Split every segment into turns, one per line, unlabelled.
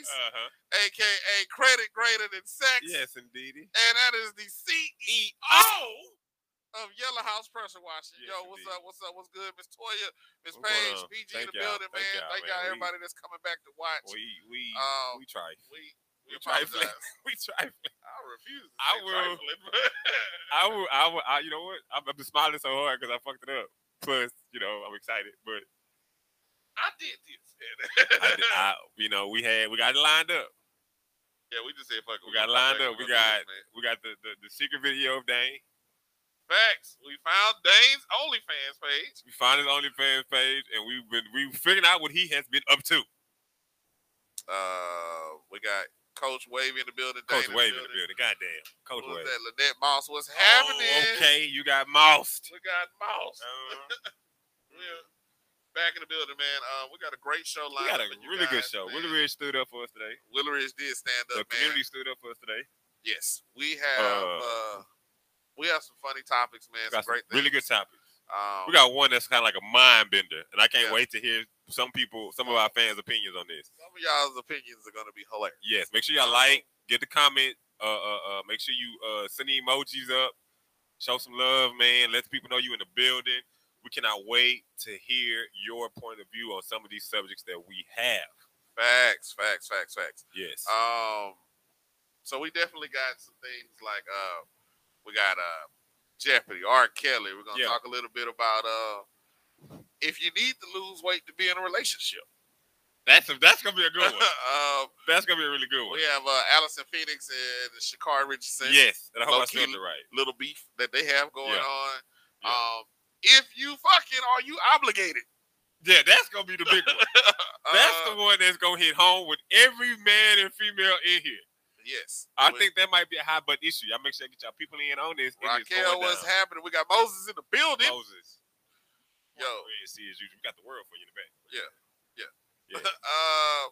uh,
Uh-huh.
aka Credit Greater Than Sex.
Yes, indeedy.
And that is the CEO of Yellow House Pressure Washing.
Yes,
Yo, what's
indeed.
up? What's up? What's good? Miss Toya, Miss
What's going
Page,
on?
BG in
Thank
the
y'all.
building, man.
Thank
Thank
y'all,
y'all,
man. We-
everybody that's coming back to watch.
We we
Um,
we try.
we, we
we trifling.
apologize.
We trifling.
I refuse to
I
say
will-
trifling, but-
I will. I will. I, you know what? I'm, I'm just smiling so hard because I fucked it up. Plus, you know, I'm excited. But
I did this.
I, I, you know, we had we got it lined up.
yeah, we just said fuck it.
We got
gonna
lined
come back
up. We
and do this,
got-
man.
We got the the, the secret video of Dane.
facts. We found Dane's OnlyFans page.
We found his OnlyFans page, and we've been we figuring out what he has been up to.
Uh, we got Coach Wavy in the building.
Coach
Dane
Wave in the building. Goddamn, Coach
Who's
Wave.
that? Lynette Moss. What's
Oh,
happening?
okay, you got moused.
We got Moss.
Uh-huh.
We're back in the building, man. Uh, we got a great show
we
lined
got a
up for you
really good
guys,
show.
man.
Willie Ridge stood up for us today.
Willie Ridge did stand
The
up, man.
community stood up for us today.
Yes, we have. Uh, we have some funny topics, man.
We
Some
got some
great
really
things.
good topics.
Um,
We got one that's kind of like a mind bender, and I can't
Yeah. Uh-huh.
wait to hear some people, some of our fans' opinions on this.
some of y'all's opinions are gonna be hilarious.
Yes, make
Uh-huh.
sure y'all like, get the comment, uh, uh, uh make sure you uh send the emojis up, show some love, man. Let people know you in the building. We cannot wait to hear your point of view on some of these subjects that we have.
Facts, facts, facts, facts.
Yes,
Um, so we definitely got some things like uh, we got uh, Jeopardy, R. Kelly. We're gonna
Yeah.
talk a little bit about uh, if you need to lose weight to be in a relationship.
that's a, that's gonna be a good one.
um,
That's gonna be a really good one.
we have uh, Allison Phoenix and Shakari Richardson.
Yes, and I hope I
Low-key.
said it right.
little beef that they have going
Yeah.
on.
Yeah.
Um, if you fucking are you obligated?
Yeah, that's gonna be the big one. That's
Uh,
the one that's gonna hit home with every man and female in here.
yes.
I
With
think that might be a hot button issue. Y'all make sure you get y'all people in on this. It is
Raquel,
going
what's
down.
happening? We got Moses in the building.
Moses.
Yo.
Red Sea is usual. We got the world for you in the back. Yeah.
uh,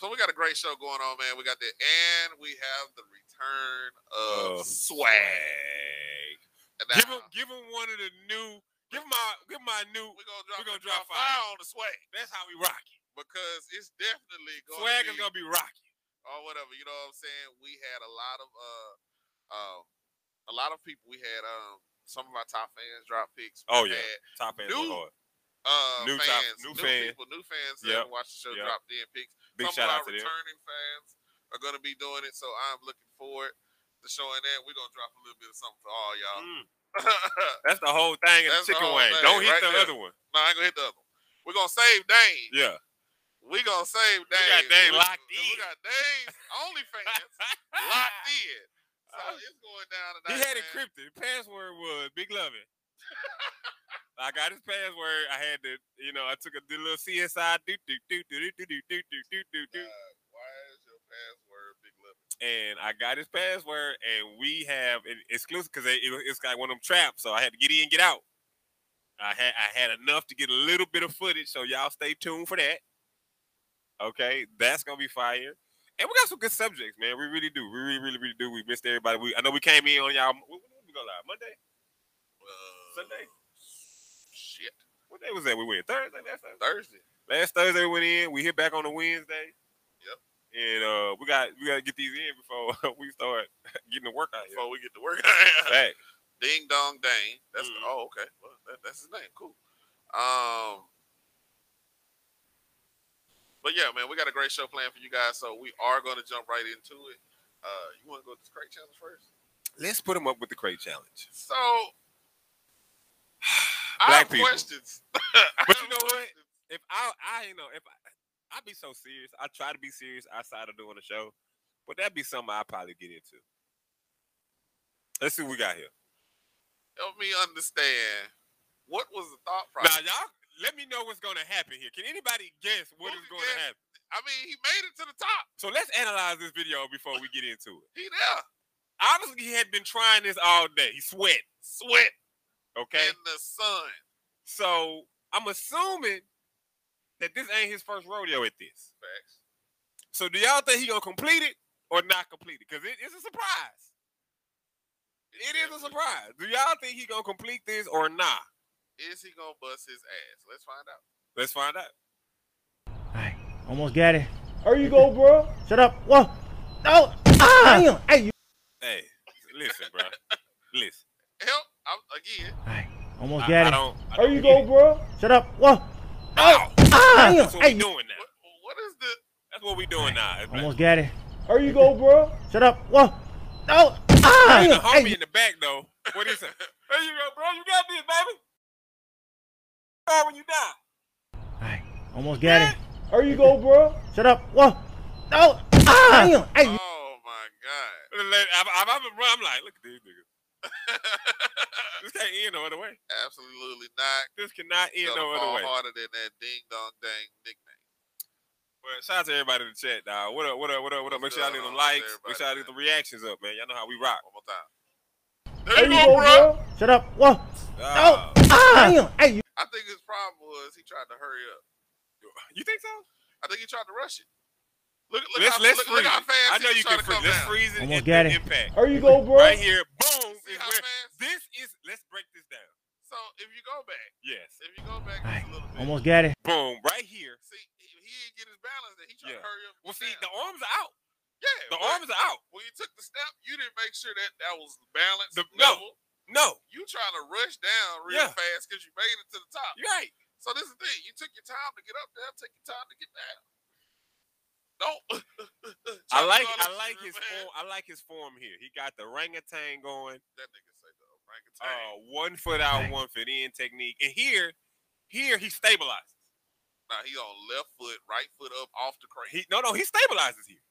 so we got a great show going on, man. We got the and we have the return of
Uh,
swag. And now,
Give him, give him one of the new. Give him my, give him my new.
we're gonna drop,
we gonna
the
drop
fire.
fire.
on the swag
That's how we rock it.
because it's definitely going
Swag
to
is gonna be rocking.
or whatever. You know what I'm saying? We had a lot of uh, um, a lot of people. We had um, some of our top fans drop picks. We
Oh, yeah.
had,
Top fans
New-
go hard.
uh,
New
fans,
top- new fan.
people, new fans that
Yep.
haven't watched the show
Yep.
dropped in picks.
Big
Some of
shout out
our
to them.
returning fans are going to be doing it, so I'm looking forward to showing that. We're going to drop a little bit of something for all y'all.
Mm,
no,
that's the whole thing in the
That's the
chicken
whole
wing.
thing
Don't hit
right
the
there.
other one.
I ain't going to hit the other one. We're going to save Dane.
Yeah.
We're going to save
We
Dane.
got Dane locked
We
in.
got Dane's OnlyFans locked in. So it's going down
Uh, he
tonight.
had
man.
encrypted. The password was Big Lovin'. I got his password. I had to, you know, I took a little CSI do do do do do do do do do do do.
Uh, why is your password Big Lip?
and I got his password, and we have an exclusive because it, it- it's like one of them traps. So I had to get in, get out. I had I had enough to get a little bit of footage, so y'all stay tuned for that. Okay, that's gonna be fire, and we got some good subjects, man. We really do. We really, really, really do. We missed everybody. We I know we came in on y'all. When when we go live? Monday?
Uh,
Sunday?
Shit.
What day was that? We went Thursday. Last Thursday.
Thursday.
Last Thursday we went in. We hit back on the Wednesday.
Yep.
And uh, we got we gotta get these in before we start getting the work out here.
Before we get to work.
Hey,
Ding Dong Dane. That's
Mhm.
oh okay. Well, that, that's his name. Cool. Um, but yeah, man, we got a great show planned for you guys, so we are going to jump right into it. Uh, you want to go to the crate challenge first?
let's put them up with the crate challenge.
So, I
Black
have
people.
questions.
But you know what? If I, I you know, if I, I be so serious, I try to be serious outside of doing the show, but that'd be something I probably get into. Let's see what we got here.
Help me understand what was the thought
Now,
process.
y'all, let me know what's gonna happen here. Can anybody guess what
Who
is
can
going
guess?
to happen?
I mean, he made it to the top.
So let's analyze this video before we get into it.
He there.
Obviously, he had been trying this all day. He sweat,
Sweat
okay?
in the sun.
so I'm assuming that this ain't his first rodeo at this.
Facts.
So do y'all think he gonna complete it or not complete it? Because it is a surprise. It is a surprise. Do y'all think he gonna complete this or not?
Is he gonna bust his ass? Let's find out.
Let's find out.
Almost got it. There you go, bro.
Shut up. Whoa. No. Ah. Damn. Hey. You.
Hey, listen, bro. Listen.
Help! I'm, again,
Hey, Almost
I,
got
I
it.
don't. I
There
don't
you
get
go,
it.
bro.
Shut up. Whoa.
Ow.
Ah.
That's
Damn.
what we
Hey. you.
doing now.
what, what is the?
That's what we doing now. It's like-
Almost got it.
There you go, bro.
Shut up. Whoa. No. Ah.
the
Damn.
homie
Hey. you.
in the back though. What is it? There you go, bro. You got this, baby. Die when you die.
Hey. Almost got it.
There you go, bro.
Shut up. Whoa. No. Ah. Damn. Hey. you.
Oh my god!
I'm, I'm, I'm, I'm like, look at these niggas. This can't end no other way.
Absolutely not.
This cannot end
Gonna
no other
fall
way.
harder than that ding dong dang nickname.
Well, shout out to everybody in the chat, dog. What up? What up? What up? What up? Make sure y'all leave them
Shout
likes.
out to
Make sure y'all leave the reactions up, man. Y'all know how we rock.
One more time.
There you go, bro.
Shut up. Whoa.
Uh,
Ah. Damn. Hey. you.
I think his problem was he tried to hurry up.
You think so?
I think he tried to rush it. Look, look,
let's
how,
let's
look, look
freeze.
how
it.
fast
I know
he was
you
trying
can
to
freeze.
come
Let's
down.
freeze it.
Almost
and
got
the
it.
Impact
There you go, bro.
right here. Boom.
See
Is
how
where,
fast?
this is. Let's break this down.
So if you go back,
Yes.
if you go back
Alright,
just a little bit,
Almost got it.
Boom. Right here.
see he, he didn't get his balance. That he tried
Yeah.
to hurry up.
Well,
and
see, the
down.
arms are out.
yeah,
The
but
arms are out.
When you took the step, you didn't make sure that that was balanced.
The- no.
level.
No,
You trying to rush down real
Yeah.
fast because you made it to the top.
you're right.
So this is the thing. You took your time to get up there. Take your time to get down. Don't. Try
I
to
like
go
I
that
like
shit
his
real fast.
form. I like his form here. He got the orangutan going.
That nigga say the
Uh,
orangutan.
one foot out,
Dang.
one foot in technique. And here, here he stabilizes.
Now he on left foot, right foot up off the crate.
He no no he stabilizes here.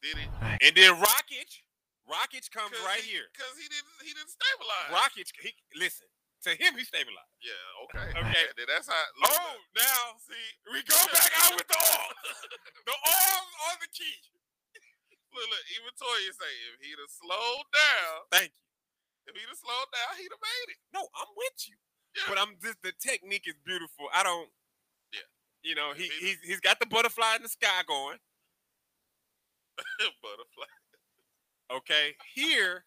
Did it?
And then Rockage, Rockage comes right
he, Uh.
here.
Cause he didn't. He didn't stabilize.
Rockage, he listen to him. He stabilized.
Yeah. Okay.
Okay.
Yeah, then that's how. look,
Oh, now see we go back out with the arms. the arms are the key.
Look, look, even Toya say if he'd have slowed down,
Thank you.
if he'd have slowed down, he'd have made it.
No, I'm with you.
Yeah.
But I'm just the technique is beautiful. I don't.
Yeah.
You know he
Me neither.
he's, he's got the butterfly in the sky going.
Butterfly.
Okay. Here,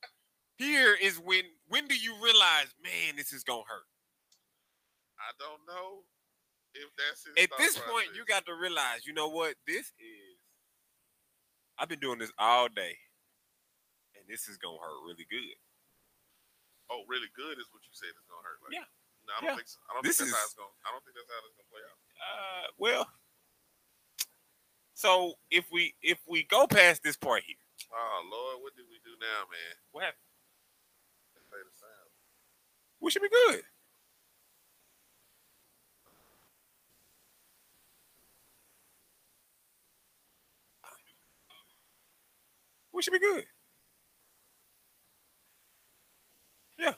here is when when do you realize, man, this is gonna hurt.
I don't know if that's his
At
thought
this point, you
process.
got to realize, you know what? This is I've been doing this all day. And this is gonna hurt really good.
Oh, really good is what you said is gonna hurt. Like,
Yeah.
No, I don't
Yeah.
think so. I don't
This
think that's
is-
how it's gonna. I don't think that's how it's gonna play out.
Uh well. So if we if we go past this part here,
Oh Lord, what did we do now, man?
what happened?
They play the sound.
We should be good. We should be good. Yeah.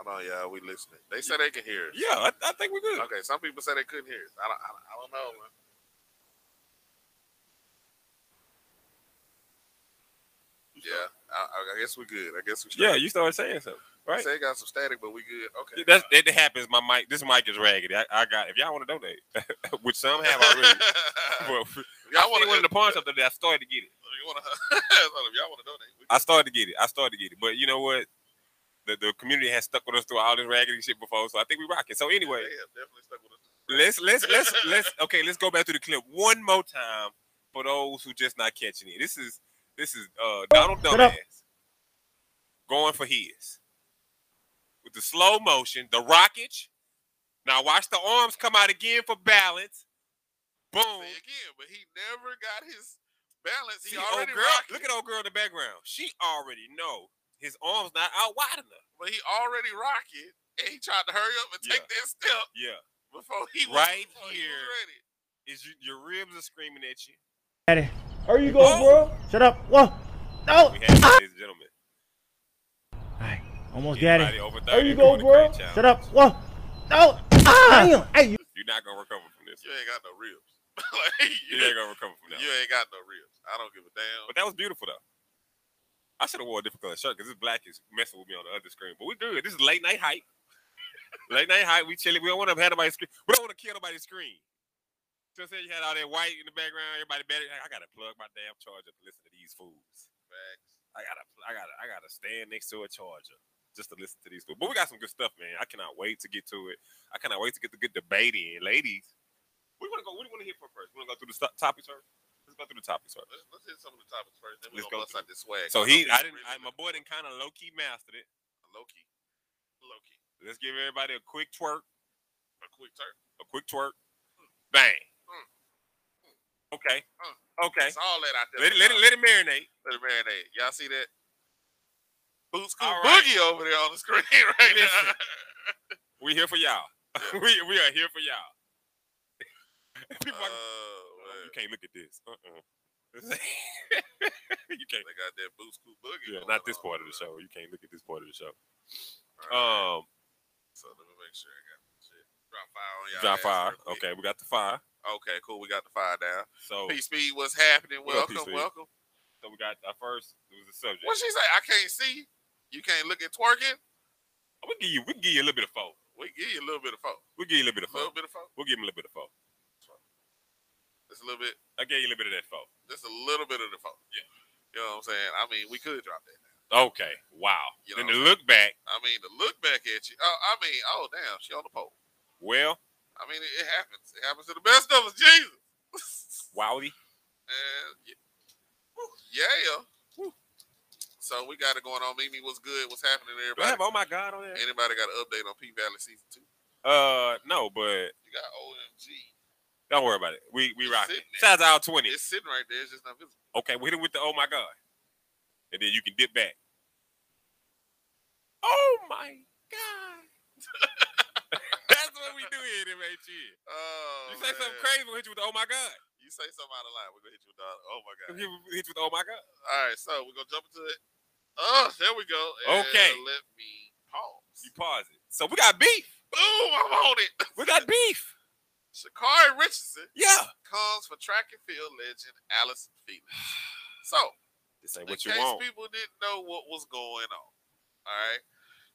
I know, y'all. We listening. They say they can hear us.
Yeah, I, I think we're good.
Okay, some people say they couldn't hear us. I don't. I don't, I don't know, man. Yeah, I, I guess we good. I guess we.
Yeah,
straight.
you started saying something, right?
Say it got some static, but we good. Okay.
That's, that happens. My mic, this mic is raggedy. I, I got. If y'all want to donate, which some have already, but I
y'all
went
want
to the pawn shop today. I started to get it.
You want to? y'all want to donate? We
I started to get it. I started to get it. But you know what? The, the community has stuck with us through all this raggedy shit before, so I think we rock it. So anyway,
They have definitely stuck with us.
let's let's let's let's okay, let's go back to the clip one more time for those who just not catching it. This is this is uh Donald
Oh, Shut up.
Dumbass going for his with the slow motion, the rockage. Now watch the arms come out again for balance. Boom.
Say again, but he never got his balance. He
Oh. See, old
already
girl,
rocked.
look at old girl in the background. She already know his arms not out wide enough.
but he already rocket, and he tried to hurry up and
Yeah.
take that step
Yeah.
before he was,
Right
before He
here.
was ready.
is you, your ribs are screaming at you.
Got it.
There you go,
Oh.
bro.
Shut up. Whoa. No.
We have,
Ah!
ladies and gentlemen.
Hey. Almost got it.
Anybody over
There
30
you go,
doing the
bro.
crate challenge,
Shut up. Whoa. No. Ah. Damn. Hey. you.
You're not gonna recover from this.
You ain't got no ribs. like, you,
You ain't gonna recover from that.
you ain't got no ribs. I don't give a damn.
But that was beautiful though. I should have wore a different color shirt because this black is messing with me on the other screen. But we good. This is late night hype. late night hype. We chilling. We don't want to have nobody screen. We don't want to kill nobody's screen. So say you had all that white in the background. Everybody better. I gotta plug my damn charger to listen to these fools.
Facts.
I gotta. I gotta. I gotta stand next to a charger. just to listen to these people. But we got some good stuff, man. I cannot wait to get to it. I cannot wait to get the good debate in, ladies. We want to go. What do you want to hear from first? We want to go through the sto- topics first. Let's go through the topics first.
Let's, let's hit some of the topics first. Then we're
Let's
gonna
go
bust out this swag.
So he, I didn't, I, my boy didn't kind of low key mastered it.
low key, low key,
Let's give everybody a quick twerk,
a quick turn.
a quick twerk, bang. Okay, okay.
It's all that out there.
Let it, let it, let it marinate.
Let it marinate. Y'all see that? Boots Cool
All right.
Boogie over there on the screen right now.
Listen. We here for y'all. we we are here for y'all. People are-
Oh,
Oh,
man.
you can't look at this. Uh-uh. you can't.
They got that Boots Cool Boogie.
Yeah,
going
not this
on
part of
over
the
there.
show. You can't look at this part of the show.
All right.
Um,
so let me make sure I got shit. Drop fire on y'all.
drop
ass
fire.
real quick.
Okay, we got the fire.
Okay, cool. We got the fire down.
So,
Peace, Speed, what's happening?
What up,
Welcome,
Peace Speed?
welcome.
so we got our first. It was the subject.
What she say? I can't see. You can't look at twerking.
We give you. We give you a little bit of folk.
We give you a little bit of folk.
We give you a little bit of
A little
folk.
bit of folk.
We'll give him a little bit of folk.
Just a little bit.
I gave you a little bit of that folk.
Just a little bit of the folk.
Yeah.
You know what I'm saying? I mean, we could drop that.
Okay. Wow.
You
then
know.
to look back,
I mean, to look back at you. Oh, I mean, oh damn, she on the pole.
well,
I mean, it, it happens. It happens to the best of us. Jesus.
Wowdy.
And y- whew, yeah. Whew. So we got it going on. Mimi, what's good? What's happening, to
Do I
everybody?
have oh my god on there?
Anybody got an update on P Valley season two?
Uh, no, but
You got OMG.
don't worry about it. We we
It's
rocking.
sitting there.
Shout out twenty.
It's sitting right there. It's just not visible.
Okay, we hit him with the oh my god, and then you can dip back. Oh my god. That's what we do here in MHN.
Oh,
You say something
man.
crazy, we hit you with the oh my god.
You say something out of line. We're gonna hit you with the oh my god.
We hit you with the oh my god.
All right, so we're gonna jump into it. Oh, there we go. And
Okay.
Let me pause.
You pause it. So we got beef.
Boom! I'm on it.
We got beef.
Shakari Richardson
Yeah.
comes for track and field legend Allison Felix. So,
This ain't
in
what you
case
want.
people didn't know what was going on, all right,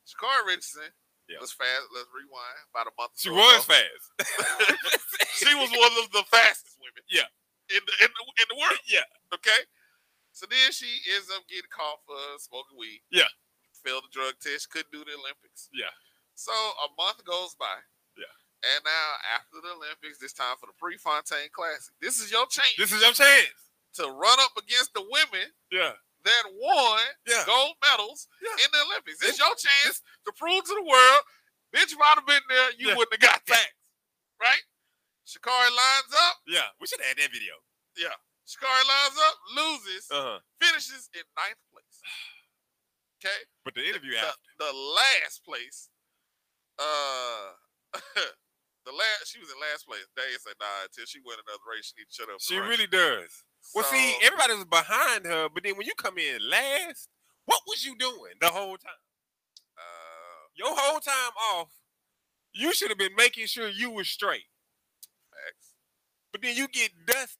Shakari Richardson.
Yeah.
Let's fast. Let's rewind. About a month. or
She
so
was
ago.
fast.
she was one of the fastest women.
Yeah.
In the in the, in the world.
Yeah.
Okay. So then she ends up getting caught for smoking weed.
Yeah.
Failed the drug test. Couldn't do the Olympics.
Yeah.
So a month goes by.
Yeah.
And now after the Olympics, this time for the Prefontaine Classic. This is your chance
This is your chance.
to run up against the women
Yeah.
that won
Yeah.
gold medals
Yeah.
in the Olympics. It's your chance to prove to the world, bitch, if I'd have been there, you
Yeah.
wouldn't have got that, right? Shakari lines up.
Yeah. We should add that video.
Shakari lines up, loses,
Uh-huh.
finishes in ninth place. Okay?
But the interview
the,
after.
the last place. Uh the last she was in last place. They said, nah, until she win another race, she need to shut up. and
She
run."
really does. Well, see,
So- uh,
everybody was behind her, but then when you come in last, what was you doing the whole time?
uh
Your whole time off, you should have been making sure you was straight.
facts.
But then you get dusted.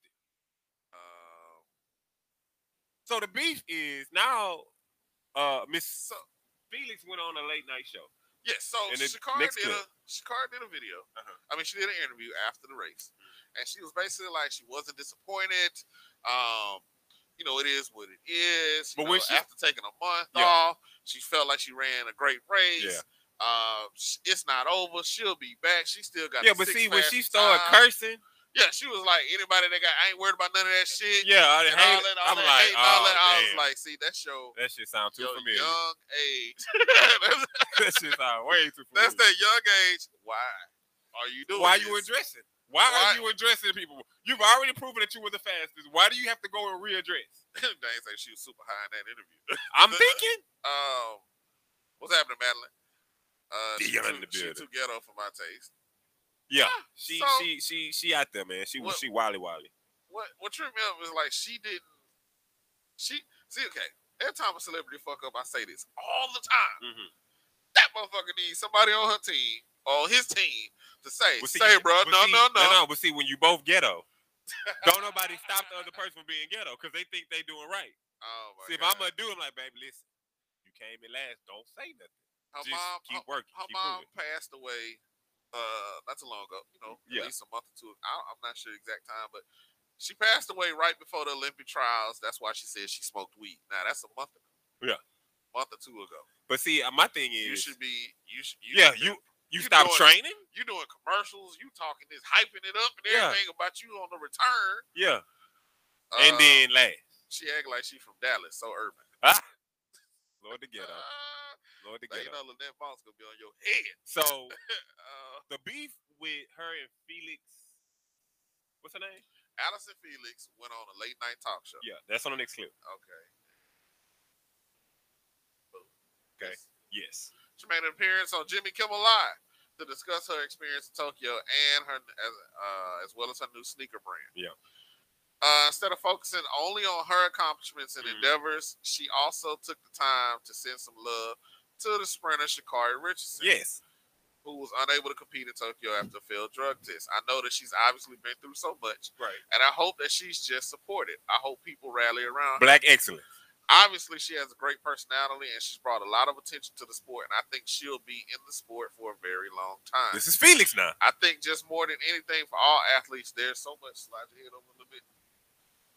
Um
So the beef is now uh Miss
so
Felix went on a late night show.
Yeah, so
And it-
Shakara
next
did
clip.
a Shakara did a video.
Uh-huh. Mm.
I mean, she did an interview after the race, and she was basically like she wasn't disappointed. Um, you know, it is what it is. You
But when
know,
she-
after taking a month
Yeah.
off, she felt like she ran a great race.
Yeah.
Uh, sh- it's not over. She'll be back. She still got.
Yeah,
the
but
six
see, when
fast
she started
time.
cursing,
yeah, she was like, anybody that got, I ain't worried about none of that shit.
yeah, I
and
hate
all that,
it.
all
I'm
that
like,
hate and all that. I
oh,
was
damn.
like, see, that show
that shit sound too
your
familiar.
young age. That's
that shit sound way too familiar.
That's that young age. Why are you doing?
Why
this?
you addressing?
Why-
Why, are you addressing people? You've already proven that you were the fastest. Why do you have to go and readdress?
They ain't say she was super high in that interview.
I'm thinking.
Um, what's happening, Madeline? Uh, she
Yeah, in
too,
the
she
building.
too ghetto for my taste.
Yeah, she
Ah, so-
she she she out there, man. She
What-
she wily wily.
What what tripped me up is like she didn't. She see okay. Every time a celebrity fuck up, I say this all the time.
Mm-hmm.
That motherfucker needs somebody on her team, on his team, to say, "Say, bro,
but
no,
see-
no, no,
no, But see, when you both ghetto, don't nobody stop the other person from being ghetto because they think they doing right.
Oh my
see, if
God.
I'm gonna do, I'm like, baby, listen, you came in last. Don't say nothing.
her
Just
mom,
keep
her-
working.
her
keep
mom
moving.
passed away uh not too long ago you know
Yeah.
at least a month or two I, i'm not sure the exact time but she passed away right before the olympic trials that's why she said she smoked weed now that's a month ago
Yeah.
month or two ago.
But see, uh, my thing
You
is,
should be you should you
yeah,
should
you
be- you
you stop
doing-
training.
you doing commercials, you talking this hyping it up and
Yeah.
everything about you on the return.
Yeah, and
Uh,
then last,
she act like she from Dallas, so urban.
Lord the ghetto,
Uh,
Lord the
now you
ghetto.
know Lynette Vaughn's gonna be on your head.
So
Uh,
the beef with her and Felix, what's her name?
Allison Felix went on a late night talk show.
Yeah, that's on the next clip.
Okay. Boom.
Okay.
Yes.
Yes.
She made an appearance on Jimmy Kimmel Live to discuss her experience in Tokyo and her as, uh, as well as her new sneaker brand.
Yeah.
Uh, instead of focusing only on her accomplishments and
Mhm.
endeavors, she also took the time to send some love to the sprinter Shakari Richardson,
Yes.
who was unable to compete in Tokyo after a failed drug test. I know that she's obviously been through so much,
Right.
and I hope that she's just supported. I hope people rally around
Black excellence.
obviously she has a great personality and she's brought a lot of attention to the sport and i think she'll be in the sport for a very long time
This is Felix now.
i think just more than anything for all athletes there's so much slide your head over a little bit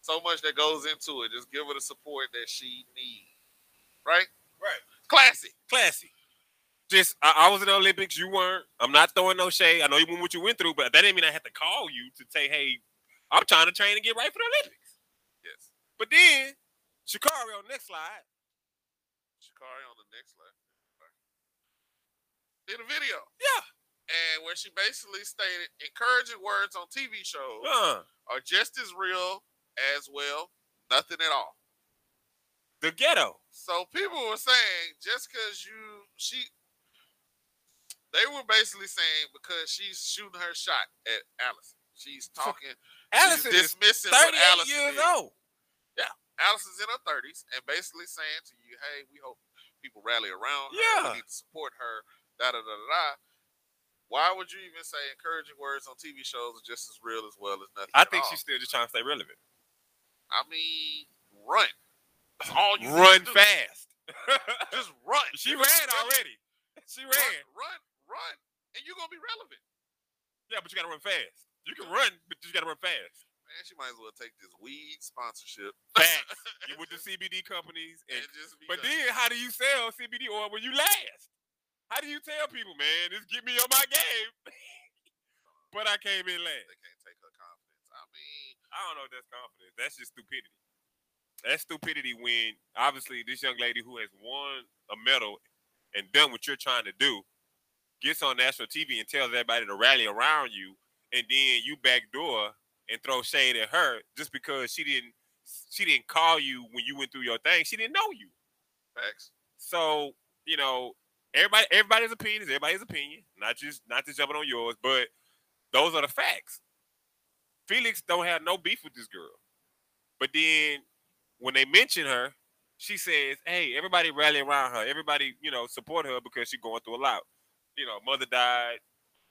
so much that goes into it just give her the support that she needs right
Right.
classic
Classy. Just I, I was in the Olympics. You weren't. I'm not throwing no shade. I know you went what you went through, but that didn't mean I had to call you to say, "Hey, I'm trying to train and get right for the Olympics."
yes
But then, Shikari on the next slide.
shikari on the next slide did a video
Yeah.
and where she basically stated encouraging words on tv shows
Uh,
are just as real as well nothing at all
the ghetto.
So people were saying just because you she they were basically saying because she's shooting her shot at Allison. She's talking
Allison
she's
is
dismissing what
38
Allison
years
did.
old.
Allison's in her thirties and basically saying to you, hey, we hope people rally around her.
Yeah.
We need to support her, da da da da da. Why would you even say encouraging words on TV shows are just as real as well as nothing?
I
at
think
all?
she's still just trying to stay relevant.
I mean, run. That's all you need
Run
to do.
fast.
Just run. Just
she ran
run.
already. She ran.
Run, run, run, and you're gonna be relevant.
Yeah, but you gotta run fast. You can run, but you gotta run fast.
Man, she might as well take this weed sponsorship
Facts. You with the CBD companies and
and just be done.
But then, how do you sell CBD oil when you last? How do you tell people, man, this get me on my game? but I came in last.
they can't take her confidence. I mean,
I don't know if that's confidence. That's just stupidity. That's stupidity when obviously this young lady who has won a medal and done what you're trying to do gets on national TV and tells everybody to rally around you, and then you backdoor and throw shade at her just because she didn't she didn't call you when you went through your thing. She didn't know you.
facts.
So you know, everybody everybody's opinion is everybody's opinion. Not just not just jumping on yours, but those are the facts. Felix don't have no beef with this girl, but then when they mention her, she says, "Hey, everybody rally around her. Everybody, you know, support her because she's going through a lot. You know, mother died,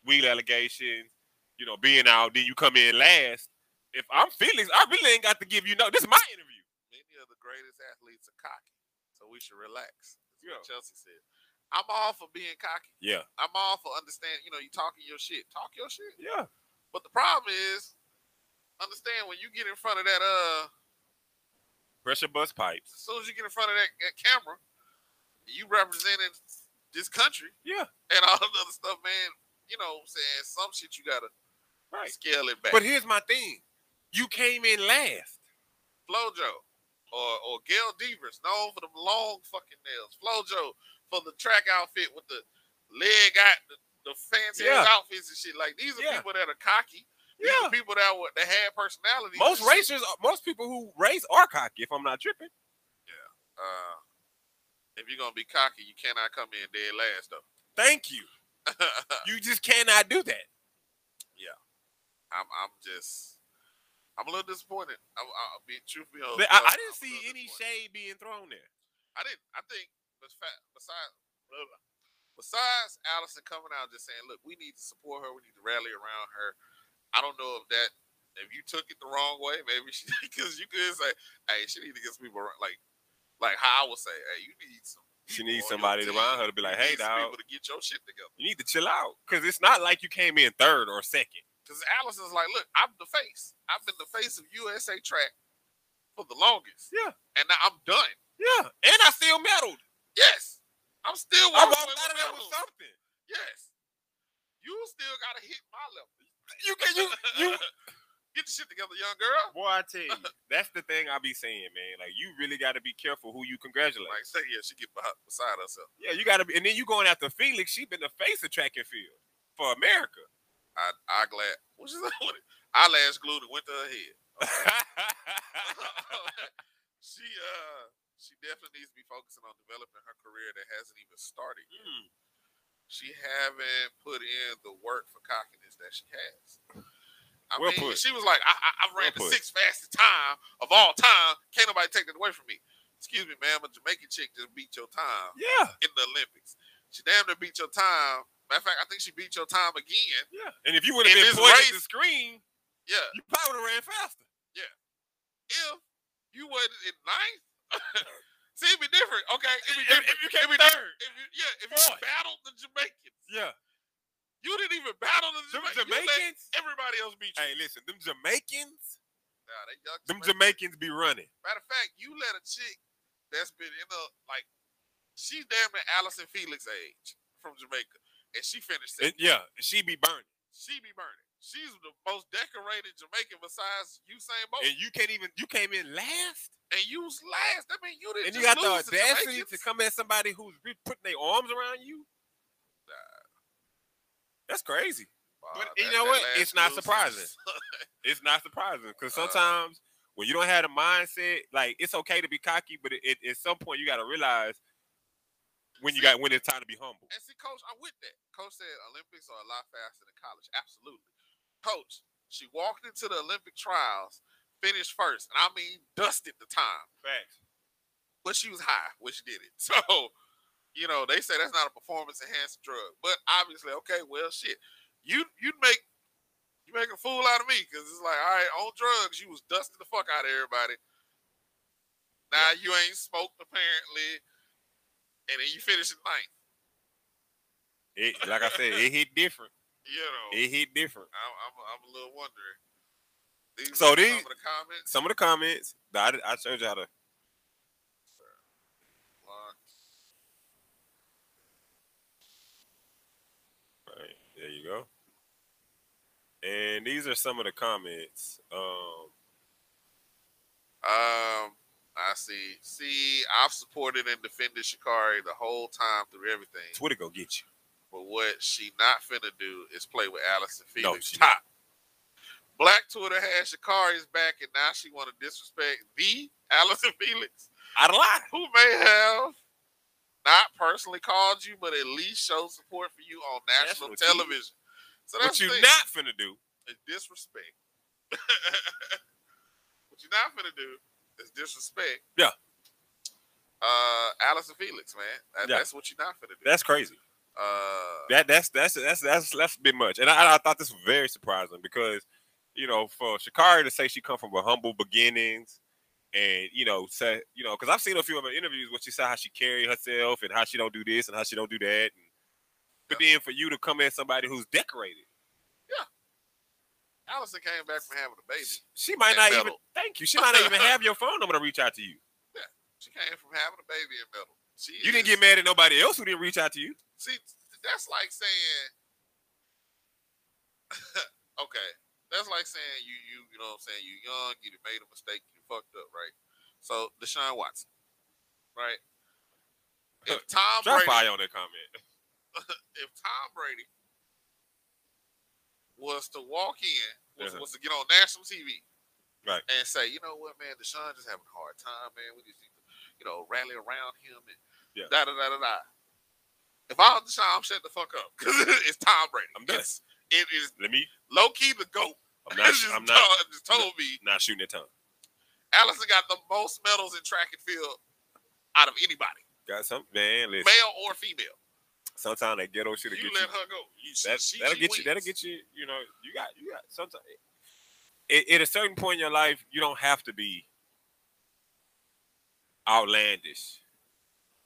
weed allegations. You know, being out. Then you come in last. If I'm Felix, I really ain't got to give you no. This is my interview.
Many of the greatest athletes are cocky, so we should relax. That's
Yeah.
what Chelsea said. I'm all for being cocky.
Yeah,
I'm all for understanding. You know, you talking your shit. Talk your shit.
yeah,
But the problem is, understand when you get in front of that uh
pressure bust pipes.
as soon as you get in front of that, that camera, you representing this country
Yeah,
and all the other stuff, man. You know, what I'm saying some shit you gotta
right."
scale it back.
But here's my thing. You came in last.
Flojo or or Gail Devers, known for them long fucking nails. Flojo for the track outfit with the leg out, the, the fancy
Yeah.
outfits and shit. Like these are
Yeah.
people that are cocky. These are people that were that had personality.
Most racers, most people who race are cocky, if I'm not tripping.
Uh, if you're gonna be cocky, you cannot come in dead last though.
Thank you. You just cannot do that.
I'm I'm just. I'm a little disappointed. I'm, I'll be truthfully
I,
honest.
I
I'm a
didn't see
little
any
disappointed.
shade being thrown there.
I didn't. I think besides besides blah, blah. besides Allison coming out just saying, "Look, we need to support her. We need to rally around her." I don't know if that if you took it the wrong way, maybe she because you could say, "Hey, she need to get some people around," like like how I would say, "Hey, you need some."
She
people
needs
on your
somebody
team.
around her to be like,
You
"Hey,
need some
dawg."
people to get your shit together."
You need to chill out. Because it's not like you came in third or second.
Because Allison's like, "Look, I'm the face. I've been the face of USA track for the longest.
Yeah.
and now I'm done."
Yeah. And I still medaled.
Yes, I'm still.
I
walking away
walked
with
out of there
that
with
one.
something.
Yes, you still gotta hit my level.
You can you you
get the shit together, young girl.
boy, I tell you, that's the thing I be saying, man. Like you really gotta be careful who you congratulate.
Like say, yeah, she get behind, beside herself.
yeah, you gotta be and then you going after Felix, she been the face of track and field for America.
I, I glad. What you say? Eyelash glue that went to her head. she uh, she definitely needs to be focusing on developing her career that hasn't even started. yet.
Mm.
She haven't put in the work for cockiness that she has. I
Well
mean,
put.
she was like, I, I, I ran the
Well put.
sixth fastest time of all time. Can't nobody take that away from me. Excuse me, ma'am. A Jamaican chick just beat your time
yeah,
in the Olympics. She damn near beat your time. Matter of fact, I think she beat your time again.
yeah. And if you would have
In
been
this
pointing
race-
at the screen,
Yeah.
you probably would have ran faster.
If you wasn't in ninth, see, it'd be different. Okay. It'd be
If- if
different.
you came
It'd be
third.
different. If you, yeah. If you
Fourth.
battled the Jamaicans,
Yeah.
you didn't even battle the
Them
Jamaicans. You let
Jamaicans.
everybody else beat you.
Hey, listen, them Jamaicans,
Nah, they young
them
Jamaicans.
Jamaicans be running.
Matter of fact, you let a chick that's been in a like she's damn near Allison Felix age from Jamaica, and she finished
And
second.
yeah, she be burning.
She be burning. She's the most decorated Jamaican besides Usain Bolt,
And you can't even you came in last.
and you was last. I mean, you didn't.
And you
just
got the
lose to
audacity to
Jamaicans.
come at somebody who's re- putting their arms around you. That's crazy.
Wow,
but
that-
you know
that
what?
last
It's not
lose is-
surprising. It's not surprising because
Uh.
sometimes when you don't have the mindset, like it's okay to be cocky, but it, it- at some point you got to realize when you got when it's time to be humble.
And see, coach, I'm with that. Coach said Olympics are a lot faster than college. Absolutely. Coach, she walked into the Olympic trials, finished first, and I mean dusted the time.
Facts.
but she was high when she did it. So, you know, they say that's not a performance enhancing drug. But obviously, okay, well, shit, you you make you make a fool out of me because it's like, all right, on drugs, you was dusting the fuck out of everybody. Now you ain't smoked apparently, and then you finish in ninth.
It, like I said, it hit different.
You know,
It hit different.
I'm, I'm I'm a little wondering. These
So
are
these-
some of the comments.
Some of the comments, I, I showed you how to.
Like,
Right. There you go. And these are some of the comments. Um,
Um, I see. See, I've supported and defended Shikari the whole time through everything.
Twitter go get you.
But what she not finna do is play with Allison
No,
Felix
she-
top. Black Twitter has Shikari's back, and now she want to disrespect the Allison Felix,
I'd lie.
who may have not personally called you, but at least show support for you on national
National TV.
television. So that's
What
the thing,
you not finna do
is disrespect. what you not finna do is disrespect.
Yeah.
Uh, Allison Felix, man, That-
Yeah.
that's what you're not finna do.
That's crazy.
uh,
That that's that's that's that's that's a bit much. And I, I thought this was very surprising because, you know, for Shakari to say she come from a humble beginnings, and you know, say you know, because I've seen a few of her interviews where she said how she carry herself and how she don't do this and how she don't do that. And, but then for you to come at somebody who's decorated,
Allison came back from having a baby.
she might
And
not even
meddle.
thank you. She might not even have your phone number to reach out to you.
She came from having a baby in metal. She
You didn't
is-
get mad at nobody else who didn't reach out to you.
See, that's like saying, okay, that's like saying you you you know what I'm saying you young, you done made a mistake, you fucked up, right? So Deshaun Watson, right? If Tom
Drop
Brady,
fire on that comment.
if Tom Brady was to walk in, was,
Uh-huh.
was to get on national TV,
Right.
and say, you know what, man, Deshaun just having a hard time, man. We just need to, you know, rally around him and
Yeah.
da da da da da. If I was Deshaun, I'm shut the fuck up because it's Tom Brady.
I'm done.
It's, it is
Let me.
low key the goat.
I'm not.
It's just
I'm not.
told- just told me
Not shooting at Tom.
Allison got the most medals in track and field out of anybody,
Got something, man. Listen.
male or female.
Sometimes that ghetto shit
You
will
let
get you.
her go. You, she-
That,
she-
that'll
she
get you. That'll
wins.
get you. You know, you got. You got. Sometimes at, at a certain point in your life, you don't have to be outlandish,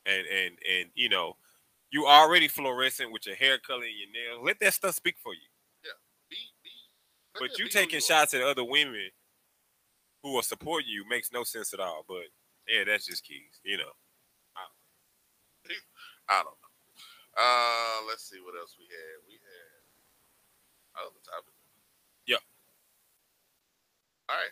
and and and you know, you already fluorescent with your hair color and your nails. Let that stuff speak for you.
Be- be- let
But
that
you
be who
taking
are.
shots at other women who are supporting you makes no sense at all. But yeah, that's just keys. You know,
I don't know. Uh, let's see what else we had. We had other topic.
Yeah.
All right.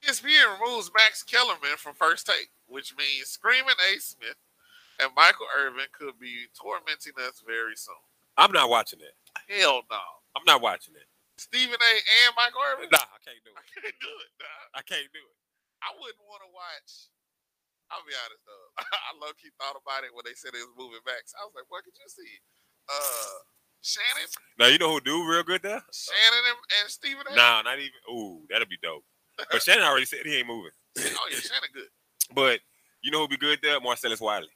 E ESPN removes Max Kellerman from first take, which means Screaming A. Smith and Michael Irvin could be tormenting us very soon.
I'm not watching that.
Hell no.
I'm not watching it.
Stephen A. and Michael Irvin?
Nah, I can't do
I
it.
can't do it. Nah.
I can't do it.
I wouldn't want to watch. I'll be honest though. I low key thought about it when they said it was moving back. I was like, what could you see? Uh Shannon,
Now you know who do real good there?
Shannon and, and Stephen A.
Nah, not even. Ooh, that'd be dope. But Shannon already said he ain't moving.
Oh yeah, Shannon good.
But you know who'd be good there? Marcellus Wiley.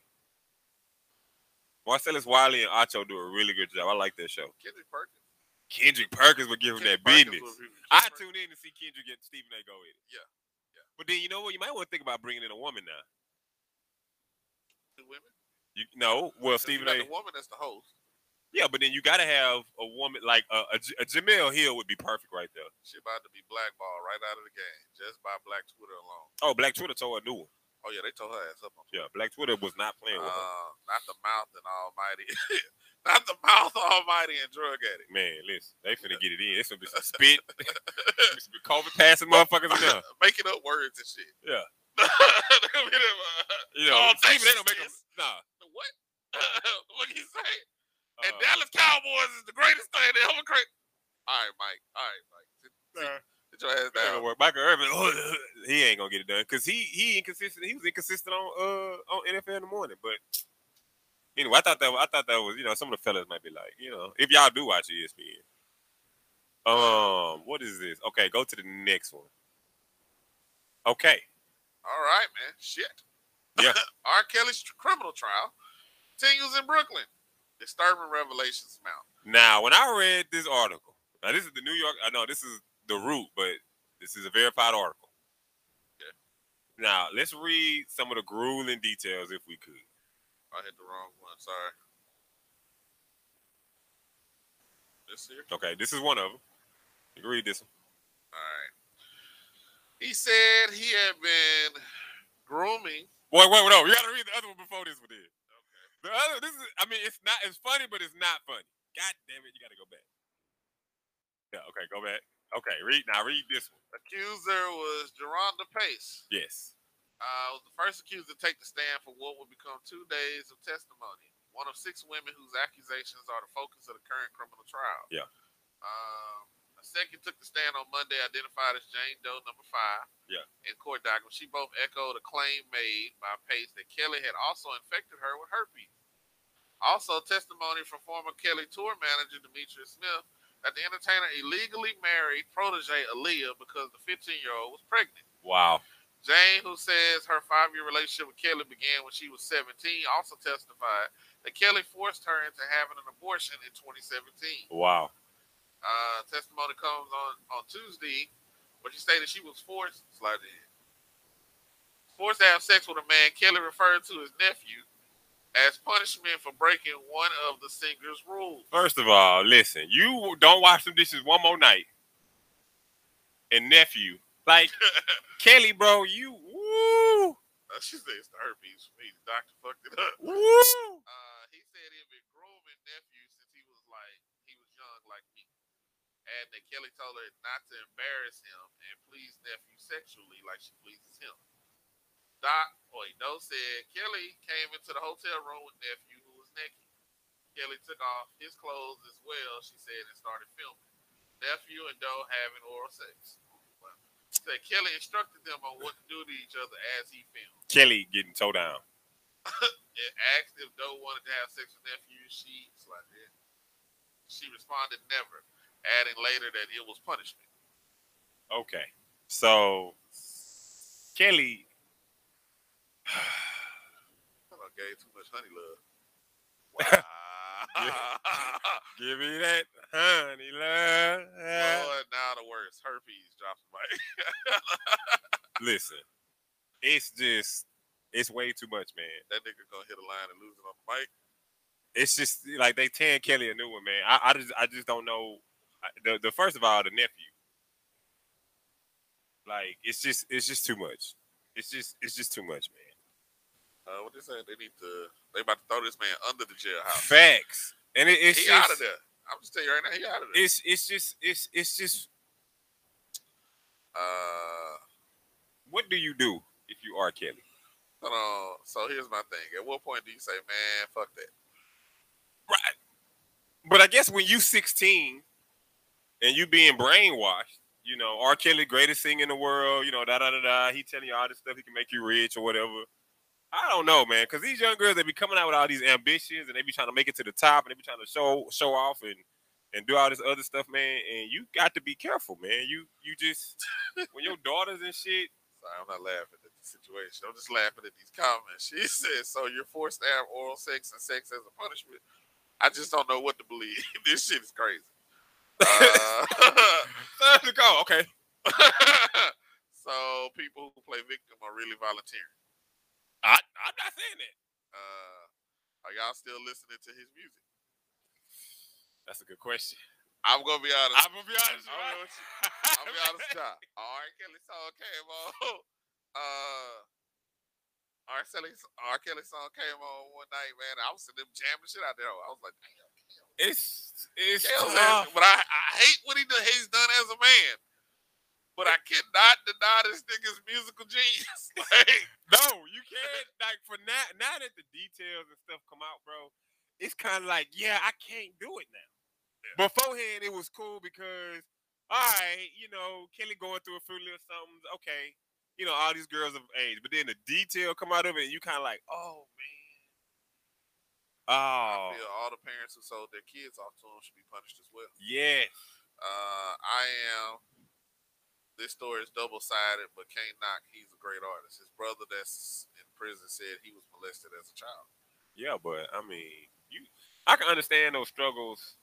Marcellus Wiley and Acho do a really good job. I like that show.
Kendrick Perkins.
Kendrick Perkins would give him
Kendrick
that
Perkins
business.
was reviewing
I
Kendrick
tune in to see Kendrick and Stephen A. go in.
Yeah. Yeah.
But then you know what? You might want to think about bringing in a woman now.
Perkins, two women.
You no, well
'Cause you
Stephen
got
A.
the woman that's the host.
Yeah, but then you got to have a woman like a, a, J- a Jamel Hill would be perfect right there.
She about to be blackballed right out of the game just by Black Twitter alone.
Oh, Black Twitter tore a new one.
Oh yeah, they told her ass up on
Yeah, Black Twitter was not playing with her.
Uh, not the mouth and almighty, not the mouth almighty and drug addict.
Man, listen, they finna get it in. It's gonna be some spit. it's gonna be COVID passing motherfuckers in there.
Making up words and shit.
Yeah.
They'll be there, uh,
You know,
Oh,
Stephen A. don't make them.
yes.
Nah.
what? what can you say? and
uh,
Dallas Cowboys is the greatest thing that ever created. All right, Mike. All right, Mike. Sit,
Uh,
sit- sit your ass
that ain't
down.
gonna work. Michael Irvin, he ain't gonna get it done because he he inconsistent. He was inconsistent on uh on NFL in the morning. But anyway, I thought that I thought that was you know some of the fellas might be like you know if y'all do watch E ESPN. Um, what is this? Okay, go to the next one. Okay,
All right, man. Shit.
Yeah.
R. Kelly's tr- criminal trial continues in Brooklyn. Disturbing revelations mount.
now when I read this article, now this is the New York. I know this is the root, but this is a verified article.
Okay.
Now let's read some of the grueling details if we could.
I hit the wrong one. Sorry. This here.
Okay, this is one of them. You can read this one.
All right. He said he had been grooming.
Wait, wait, wait, no. You gotta read the other one before this one did. The other this is I mean it's not it's funny, but it's not funny. God damn it, you gotta go back. Yeah, okay, go back. Okay, read now read this one.
Accuser was Geronda Pace.
Yes.
uh, was the first accused to take the stand for what would become two days of testimony. One of six women whose accusations are the focus of the current criminal trial.
Yeah.
Um, a second took the stand on Monday, identified as Jane Doe number five.
Yeah.
In court documents, she both echoed a claim made by Pace that Kelly had also infected her with herpes. Also, testimony from former Kelly tour manager Demetrius Smith that the entertainer illegally married protege Aaliyah because the 15 year old was pregnant.
Wow.
Jane, who says her five year relationship with Kelly began when she was 17, also testified that Kelly forced her into having an abortion in 2017.
Wow.
Uh, testimony comes on, on Tuesday, where she stated she was forced, slide it in, forced to have sex with a man Kelly referred to as nephew as punishment for breaking one of the singer's rules.
First of all, listen, you don't wash them dishes one more night. And nephew. Like Kelly, bro, you woo
Uh, she said it's the herpes for me. The doctor fucked it up.
woo
Uh, he said he had been grooming nephew since he was like he was young, like me. And that Kelly told her not to embarrass him and please nephew sexually like she pleases him. Doc Oido said Kelly came into the hotel room with nephew who was naked. Kelly took off his clothes as well, she said, and started filming. Nephew and Doe having oral sex. Well, said Kelly instructed them on what to do to each other as he filmed
Kelly getting towed down.
and asked if Doe wanted to have sex with nephew. She it's like that. She responded never, adding later that it was punishment.
Okay. So Kelly
I done gave too much honey love. Wow.
Give me that honey love.
Lord, now the words herpes drops my
Listen, it's just it's way too much, man.
that nigga gonna hit a line and lose it on the mic.
It's just like they tearing Kelly a new one, man. I, I just I just don't know. I- The, the first of all, the nephew. Like it's just it's just too much. It's just it's just too much, man.
Uh, what they say? They need to. They about to throw this man under the jailhouse.
Facts. And it, it's
Oh, he
just,
out of there. I'm just telling you right now, he out of there.
It's it's just it's it's just
Uh,
what do you do if you are Kelly?
hold on. So here's my thing. At what point do you say, man, fuck that?
Right. But I guess when you 16 and you being brainwashed, you know, R. Kelly, greatest singer in the world, you know, da da da da. He telling you all this stuff, he can make you rich or whatever. I don't know, man, because these young girls they be coming out with all these ambitions and they be trying to make it to the top and they be trying to show show off and and do all this other stuff, man. And you got to be careful, man. You you just when your daughters and shit,
Sorry, I'm not laughing at the situation. I'm just laughing at these comments. She says, "So you're forced to have oral sex and sex as a punishment." I just don't know what to believe. this shit is crazy. Uh,
let's go. Okay,
so people who play victim are really volunteering.
I I'm not saying that.
Uh, are y'all still listening to his music?
That's a good question.
I'm gonna be honest.
I'm gonna be honest.
I'm gonna- I'll be honest with y'all. R. Kelly song came on. Uh, R. Kelly, R. Kelly song came on one night, man. I was sitting there jamming shit out there. I was like, damn, Kale.
It's it's
Kale's
tough.
ass- But I, I hate what he done, he's done as a man. But I cannot deny this nigga's musical genius. like,
No, you can't. Like for now, now that the details and stuff come out, bro, it's kind of like, yeah, I can't do it now. Beforehand, it was cool because, all right, you know, Kelly going through a few little somethings. Okay, you know, all these girls of age, but then the detail come out of it, and you kind of like, oh man,
I
oh
feel all the parents who sold their kids off to him should be punished as well.
yes,
Uh, I am. This story is double sided, but can't knock. He's a great artist. His brother that's in prison said he was molested as a child.
yeah. But I mean, you, I can understand those struggles,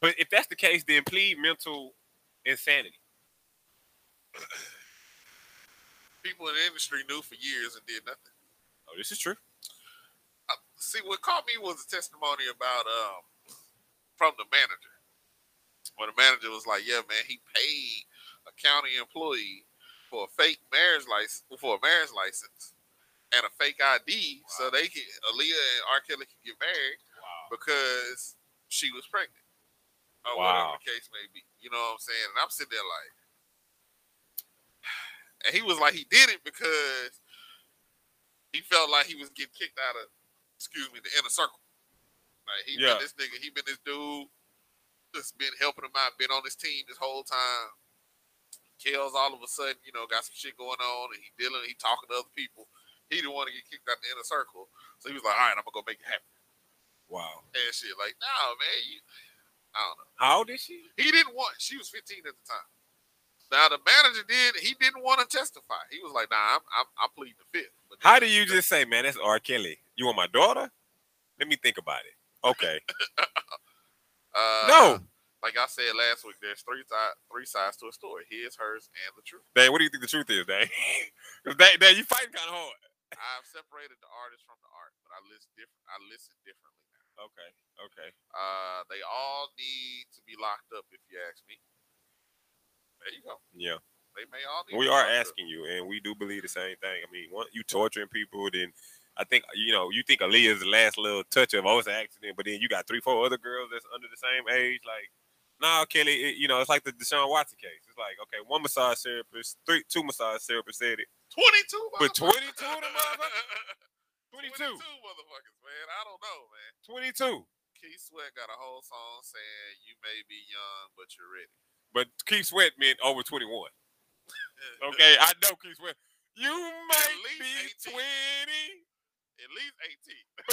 but if that's the case, then plead mental insanity.
People in the industry knew for years and did nothing.
Oh, this is true.
I, see, what caught me was a testimony about um from the manager. When the manager was like, "Yeah, man, he paid a county employee for a fake marriage license for a marriage license and a fake ID, so they can Aaliyah and R. Kelly can get married
Wow.
because she was pregnant, or
Wow.
whatever the case may be. You know what I'm saying? And I'm sitting there like, and he was like, he did it because he felt like he was getting kicked out of, excuse me, the inner circle. Like he
Yeah.
been this nigga, he been this dude, just been helping him out, been on this team this whole time. Kels all of a sudden, you know, got some shit going on, and he dealing, he talking to other people. He didn't want to get kicked out the inner circle, so he was like, "All right, I'm gonna go make it happen."
Wow.
and shit. Like, nah, man, you, I don't know.
How old is she?
He didn't want. She was 15 at the time. Now the manager did. He didn't want to testify. He was like, nah, I'm, I'm, I'm pleading the fifth. But
How do you just say, man, that's R. Kelly? You want my daughter? Let me think about it. Okay.
uh,
No.
like I said last week, there's three side, three sides to a story: his, hers, and the truth.
Dang, what do you think the truth is, Dang? Because Dang, Dang, you fighting kind of hard.
I've separated the artist from the art, but I listen different. I listen differently now.
Okay. Okay.
Uh, they all need to be locked up, if you ask me. There you go.
Yeah.
They may all need. to be
We are
locked up.
asking you, and we do believe the same thing. I mean, once you torturing people, then I think, you know, you think Aaliyah's the last little touch of, oh, it's an accident, but then you got three, four other girls that's under the same age. Like, nah, Kelly, it, you know, it's like the Deshaun Watson case. It's like, okay, one massage therapist, three, two massage therapists said it.
22.
But
motherfuckers.
22 of them motherfuckers? 22.
motherfuckers, man. I don't know, man.
22.
Keith Sweat got a whole song saying, You may be young, but you're ready.
But Keith Sweat meant over 21. Okay, I know Keith Sweat. You might
least 18.
be 20,
At least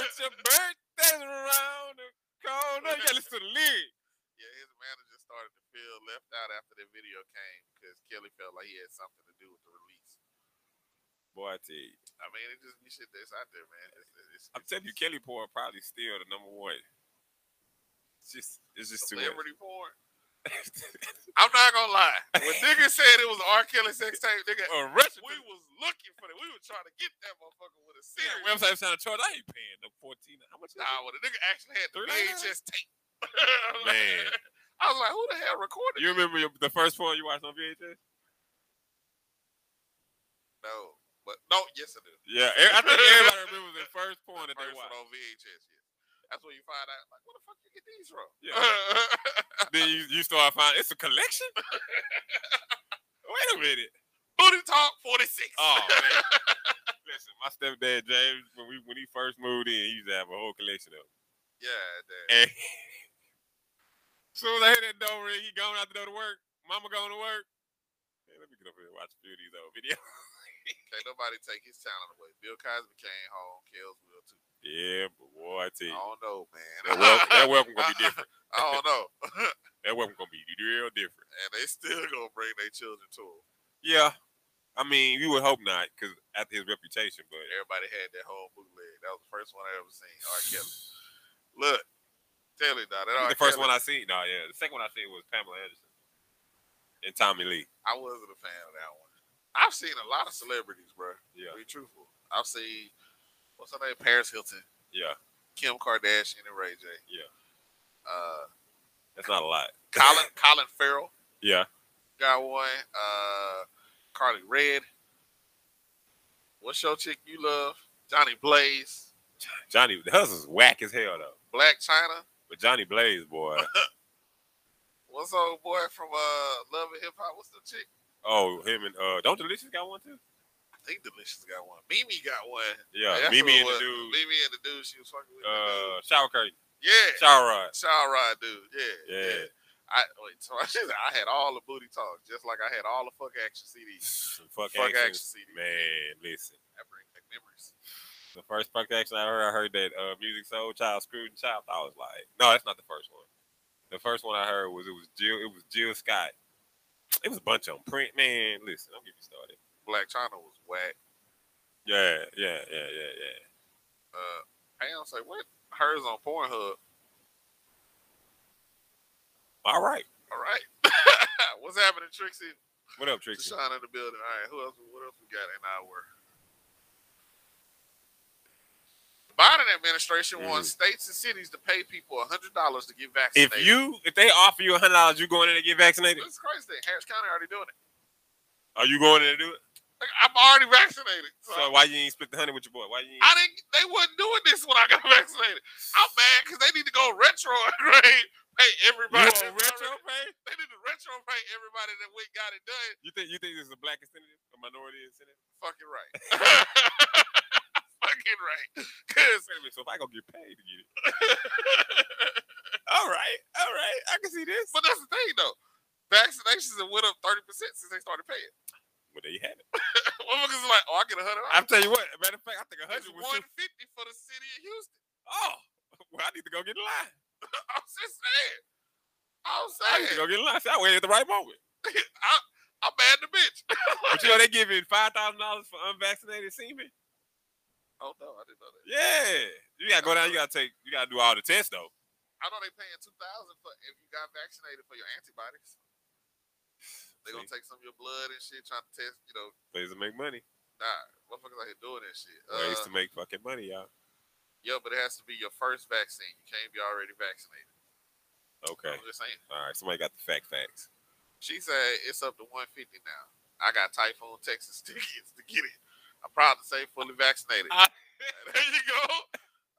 18.
but your birthday's around the corner. You gotta listen to the lyric.
Yeah, his manager started to feel left out after the video came because Kelly felt like he had something to do with the release.
Boy, I tell you,
I mean, it just be shit that's out there, man. It's, it's,
I'm telling you, Kelly Poor probably still the number one. It's just, it's just too much.
celebrity porn. I'm not gonna lie. When nigga said it was a R. Kelly sex tape, nigga,
A Russian
we was looking for that. We were trying to get that motherfucker with a serious
yeah, website sound charge. I ain't paying no 14. How much? is
Nah, well, the nigga actually had the
Three dollars?
VHS tape.
Man.
I was like, who the hell
it?
recorded?
You remember your, the first one you watched on VHS?
No, But no, yes it is.
Yeah, e- I think everybody remembers the first porn that they
First one
watched.
on VHS. Yeah. That's when you find out, like, where the fuck you get these from?
Yeah. Then you, you start finding it's a collection. Wait a minute.
Booty Talk 46.
Oh man. Listen, my stepdad James, when we when he first moved in, he used to have a whole collection of. 'em.
Yeah, damn.
And soon as I hear that door ring, he gone out the door to work. Mama going to work. Hey, let me get over here and watch a few of these old videos.
Can't nobody take his talent away. Bill Cosby came home, Kells will too.
Yeah, but boy, I
I
tell you,
don't know, man.
that, wel- that welcome gonna be different.
I don't know.
That welcome gonna be real different.
And they still gonna bring their children to him.
Yeah, I mean, you would hope not, because after his reputation, but
Everybody had that whole bootleg. That was the first one I ever seen. R. Kelly. Look, tell you now, that R.
the first
Kelly,
one I seen, no, yeah, the second one I seen was Pamela Anderson and Tommy Lee.
I wasn't a fan of that one. I've seen a lot of celebrities, bro. To
Yeah,
be truthful, I've seen what's her name, Paris Hilton,
yeah,
Kim Kardashian, and Ray J.
Yeah.
Uh,
that's not a lot.
Colin Colin Farrell
Yeah,
got one. Uh, Carly Red. What's your chick you love? Johnny Blaze,
Johnny, hers is whack as hell though.
Black China.
But Johnny Blaze, boy,
What's old boy from uh Love and Hip Hop? What's the chick?
oh him and uh, don't Delicious got one too?
I think Delicious got one. Mimi got one.
Yeah,
That's
Mimi and
who it was.
the dude,
Mimi and the dude she was fucking with. the
uh,
dude.
shower curtain,
yeah,
shower rod.
Shaw Rod dude. Yeah,
Yeah.
yeah. I wait. So I, said I had all the booty talk, just like I had all the fuck action CDs.
Fuck,
Fuck
action.
action, CDs.
man, listen.
That bring back memories.
The first punk action I heard, I heard that uh, music soul child screwed and chopped. I was like, no, that's not the first one. The first one I heard was it was Jill, it was Jill Scott. It was a bunch of them. Print man, listen, I'm getting started.
Black China was whack.
Yeah, yeah, yeah, yeah, yeah.
Uh, I don't say what hers on Pornhub.
All right,
All right, what's happening, Trixie?
what up, Trixie?
Deshaun in the building. All right, who else? What else we got in our? Biden administration
Mm-hmm.
wants states and cities to pay people hundred dollars to get vaccinated.
If you if they offer you a hundred dollars, you going in to get vaccinated?
Jesus Christ, thing. Harris County already doing it.
Are you going in to do it?
Like, I'm already vaccinated. So,
So why you ain't split the hundred with your boy? Why you ain't?
I didn't. They wasn't doing this when I got vaccinated. I'm mad because they need to go retro grade. Hey,
You
everybody.
on retro pay?
They need to retro pay everybody that went got it done.
You think you think this is a black incentive, a minority incentive?
Fucking right. Fucking right. Cause
Wait a minute, so if I go get paid to get it? All right, all right, I can see this.
But that's the thing though. Vaccinations have went up 30% since they started paying.
Well, there you have it.
Motherfuckers are like, oh, I get a hundred
I'm
dollars.
tell you what. Matter of fact, I think a
It's
hundred was too.
150 for the city of Houston.
Oh, well, I need to go get in line.
I'm just saying. I'm
I need
saying.
to go get in line. See, I waited at the right moment.
I, I'm mad the bitch.
But you know they giving five thousand dollars for unvaccinated semen.
oh no, I didn't know that.
Yeah, you gotta go down. You gotta take. You gotta do all the tests though.
I know they paying two thousand for if you got vaccinated for your antibodies. They gonna take some of your blood and shit, trying to test. You know,
Ways to make money.
nah, motherfuckers out here doing that shit.
Ways to
Uh,
make fucking money, y'all.
yeah, but it has to be your first vaccine. You can't be already vaccinated.
Okay.
I'm just saying.
All right. Somebody got the fact facts.
She said it's up to 150 now. I got Typhoon Texas tickets to get it. I'm proud to say fully vaccinated.
Ah.
there you go.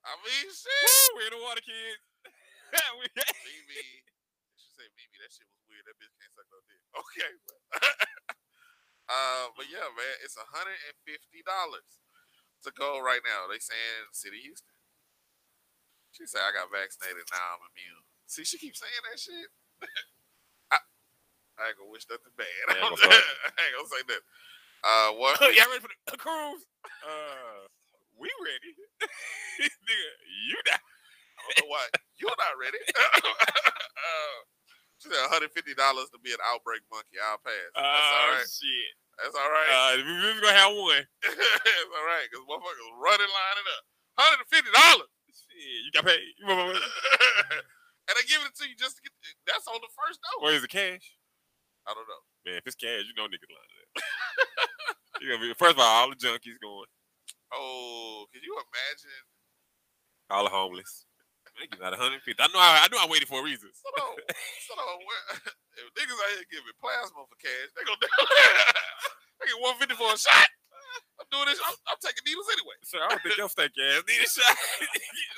I mean, shit.
Woo, we in the water, kids. We-
Mimi, she said Mimi, that shit was weird. That bitch can't suck no dick. Okay. But, uh, but yeah, man, it's hundred and fifty dollars to go right now. They saying City Houston. She said I got vaccinated. Now I'm immune. See, she keeps saying that shit. I, I ain't gonna wish nothing bad. I
Yeah,
ain't
what's
gonna
up?
say nothing. Uh, one.
Y'all ready for the cruise? Uh, we ready. Nigga, you not.
don't know why you're not ready. uh, she said $150 to be an outbreak monkey. I'll pass.
Oh,
That's all right.
shit.
That's all right.
Uh, we just gonna have one.
That's all right. Because motherfuckers running lining up. $150.
Shit, you got paid. You remember-
and they giving it to you just to get. That's on the first note.
Where is the cash?
I don't know.
Man, if it's cash, you know niggas lying. you gonna be first of all, all the junkies going,
Oh, can you imagine?
all the homeless. Man, they get out 150. I know. I, I know. I waited for a reason.
So no, so no, where- if niggas out here giving plasma for cash, they gonna they get 150 for a shot. That doing this. I'm, I'm taking needles anyway.
Sir, I don't think your stank ass need a shot.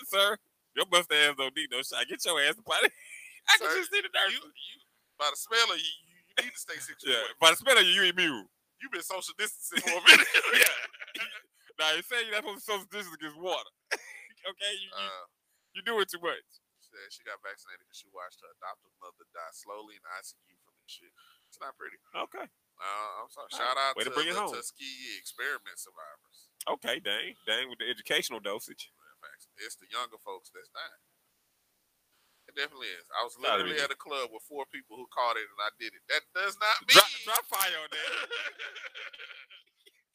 Sir, your bust ass don't need no shot. Get your ass up out of here. I can
Sir,
just need a nurse.
You, you, by the smell of you, you you need to stay six feet
yeah,
away.
by the smell of you, you immune.
You've been social distancing for a minute.
Yeah. Now, you're saying you're not supposed to social distance against water. okay? You, you,
Uh,
you're doing too much.
she said she got vaccinated because she watched her adoptive mother die slowly in the ICU from this shit. It's not pretty.
Okay.
Uh, I'm sorry.
All
Shout out
way
to,
to bring it
the
home.
Tuskegee experiment survivors.
Okay, dang. Dang with the educational dosage.
In fact, It's the younger folks that's dying. It definitely is. I was
Gotta
literally
be.
at a club with four people who called it and I did it. That does not mean
Drop, drop fire on that.
that's,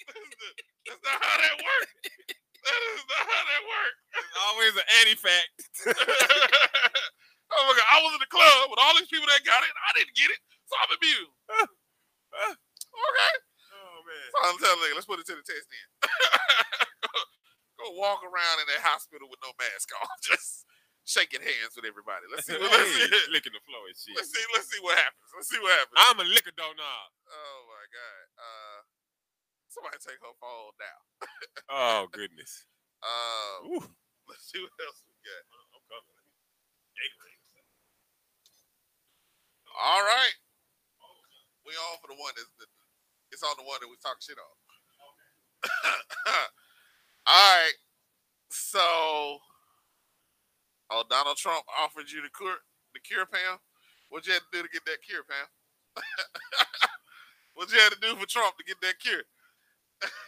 the- that's not how that works. That is not how that works.
It's always an anti-fact.
oh my god! I was in the club with all these people that got it. I didn't get it, so I'm immune. okay.
Oh, man.
So I'm telling you, let's put it to the test then. Go walk around in that hospital with no mask on, just shaking hands with everybody. Let's see. What, let's, see
Hey, licking the floor and shit.
let's see. Let's see what happens. Let's see what happens.
I'm a liquor dough knob.
oh my god! Uh, somebody take her phone now.
Oh, goodness.
Um,
Ooh.
Let's see what else we got. I'm coming. All right. We on for the one that's the, it's on the one that we talk shit on. All right. So oh Donald Trump offered you the cure the cure, Pam. What you had to do to get that cure, Pam? what you had to do for Trump to get that cure?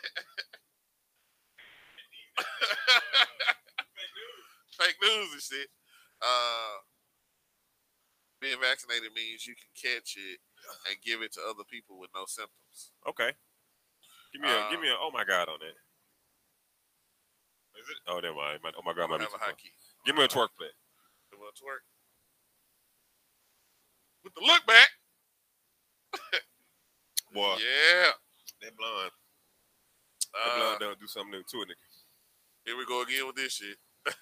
fake news and shit. Uh, being vaccinated means you can catch it and give it to other people with no symptoms.
Okay. Give me a give
Uh,
me a oh my god on that. Is it? Oh never mind. My, oh my god, my
Have a high key.
Give me a twerk play.
Give me a twerk. With the look back.
Boy,
Yeah.
that blonde. That
Uh,
blonde don't do something new to it.
here we go again with this shit.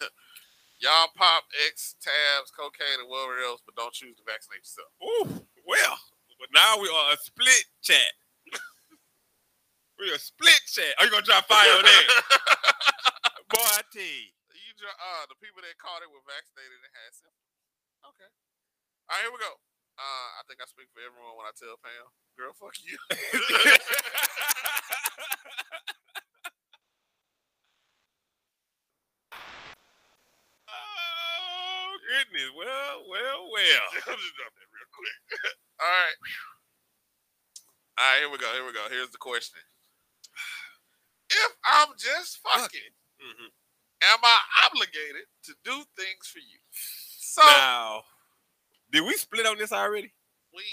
Y'all pop X tabs, cocaine, and whatever else, but don't choose to vaccinate yourself.
Ooh, well. But now we are a split chat. we a split chat. Are you gonna drop fire on that? Boy, I tell you.
You dr- uh, the people that caught it were vaccinated and had symptoms. Okay. All right, here we go. Uh, I think I speak for everyone when I tell Pam, girl, fuck you.
Oh goodness. Well, well, well.
I'm just drop that real quick. All right. All right, here we go. Here we go. Here's the question. If I'm just fucking,
Mhm.
am I obligated to do things for you? So
Now, did we split on this already?
we,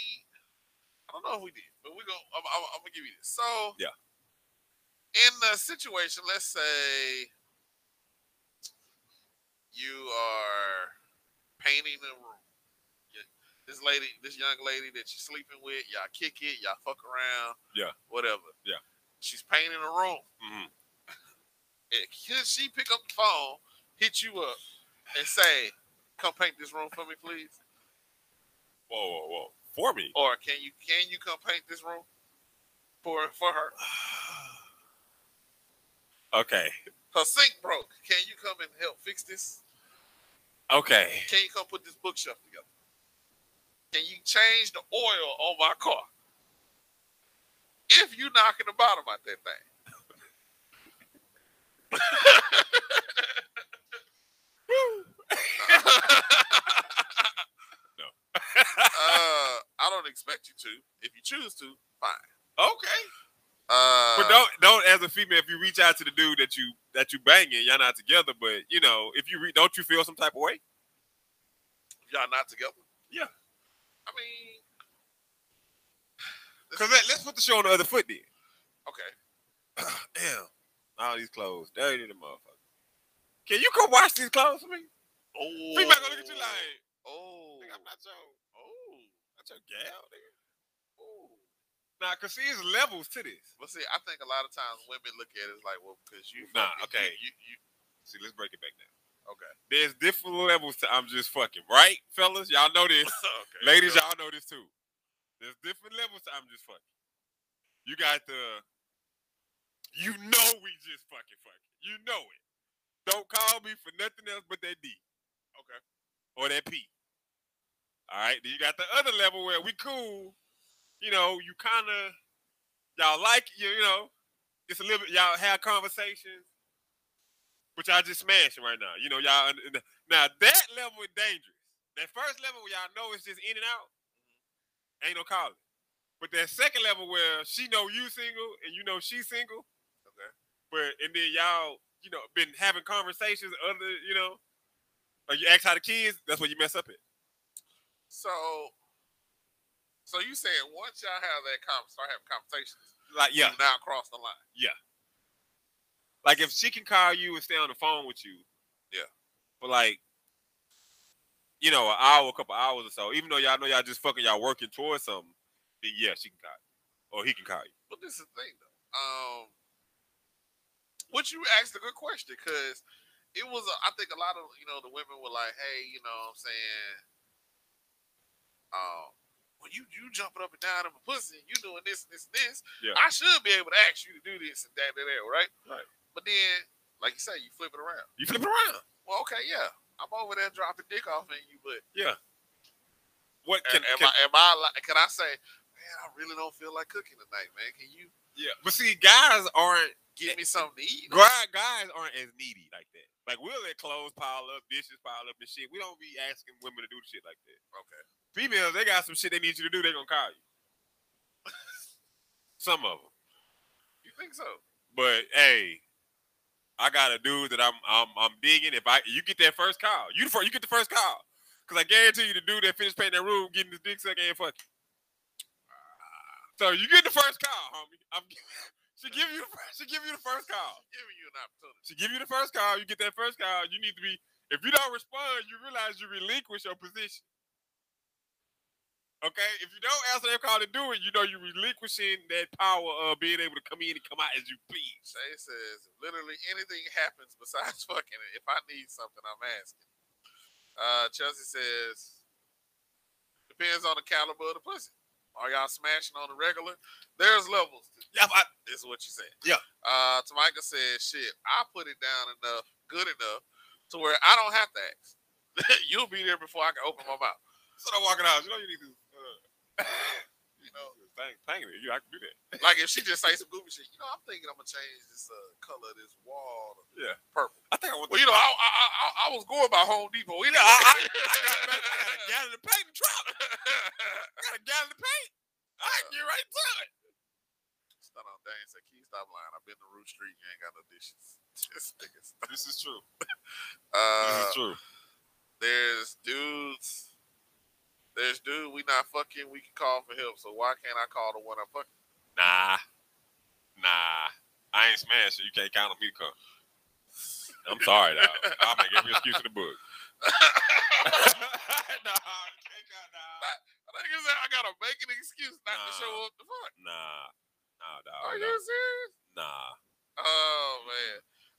I don't know if we did, but we go. I'm, I'm, I'm gonna give you this. So
Yeah.
in the situation, let's say you are painting a room. You- This lady, this young lady that you're sleeping with, y'all kick it, y'all fuck around,
Yeah.
whatever.
Yeah.
she's painting a room.
Mm-hmm.
And should she pick up the phone, hit you up, and say, "Come paint this room for me, please,"
Whoa, whoa, whoa. For me.
or "Can you can you come paint this room for for her?"
Okay.
Her sink broke. Can you come and help fix this?
Okay.
Can you come put this bookshelf together? Can you change the oil on my car? If you knocking the bottom out that thing.
No.
uh, I don't expect you to. If you choose to, fine.
Okay.
Uh,
But don't don't as a female if you reach out to the dude that you that you banging, y'all not together, but you know, if you re- don't you feel some type of way?
y'all not together.
Yeah.
I mean,
Cuz let's put the show on the other foot then.
okay.
Damn. All these clothes dirty the motherfucker. Can you come wash these clothes for me?
Oh,
Female gonna look at you like
oh,
Nigga, I'm not your,
oh,
not your gal, nigga.
oh.
Nah, cause see, it's levels to this.
But see, I think a lot of times women look at it as like, well, because you
Nah,
fucking-
okay.
you, you,
See, let's break it back down.
Okay.
There's different levels to I'm just fucking, right, fellas? Y'all know this.
you- okay,
Ladies,
so-
y'all know this too. There's different levels to I'm just fucking. You got the You know we just fucking fucking. You know it. Don't call me for nothing else but that D. Okay. Or that P. All right. Then you got the other level where we cool. You know, you kind of y'all like you. You know, it's a little bit. Y'all have conversations, but y'all just smashing right now. You know, y'all un- un- now that level is dangerous. That first level where y'all know it's just in and out. Ain't no calling. But that second level where she know you single and you know she single. Okay. But and then y'all, you know, been having conversations other, you know, or you ask how the kids, that's what you mess up at.
So, so you saying once y'all have that com- start having conversations,
Like, yeah.
you now cross the line.
Like if she can call you and stay on the phone with you.
Yeah.
For like, you know, an hour, a couple hours or so, even though y'all know y'all just fucking y'all working towards something, then yeah, she can call you. Or he can call you.
But this is the thing though. Um, what you asked a good question because it was. A, I think a lot of you know the women were like, "Hey, you know, what I'm saying, um, well, you you jumping up and down of a pussy, you doing this and this and this.
Yeah.
I should be able to ask you to do this and that and that, right?
Right.
But then, like you say, you flip it around.
You flip it around.
Well, okay, yeah, I'm over there dropping dick off in you, but
What can,
Can, am,
can-
I, am I? li- Can I say, man? I really don't feel like cooking tonight, man. Can you
yeah. But see, guys aren't
give me something to eat?
guys, guys aren't as needy like that. Like we'll let clothes pile up, dishes pile up, and shit. We don't be asking women to do shit like that.
Okay.
Females, they got some shit they need you to do. They gonna call you. some of them,
You think so?
but hey, I got a dude that I'm I'm I'm digging. If I you get that first call, you the first, you get the first call, cause I guarantee you the dude that finished painting that room getting his dick sucked and fuck. So you get the first call, homie. I'm, she give you the first- she give you the first call.
Giving you an opportunity.
She give you the first call. You get that first call. You need to be. If you don't respond, you realize you relinquish your position. Okay. If you don't answer that call to do it, you know you're relinquishing that power of being able to come in and come out as you please.
Shay says, literally anything happens besides fucking it. If I need something, I'm asking. Uh, Chelsea says, depends on the caliber of the pussy. Are y'all smashing on the regular? There's levels. to-
Yeah, but I-
Is what you said.
Yeah.
Uh, Tamika says, shit, I put it down enough, good enough, to where I don't have to ask. You'll be there before I can open my mouth.
so don't walk in the house. You know you need to. Uh,
You know,
thank, thank you. I can do that.
like if she just say some goofy shit, you know, I'm thinking I'm gonna change this uh, color of this wall to
Yeah.
purple.
I think I want.
Well, you
the-
know, I, I, I, I was going by Home Depot. You know,
I, I,
I,
I got, man, I got a gallon of paint in the truck. I got a gallon of paint. I can get right to it.
Stun on Dane said, "Keith, stop lying. I've been to Root Street. You ain't got no dishes." This nigga's-
This is true.
uh,
true.
there's dudes. There's dude we not fucking. We can call for help. So why can't I call the one I'm fucking?
Nah. Nah. I ain't smashed, so you can't count on me to come. I'm sorry, dog. I'll make every excuse in the book. nah, you can't count, dog.
I think it's I gotta make an excuse not to
Nah.
show up to fuck.
Nah. Nah, dog.
Are you serious?
Nah.
Oh man,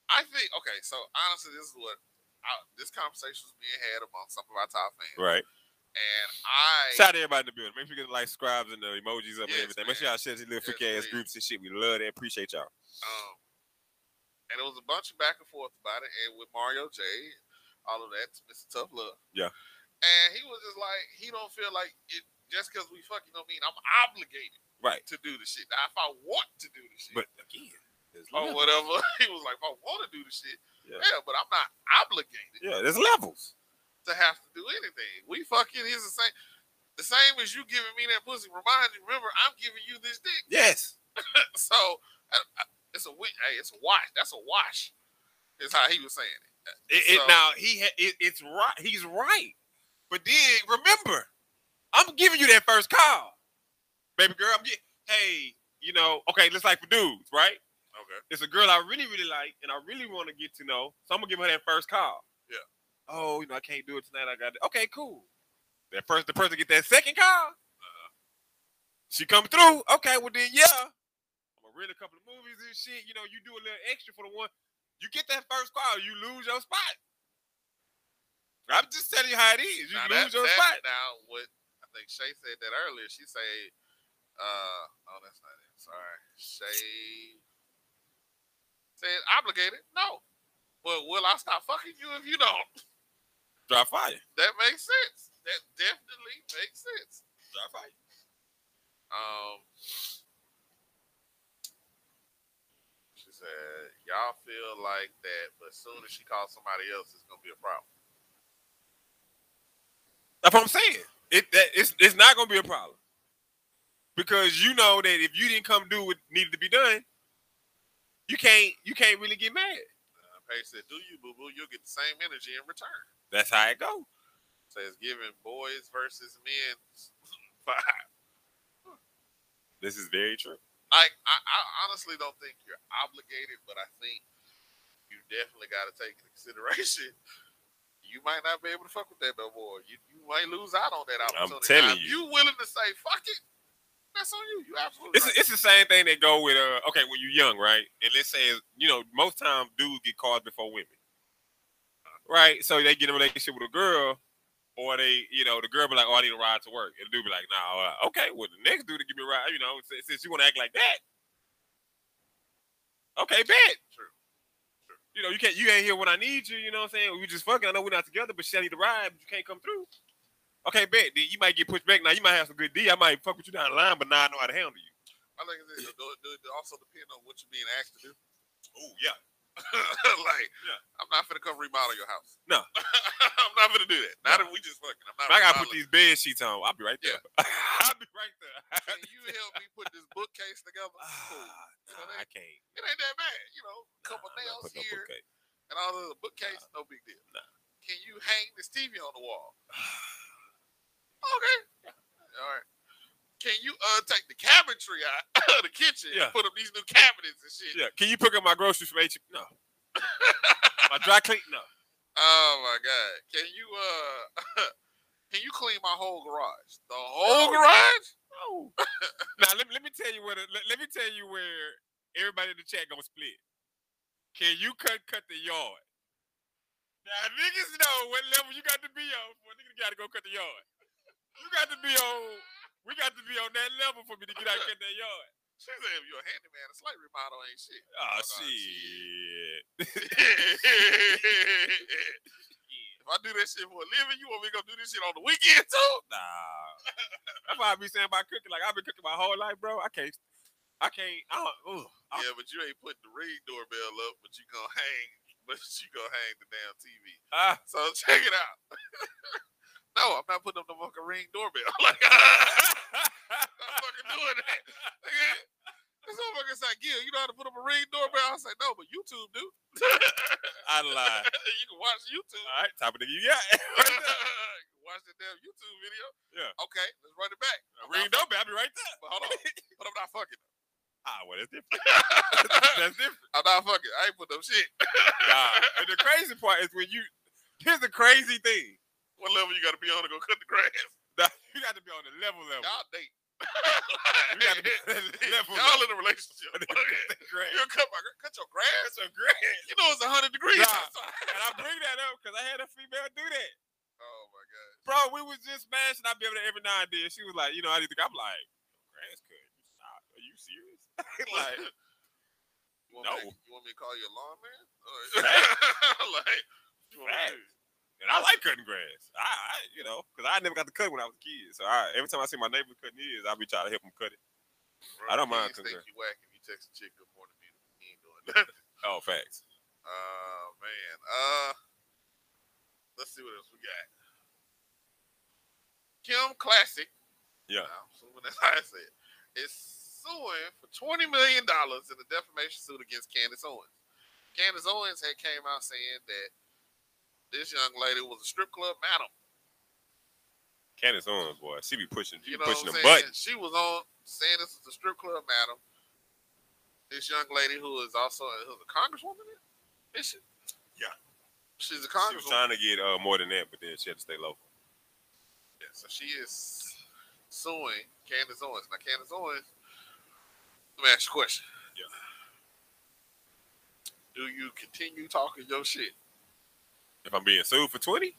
I think okay. So honestly, this is what I, this conversation was being had among some of our top fans,
Right.
and I
Shout out to everybody in the building. Make sure you get the like, subscribes, and the emojis up and
Yes,
everything. Make sure
man.
y'all share these little
Yes,
freaky ass
please.
groups and shit. We love that. Appreciate y'all.
um, and it was a bunch of back and forth about it, and with Mario J, all of that, Mr. Tough Love,
Yeah.
and he was just like, he don't feel like it just because we fucking don't mean I'm obligated
Right.
to do the shit. Now, if I want to do the shit
But Oh, again, there's
or
levels.
whatever, he was like, if I want to do the shit,
Yeah.
yeah, but I'm not obligated.
Yeah, there's levels.
to have to do anything. We fucking is the same. The same as you giving me that pussy. Remind you, remember, I'm giving you this dick.
Yes.
So I, I, it's a wi- hey, it's a wash. That's a wash. Is how he was saying it.
It, it,
So-
now he ha- it, it's right. He's right. But then remember, I'm giving you that first call, baby girl. I'm getting. Hey, you know, okay. Let's like for dudes, right?
Okay.
It's a girl I really, really like, and I really want to get to know. So I'm gonna give her that first call.
Yeah.
Oh, you know, I can't do it tonight. I got. Okay, cool. That first, the person get that second call.
Uh-huh.
She come through. Okay, well then, yeah. I'm gonna rent a couple of movies and shit. You know, you do a little extra for the one. You get that first call, you lose your spot. I'm just telling you how it is. You
Now
lose
that-
your
that-
spot.
Now what? I think Shay said that earlier. She said, uh, "Oh, that's not it. Sorry, Shay." said obligated? No. But will I stop fucking you if you don't?
Dry fire.
That makes sense. That definitely makes sense.
Dry fire.
Um, she said, "Y'all feel like that, but soon as she calls somebody else, it's gonna be a problem."
That's what I'm saying. It that it's it's not gonna be a problem. Because you know that if you didn't come do what needed to be done, you can't you can't really get mad.
Uh, Paige said, "Do you, boo boo? You'll get the same energy in return."
That's how it go.
Says, "Giving boys versus men."
This is very true.
like, I, I honestly don't think you're obligated, but I think you definitely got to take into consideration. You might not be able to fuck with that no more. You, you might lose out on that opportunity. Now,
telling
if you
you.
willing to say fuck it? That's on you. You absolutely.
It's
right.
it's the same thing that go with uh okay when you're young, right? And let's say you know most times dudes get cars before women, right? So they get in a relationship with a girl, or they you know the girl be like, oh I need a ride to work, and the dude be like, nah, uh, okay, well the next dude to give me a ride, you know, since, since you want to act like that, okay, bet.
True.
You know you can't you ain't here when I need you. You know what I'm saying? We just fucking. I know we're not together, but shit, I need a ride, but you can't come through. Okay, bet. Then you might get pushed back. Now you might have some good D. I might fuck with you down the line, but now I know how to handle you.
I think it's- it, do- do- it also depends on what you're being asked to do.
Oh yeah.
like,
Yeah.
I'm not gonna come remodel your house.
No.
I'm not gonna do that. Not if
No.
we just fucking. I'm not.
I gotta put
remodeling.
these bed sheets on. I'll be right there. I'll be right there.
Can you help me put this bookcase together? Cool.
Ah, nah, I can't.
It ain't that bad, you know. A couple
I'm not
nails
putting no
here
bookcase.
and all the bookcase, no big deal.
Nah.
Can you hang this TV on the wall? Okay. All right. Can you uh take the cabinetry out of the kitchen and
Yeah.
put up these new cabinets and shit?
Yeah. Can you pick up my groceries from H? No. my dry clean? No.
Oh my god. Can you uh can you clean my whole garage? The whole garage?
No. now let me, let me tell you where. The, let, let me tell you where everybody in the chat gonna split. Can you cut cut the yard? Now niggas know what level you got to be on for a nigga gotta go cut the yard. You got to be on. We got to be on that level for me to get out and cut that yard.
She said if you're a handyman, a slight remodel ain't shit.
Oh,
God,
shit.
if I do that shit for a living, you want me to go do this shit on the weekend too?
Nah. That's why I be saying about cooking. Like, I've been cooking my whole life, bro. I can't. I can't. I don't, ugh. I-
Yeah, but you ain't putting the ring doorbell up, but you gonna hang, but you gonna hang the damn TV.
ah,
So check it out. no, I'm not putting up the fucking ring doorbell. like, I'm not fucking doing that. Nigga, This motherfucker said, Gil, you know how to put up a ring doorbell? I said, no, but YouTube do.
I lied.
you can watch YouTube.
All right, top of the yeah.
You can watch the damn YouTube video.
Yeah.
Okay, let's run it back. I'm
Ring
not
doorbell. I'll be right there.
fucking- But hold on. But I'm not fucking.
Ah, well, that's different. That's different.
I'm not fucking. I ain't put up shit.
Nah. And the crazy part is when you. Here's the crazy thing.
what level you gotta be on to go cut the grass?
Nah, you got to be on the level level.
Y'all date.
You got to be on the level
Y'all
level.
in a relationship. you
Great.
cut my gra- cut your grass or grass. You know it's hundred degrees.
Nah.
outside.
And I bring that up because I had a female do that.
Oh my god.
bro, we was just smashing. I'd be over there every now and then. She was like, you know, I need to. I'm like, grass cut. Nah, Are you serious? like,
You want, me,
No.
to- you want me to call you a lawnman? Or- like, you want me to
Facts.
do?
and I like cutting grass. I, I you know, because I never got to cut when I was a kid. So I, every time I see my neighbor cutting his, I'll be trying to help him cut it. I don't mind
Kids
cooking
think you
grass.
whack if you text a chick good morning, beautiful. He ain't doing that.
Oh, facts.
Oh man. Uh, let's see what else we got. Kim Classic.
Yeah.
I'm assuming that's how I said. it, Is suing for twenty million dollars in a defamation suit against Candace Owens. Candace Owens had came out saying that this young lady was a strip club madam.
Candace Owens, boy, she be pushing, she
You
be
know
pushing
what
the
I'm saying?
buttons.
She was on saying this is a strip club madam. This young lady who is also who's a congresswoman, is she?
Yeah.
She's a
She was
congresswoman.
trying to get uh, more than that, but then she had to stay local.
Yeah, so she is suing Candace Owens. Now, Candace Owens, let me ask you a question.
Yeah.
Do you continue talking your shit?
If I'm being sued for twenty,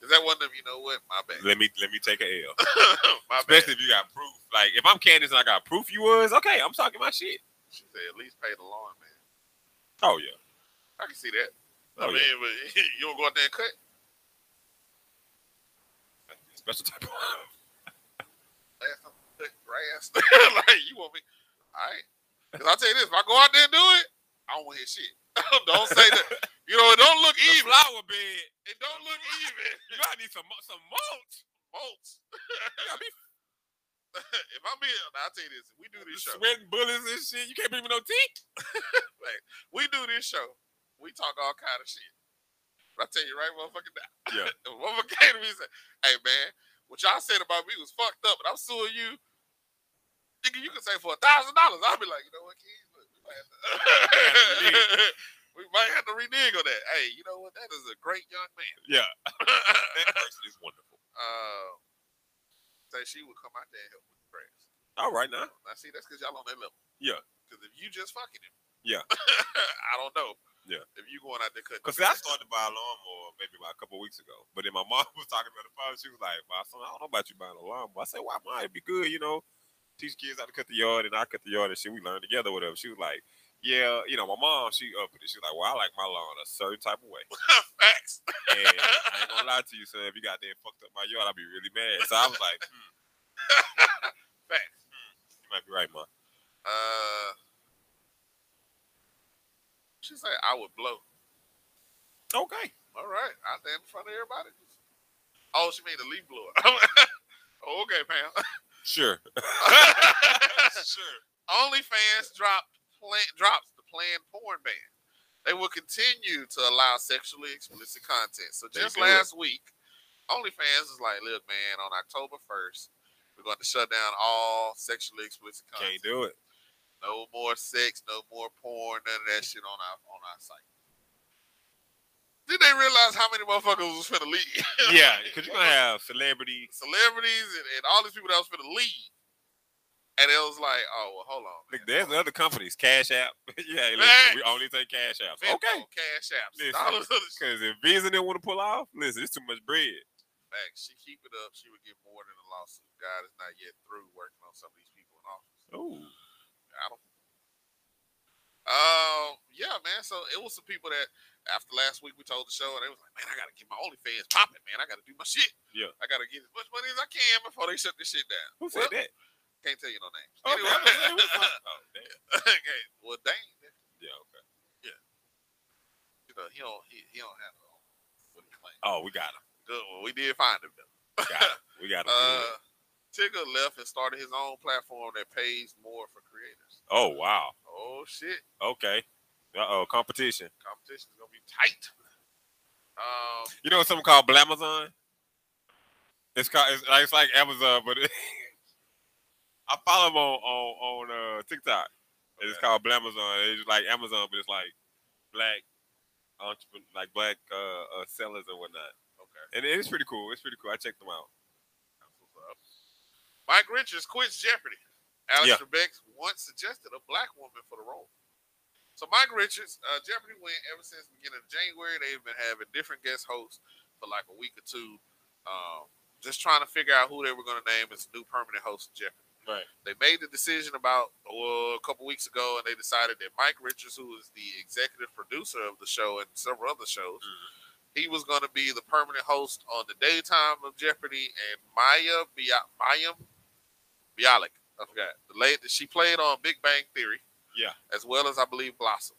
Is that one of them, you know what? My bad.
let me let me take a L.
My bad.
Especially if you got proof. Like if I'm Candace and I got proof you was okay, I'm talking my shit.
She said, at least pay the lawn man.
Oh yeah.
I can see that. I
Oh,
mean, but you don't go out there and cut.
Special type of
Last time I cut grass, like you want me? All right. Because I tell you this, if I go out there and do it, I don't want to hear shit. don't say that. You know, it don't look
The
even.
flower bed.
It don't look even.
You gotta need some mo- some mulch.
Bolts.
You gotta be
if I'm here, now, I tell you this, if we do this show.
sweating bullets and shit. You can't bring me no teeth.
we do this show. We talk all kind of shit. But I tell you right, motherfucker. Now,
Yeah.
if a motherfucker came to me and said, "Hey man, what y'all said about me was fucked up, but I'm suing you." Nigga, you can say for a thousand dollars. I'll be like, you know what, kids, look, we might have to.
renege.
we might have to renege on that. Hey, you know what? That is a great young man.
Yeah. That person is wonderful.
uh, say she would come out there and help with the prayers.
All right now.
I see that's because y'all on that level.
Yeah.
Because if you just fucking him.
Yeah.
I don't know.
Yeah.
If you going out there cutting.
Cause
the
see, I
grass.
started to buy a lawnmower maybe about a couple of weeks ago. But then my mom was talking about the phone. She was like, "My son, I don't know about you buying a lawnmower." I said, "Why? Mine be good, you know. Teach kids how to cut the yard, and I cut the yard, and shit. We learn together, whatever." She was like, "Yeah, you know, my mom, she up with it. She was like, well, I like my lawn a certain type of way."
Facts.
And I ain't gonna lie to you, son. If you got there fucked up my yard, I'd be really mad. So I was like, hmm,
Facts.
"You might be right, mom."
Uh, she said I would blow.
Okay.
All right, out there in front of everybody. Oh, she mean the leaf blower. oh, okay, Pam.
Sure. Sure.
OnlyFans dropped plan, drops the planned porn ban. They will continue to allow sexually explicit content. So
They
just
do it.
last week, OnlyFans is like, look, man, on October first, we're going to shut down all sexually explicit content.
Can't do it.
No more sex, no more porn, none of that shit on our on our site. Did they realize how many motherfuckers was finna leave?
Yeah, because you're gonna have celebrity.
celebrities and, and all these people that was finna leave. And it was like, oh well, hold on. man.
Look, there's other companies, Cash App. yeah,
Facts.
hey, listen, we only take Cash Apps.
Venmo,
Okay.
Cash apps.
Listen.
All this other shit.
Because if Visa didn't want to pull off, listen, it's too much bread.
Fact, she keep it up, she would get more than a lawsuit. God is not yet through working on some of these people in office.
Oh,
I don't. Um, yeah, man. So it was some people that after last week we told the show, and they was like, "Man, I gotta get my OnlyFans popping, man. I gotta do my shit.
Yeah.
I gotta get as much money as I can before they shut this shit down."
who
Well,
said that?
Can't tell you no names.
Okay,
Anyway,
I was like, who the fuck- oh, damn.
okay. Well, dang,
Yeah, okay.
you know he don't he, he don't have no what he claim.
Oh, we got him.
Good one. We did find him. though.
Got him. We got him.
Uh, Tigger left and started his own platform that pays more for creators.
oh, wow.
Oh shit.
Okay. Uh oh, competition.
competition's gonna be tight. Um,
You know something called Blamazon? It's called it's, like- it's like Amazon, but it, I follow them on on, on uh, TikTok. And It's
Okay.
called Blamazon. It's like Amazon, but it's like black entrepreneur, like black uh, uh, sellers and whatnot.
okay,
And it's pretty cool. It's pretty cool. I checked them out.
that's what's up. Mike Richards quits Jeopardy. Alex
Yeah.
Trebek once suggested a black woman for the role. So Mike Richards, uh, Jeopardy win ever since the beginning of January. They've been having different guest hosts for like a week or two, um, just trying to figure out who they were going to name as the new permanent host of Jeopardy.
Right.
they made the decision about uh, a couple weeks ago, and they decided that Mike Richards, who is the executive producer of the show and several other shows, he was going to be the permanent host on the daytime of Jeopardy, and Maya Bia- Mayim Bialik, I forgot the lady she played on Big Bang Theory,
Yeah.
as well as I believe Blossom.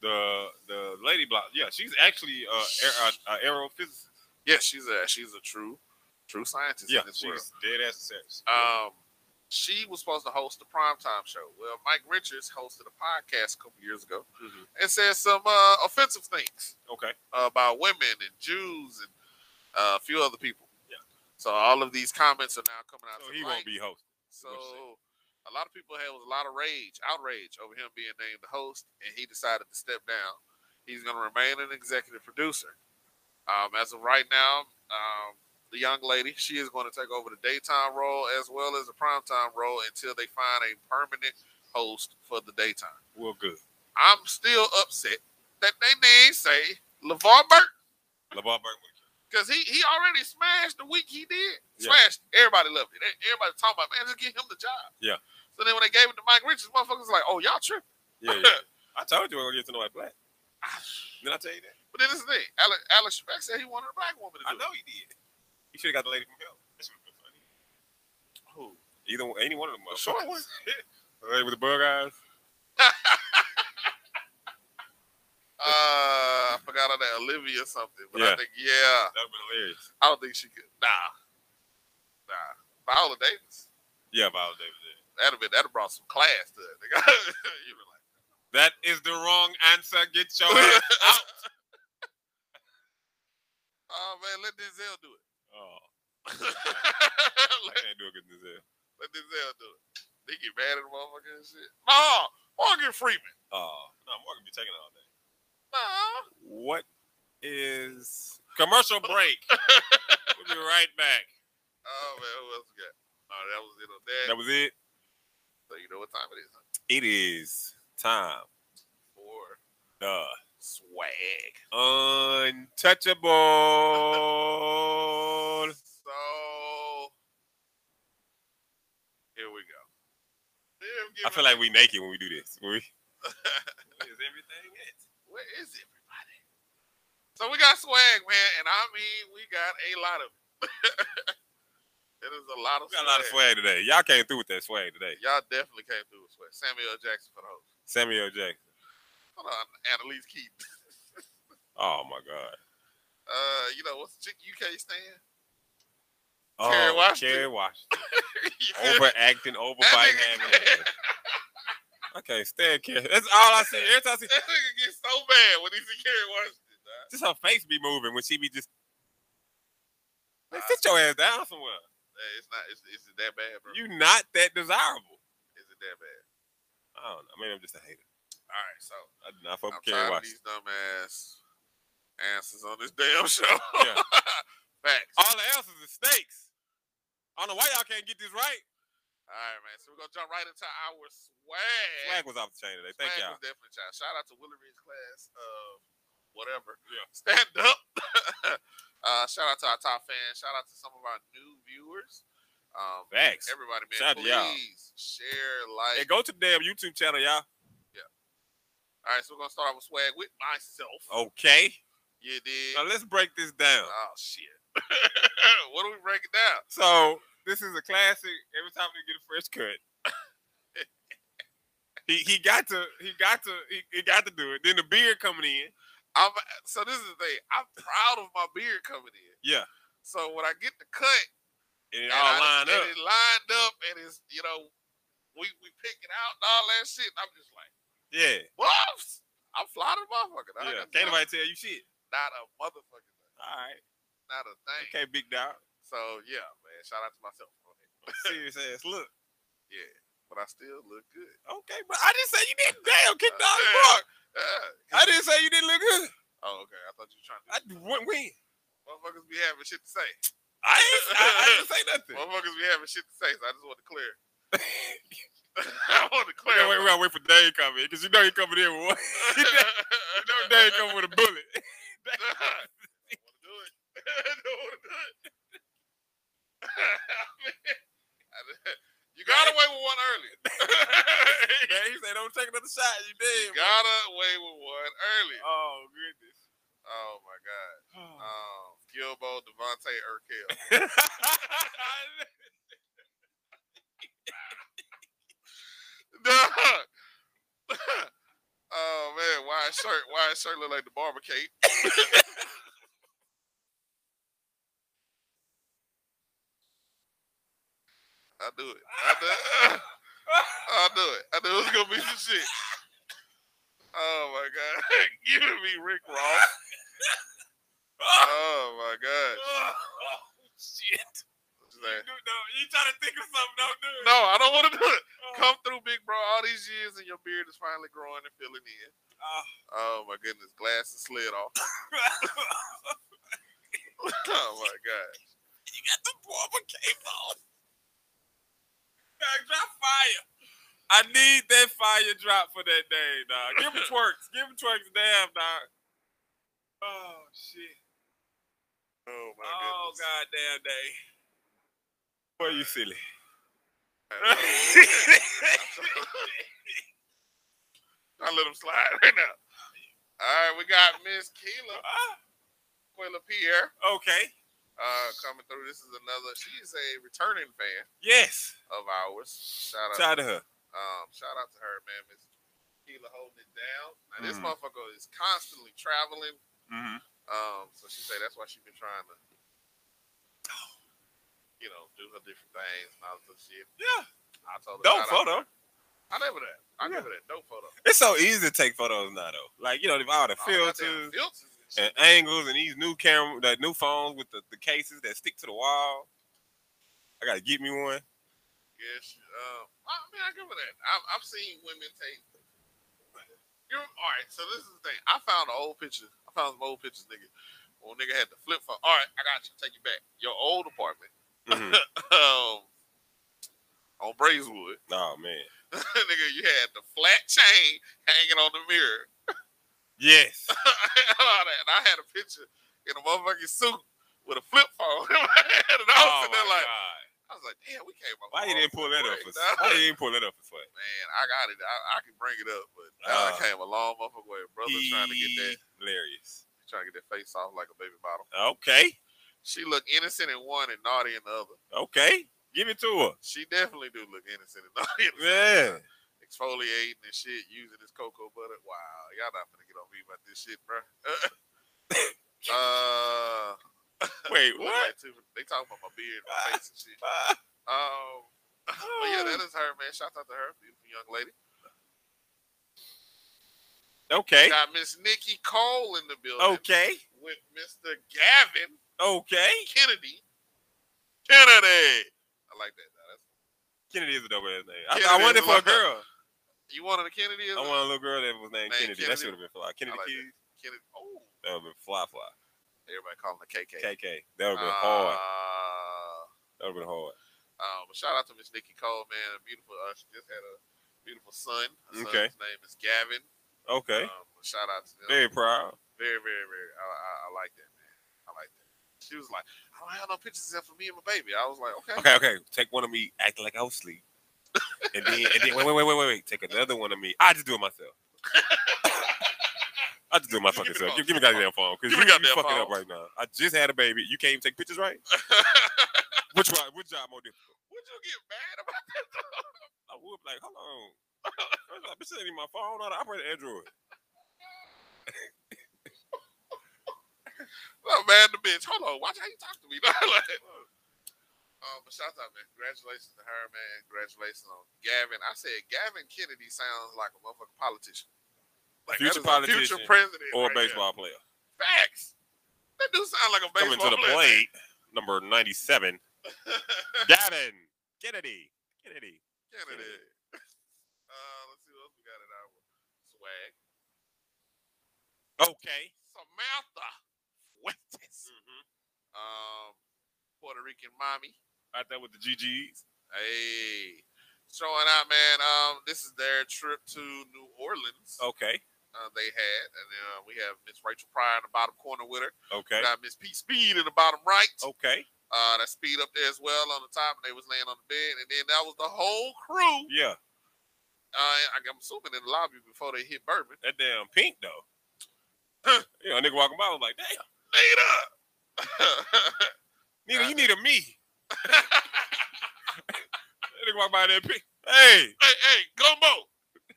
The the lady block. Yeah, she's actually uh, aer- uh, uh, aerophysicist.
Yes, she's a she's a true true scientist
Yeah,
in this
she's
world.
dead ass serious.
Um, she was supposed to host the primetime show. Well, Mike Richards hosted a podcast a couple years ago
Mhm.
and said some uh, offensive things
okay.
uh, about women and Jews and uh, a few other people.
Yeah.
So all of these comments are now coming out.
So
to
he
light.
won't be host.
So
What you say?
a lot of people had was a lot of rage, outrage over him being named the host, and he decided to step down. He's going to remain an executive producer. Um, as of right now, um, the young lady she is going to take over the daytime role as well as the primetime role until they find a permanent host for the daytime.
Well, good.
I'm still upset that they didn't say LeVar Burton
LeVar Burton.
because he he already smashed the week he did.
Yeah.
Smashed. Everybody loved it. Everybody talking about man, just get him the job.
Yeah.
So then when they gave it to Mike Richards, motherfuckers was like, oh, y'all tripping.
Yeah, yeah. I told you we we're gonna get to know that black. Did I tell you that?
But then this is the thing. Alex, Alex Trebek said he wanted a black woman to do
I know he did. He should have got the lady from hell. That should have been funny.
it. Who?
Either one- any one of them.
The short one?
The lady with the bug eyes.
Uh, I forgot her name, Olivia something. But I
Yeah.
think, yeah,
That would have been hilarious.
I don't think she could. Nah. Nah. Viola Davis.
Yeah, Viola Davis. yeah.
That'd have been, that'd have brought some class to it. nigga. you were like,
That is the wrong answer. Get your ass out.
oh, man, let Denzel do it.
Oh, I
let,
can't do it good as hell.
let Denzel do it. They get mad at the motherfucker and shit. No, Morgan Freeman.
Oh, no, Morgan be taking all day.
No.
What is commercial break? we'll be right back.
Oh man, who else we got? Oh, that was it on that.
That was it.
So you know what time it is? Huh?
It is time.
Four
The
swag.
untouchable.
So here we go. Damn, give
I feel
me-
like we naked when we do this. We, is everything it?
where is everybody? So we got swag, man, and I mean we got a lot of. it is a lot of.
We got a lot of swag today. Y'all came through with that swag today.
Y'all definitely came through with swag. Samuel L. Jackson for the host.
Samuel Jackson.
Hold on, Annalise Keith.
Oh my God.
Uh, you know what's the chick UK stand?
Oh,
Kerry Washington.
Kerry Washington.
You feel me?
overacting, overbiting.
That nigga-
having it. I can't stand Karen. That's all I see. Every time I see,
That nigga gets so mad when he's in Kerry Washington. dog.
just her face be moving when she be just. Like, sit your ass down somewhere.
Hey, it's not. It's, is it that bad, bro?
You not that desirable.
is it that bad?
I don't know. Maybe I'm just a hater.
All right, so
I do not fuck
I'm
with Kerry
tired of these
Washington.
dumbass answers on this damn show.
Yeah.
Facts.
All the answers is stakes. I don't know why y'all can't get this right.
All right, man. So we're gonna jump right into our swag.
Swag was off the chain today. Thank
Swag
y'all.
was definitely child. Shout out to Willie Reed's class of whatever.
Yeah.
Stand up. uh, shout out to our top fans. Shout out to some of our new viewers. Um,
Facts.
everybody, man.
Shout out to
please
y'all.
share, like,
Hey, go to the damn YouTube channel, y'all.
All right, so we're gonna start off with swag with myself.
Okay.
You did.
Oh. Now let's break this down.
Oh shit. what do we break it down?
So this is a classic. Every time we get a fresh cut, he he got to he got to he, he got to do it. Then the beard coming in.
I'm so this is the thing. I'm proud of my beard coming in.
Yeah.
So when I get the cut,
And it
and
all
I-
lined
and
up.
It lined up, and it's you know, we we pick it out and all that shit. and I'm just like,
yeah,
buffs. I'm flying the motherfucker. dog.
yeah.
That's
Can't
not-
nobody tell you shit.
Not a motherfucker. dog.
All right.
Not a thing.
Okay, big dog.
So yeah, man. Shout out to myself. on it.
Serious ass. Look.
Yeah, but I still look good.
Okay, but I didn't say you didn't. Damn, kick dog
Yeah.
fuck.
Yeah.
I didn't say you didn't look good.
Oh, okay. I thought you were trying to.
I went win.
Motherfuckers be having shit to say.
I ain't, I, I didn't say nothing.
Motherfuckers be having shit to say, so I just want to clear. I want to
We
clear.
gotta wait, we gotta wait for Dave coming in because you know he coming in with one. you know Dave coming with a bullet.
I don't want to do it. I don't want to do it. I mean, I- you got away with one earlier.
Yeah, he said, "Don't take another shot. You
you
dead." bro."
got away with one earlier.
Oh goodness.
Oh my God. Um, Gilbo Devontae Urkel. Dog. oh man, why his shirt? Why his shirt look like the barber cape? I do it. I do it. I do it. I knew it was gonna be some shit. Oh my god, giving me Rick Ross. Oh my god.
oh shit!
What's
You,
that?
do, no, you trying to think of something? Don't do it.
No, I don't want to do it.
Oh,
Come through, big bro. All these years and your beard is finally growing and filling in.
oh.
Oh my goodness, glasses slid off. oh my god.
you got the barber cape on. Dog, drop fire. I need that fire drop for that day, dog. Give him twerks. Give him twerks, damn, dog. Oh shit.
Oh my
Oh
goodness.
goddamn day. Boy, you silly.
I let him slide right now. All right, we got Miss Keela Quilla Pierre
okay.
uh, coming through. This is another. She's a returning fan
Yes.
of ours. Shout out,
Shout out to her.
um, shout out to her, man. Miss Keela holding it down. Now this
Mhm.
motherfucker is constantly traveling.
hmm
Um, so she say that's why she been trying to, you know, do her different things and all this shit.
Yeah.
I told her, shout
Dope
out
photo.
to her. I never that. I
Yeah.
never that. Dope photo.
It's so easy to take photos now, though. Like you know, all
Oh,
the
goddamn
filters
filters and shit.
and angles, and these new camera, the new phones with the, the cases that stick to the wall. I gotta get me one.
Yeah, she, um, I mean, I give her that. I've, I've seen women take. You're, all right, so this is the thing. I found an old picture. I found some old pictures, nigga. Well, nigga had the flip phone. All right, I got you. Take you back. Your old apartment
Mhm.
um, on Brazewood.
oh man.
nigga, you had the flat chain hanging on the mirror.
Yes.
and I had a picture in a motherfucking suit with a flip phone. in my hand, and I was
Oh,
sitting there
my
like, oh,
God.
I was like, damn, we came up.
Why you didn't pull that up? For,
Nah.
why you didn't pull that up for? Sweat?
Man, I got it. I, I can bring it up, but nah, I
Uh,
came a long motherfucker way, brother, trying to get that,
Hilarious.
trying to get that face off like a baby bottle.
Okay.
She look innocent in one and naughty in the other.
Okay. Give it to her.
She definitely do look innocent and naughty. in the other.
Yeah.
exfoliating and shit, using this cocoa butter. Wow, y'all not gonna get on me about this shit, bro. uh,
Wait,
look
what?
like two- they talking about my beard, my face, and shit.
Uh,
Um, but yeah, that is her, man. Shout out to her, beautiful young lady.
okay.
Got Miss Nikki Cole in the building
Okay.
with Mr. Gavin
Okay.
Kennedy. Kennedy, I like that. Now, that's-
Kennedy is a dope ass name. I,
Kennedy
I
is
wanted for a
like a-
girl.
You wanted a Kennedy?
I
Is
wanted a little girl that was
Named
named Kennedy.
Kennedy?
That should have been fly. Kennedy
like that.
Keys.
Kennedy. Oh,
That would have been fly fly.
everybody calling her KK.
KK. That would have been
Ah.
hard.
Uh,
That would have been hard.
Um, but shout out to Miss Nikki Cole, man. A beautiful. Uh, she just had a beautiful son. Her
Okay.
Son's name is Gavin.
Okay.
Um, shout out to them.
Very proud.
very, very, very. I, I, I like that, man. I like that. She was like, I don't have no pictures except for me and my baby. I was like, okay.
Okay, okay. Take one of me acting like I was asleep. And then, and then wait, wait, wait, wait, wait, wait. Take another one of me. I just do it myself. I just do it my
You give me
fucking
the
self.
phone.
You give me goddamn phone because
Give
you,
me
you
goddamn
fucking
phone.
up right now. I just had a baby. You can't even take pictures right. Which one? Which job more difficult?
Would you get mad about
I would be like, hold on. I was like, this ain't even my phone. I operate Android.
oh, man the bitch? Hold on, watch how you talk to me. like, um, but shout out, man. Congratulations to her, man. Congratulations on Gavin. I said Gavin Kennedy sounds like a motherfucking politician. Like that is a
Future politician
future president right
Or a
there.
baseball player.
Facts. That do sound like a
Coming
baseball
to the
player.
plate, number 97, Gavin Kennedy. Kennedy.
Kennedy. Uh, let's see what else we got in our swag.
Okay.
Samantha Fuentes.
Mm-hmm.
Um, Puerto Rican mommy.
Out there with the GGs.
Hey, showing out, man. Um, this is their trip to New Orleans.
Okay.
Uh, they had, and then uh, we have Miss Rachel Pryor in the bottom corner with her.
Okay.
We
Oh.
got Miss P Speed in the bottom right.
Okay.
Uh, that speed up there as well on the top, and they was laying on the bed, and then that was the whole crew.
Yeah.
Uh, I'm assuming in the lobby before they hit Bourbon.
That damn pink though. You know, a nigga walking by was like, damn,
Later.
nigga, you need a me. That nigga walk by in that pink. Hey,
hey, hey, gumbo,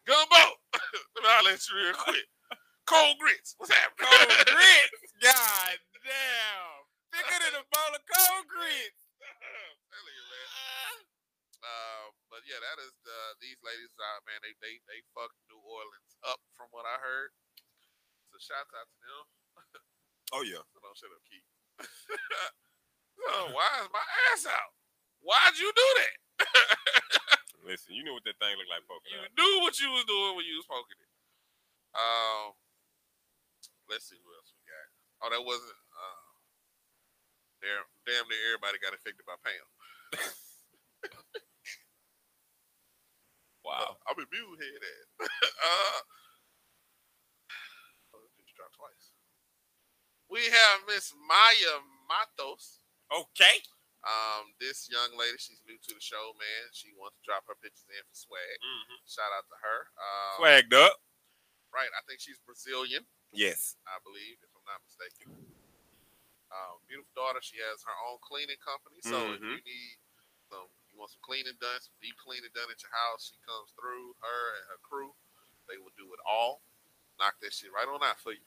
gumbo. Let me holler at you real quick. Cold grits. What's happening?
cold grits. God damn. Thicker than a bowl of cold grits.
Hell yeah, man. Uh, but yeah, that is the these ladies out, man. They they they fucked New Orleans up from what I heard. So shout out to them.
Oh yeah.
So don't shut up, Keith. oh, why is my ass out? Why'd you do that?
Listen, you know what that thing look like poking
You
out.
knew what you was doing when you was poking it. Um, let's see what else we got. Oh, that wasn't. Uh, damn, damn near everybody got infected by Pam.
Wow.
Uh, I'm a mule head ass. uh, oh, that bitch dropped twice. We have Miss Maya Matos
Okay.
Um, this young lady, she's new to the show, man. She wants to drop her pictures in for swag.
Mhm.
Shout out to her. Um,
Swagged up.
Right, I think she's Brazilian.
Yes.
I believe, if I'm not mistaken. Um, beautiful daughter. She has her own cleaning company. So if you need some, you want some cleaning done, some deep cleaning done at your house, she comes through. Her and her crew, they will do it all. Knock that shit right on out for you.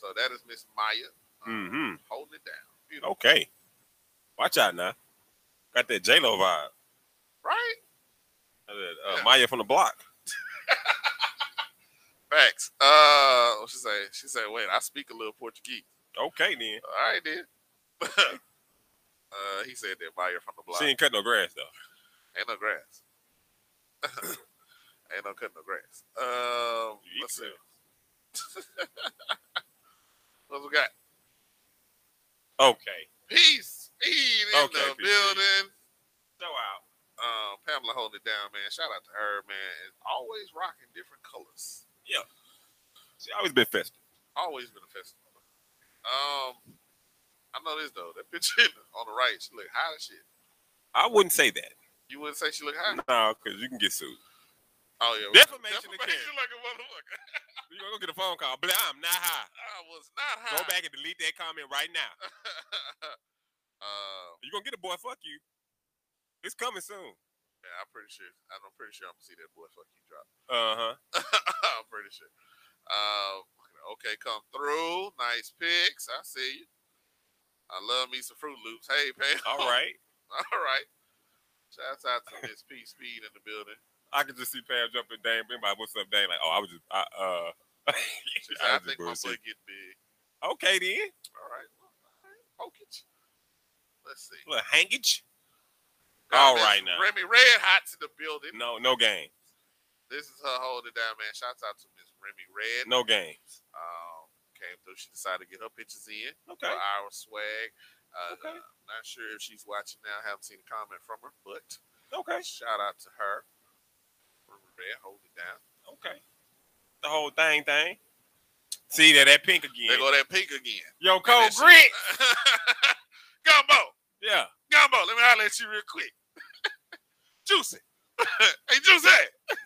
So that is Miss Maya um,
Mm-hmm.
holding it down. Beautiful,
Okay. Watch out now. Got that J Lo vibe.
right?
Uh, uh,
Yeah.
Maya from the block.
Facts. Uh, what she say? She said, "Wait, I speak a little Portuguese."
Okay then.
All right, then. uh, he said that Maya from the block.
She ain't cut no grass though.
Ain't no grass. Ain't no cutting no grass. Um,
You eat
let's see. what we got?
Okay.
Peace. Eat in
Okay,
the
peace, peace.
building.
So out.
Um, Pamela holding it down, man. Shout out to her, man. And always rocking different colors.
She always been festive.
Always been a festival. Um, I know this though. That picture on the right, she look high as shit.
I wouldn't say that.
You wouldn't say she look high?
No, because you can get sued. Mm-hmm.
Oh yeah,
Defamation of
defamation like a motherfucker.
You're gonna go get a phone call. Blah, I'm not high.
I was not high.
Go back and delete that comment right now.
uh,
You're gonna get a boy, fuck you. It's coming soon.
yeah, I'm pretty sure. I'm pretty sure I'm gonna see that boy fuck you drop.
Uh-huh.
I'm pretty sure. Um, okay, come through. Nice picks. I see you. I love me some Fruit Loops. Hey, Pam.
All right.
All right. Shouts out to Miss P Speed in the building.
I could just see Pam jumping Dame. Everybody, what's up, Dame? Like, oh, I was just I uh
She said, I,
was just
think my
bullshitting.
butt get big.
Okay then.
All right. Well, all right. Poke it. Let's see.
Little hangage.
Got
all
Miss
right now.
Remy Red Hot's in the building.
No, no game.
This is her holding down, man. Shouts out to Miss Remy Red.
No game.
Um, came through. She decided to get her pictures in.
Okay.
for our swag. Uh,
Okay.
not sure if she's watching now. Haven't seen a comment from her, but
Okay.
shout out to her. Remy Red, hold it down.
Okay. The whole thing thing. See that that pink
There
again.
go that pink again.
Yo, cold
That shit-
grit.
Gumbo,
Yeah.
Gumbo, let me holler at you real quick. Juicy. hey, Juicy.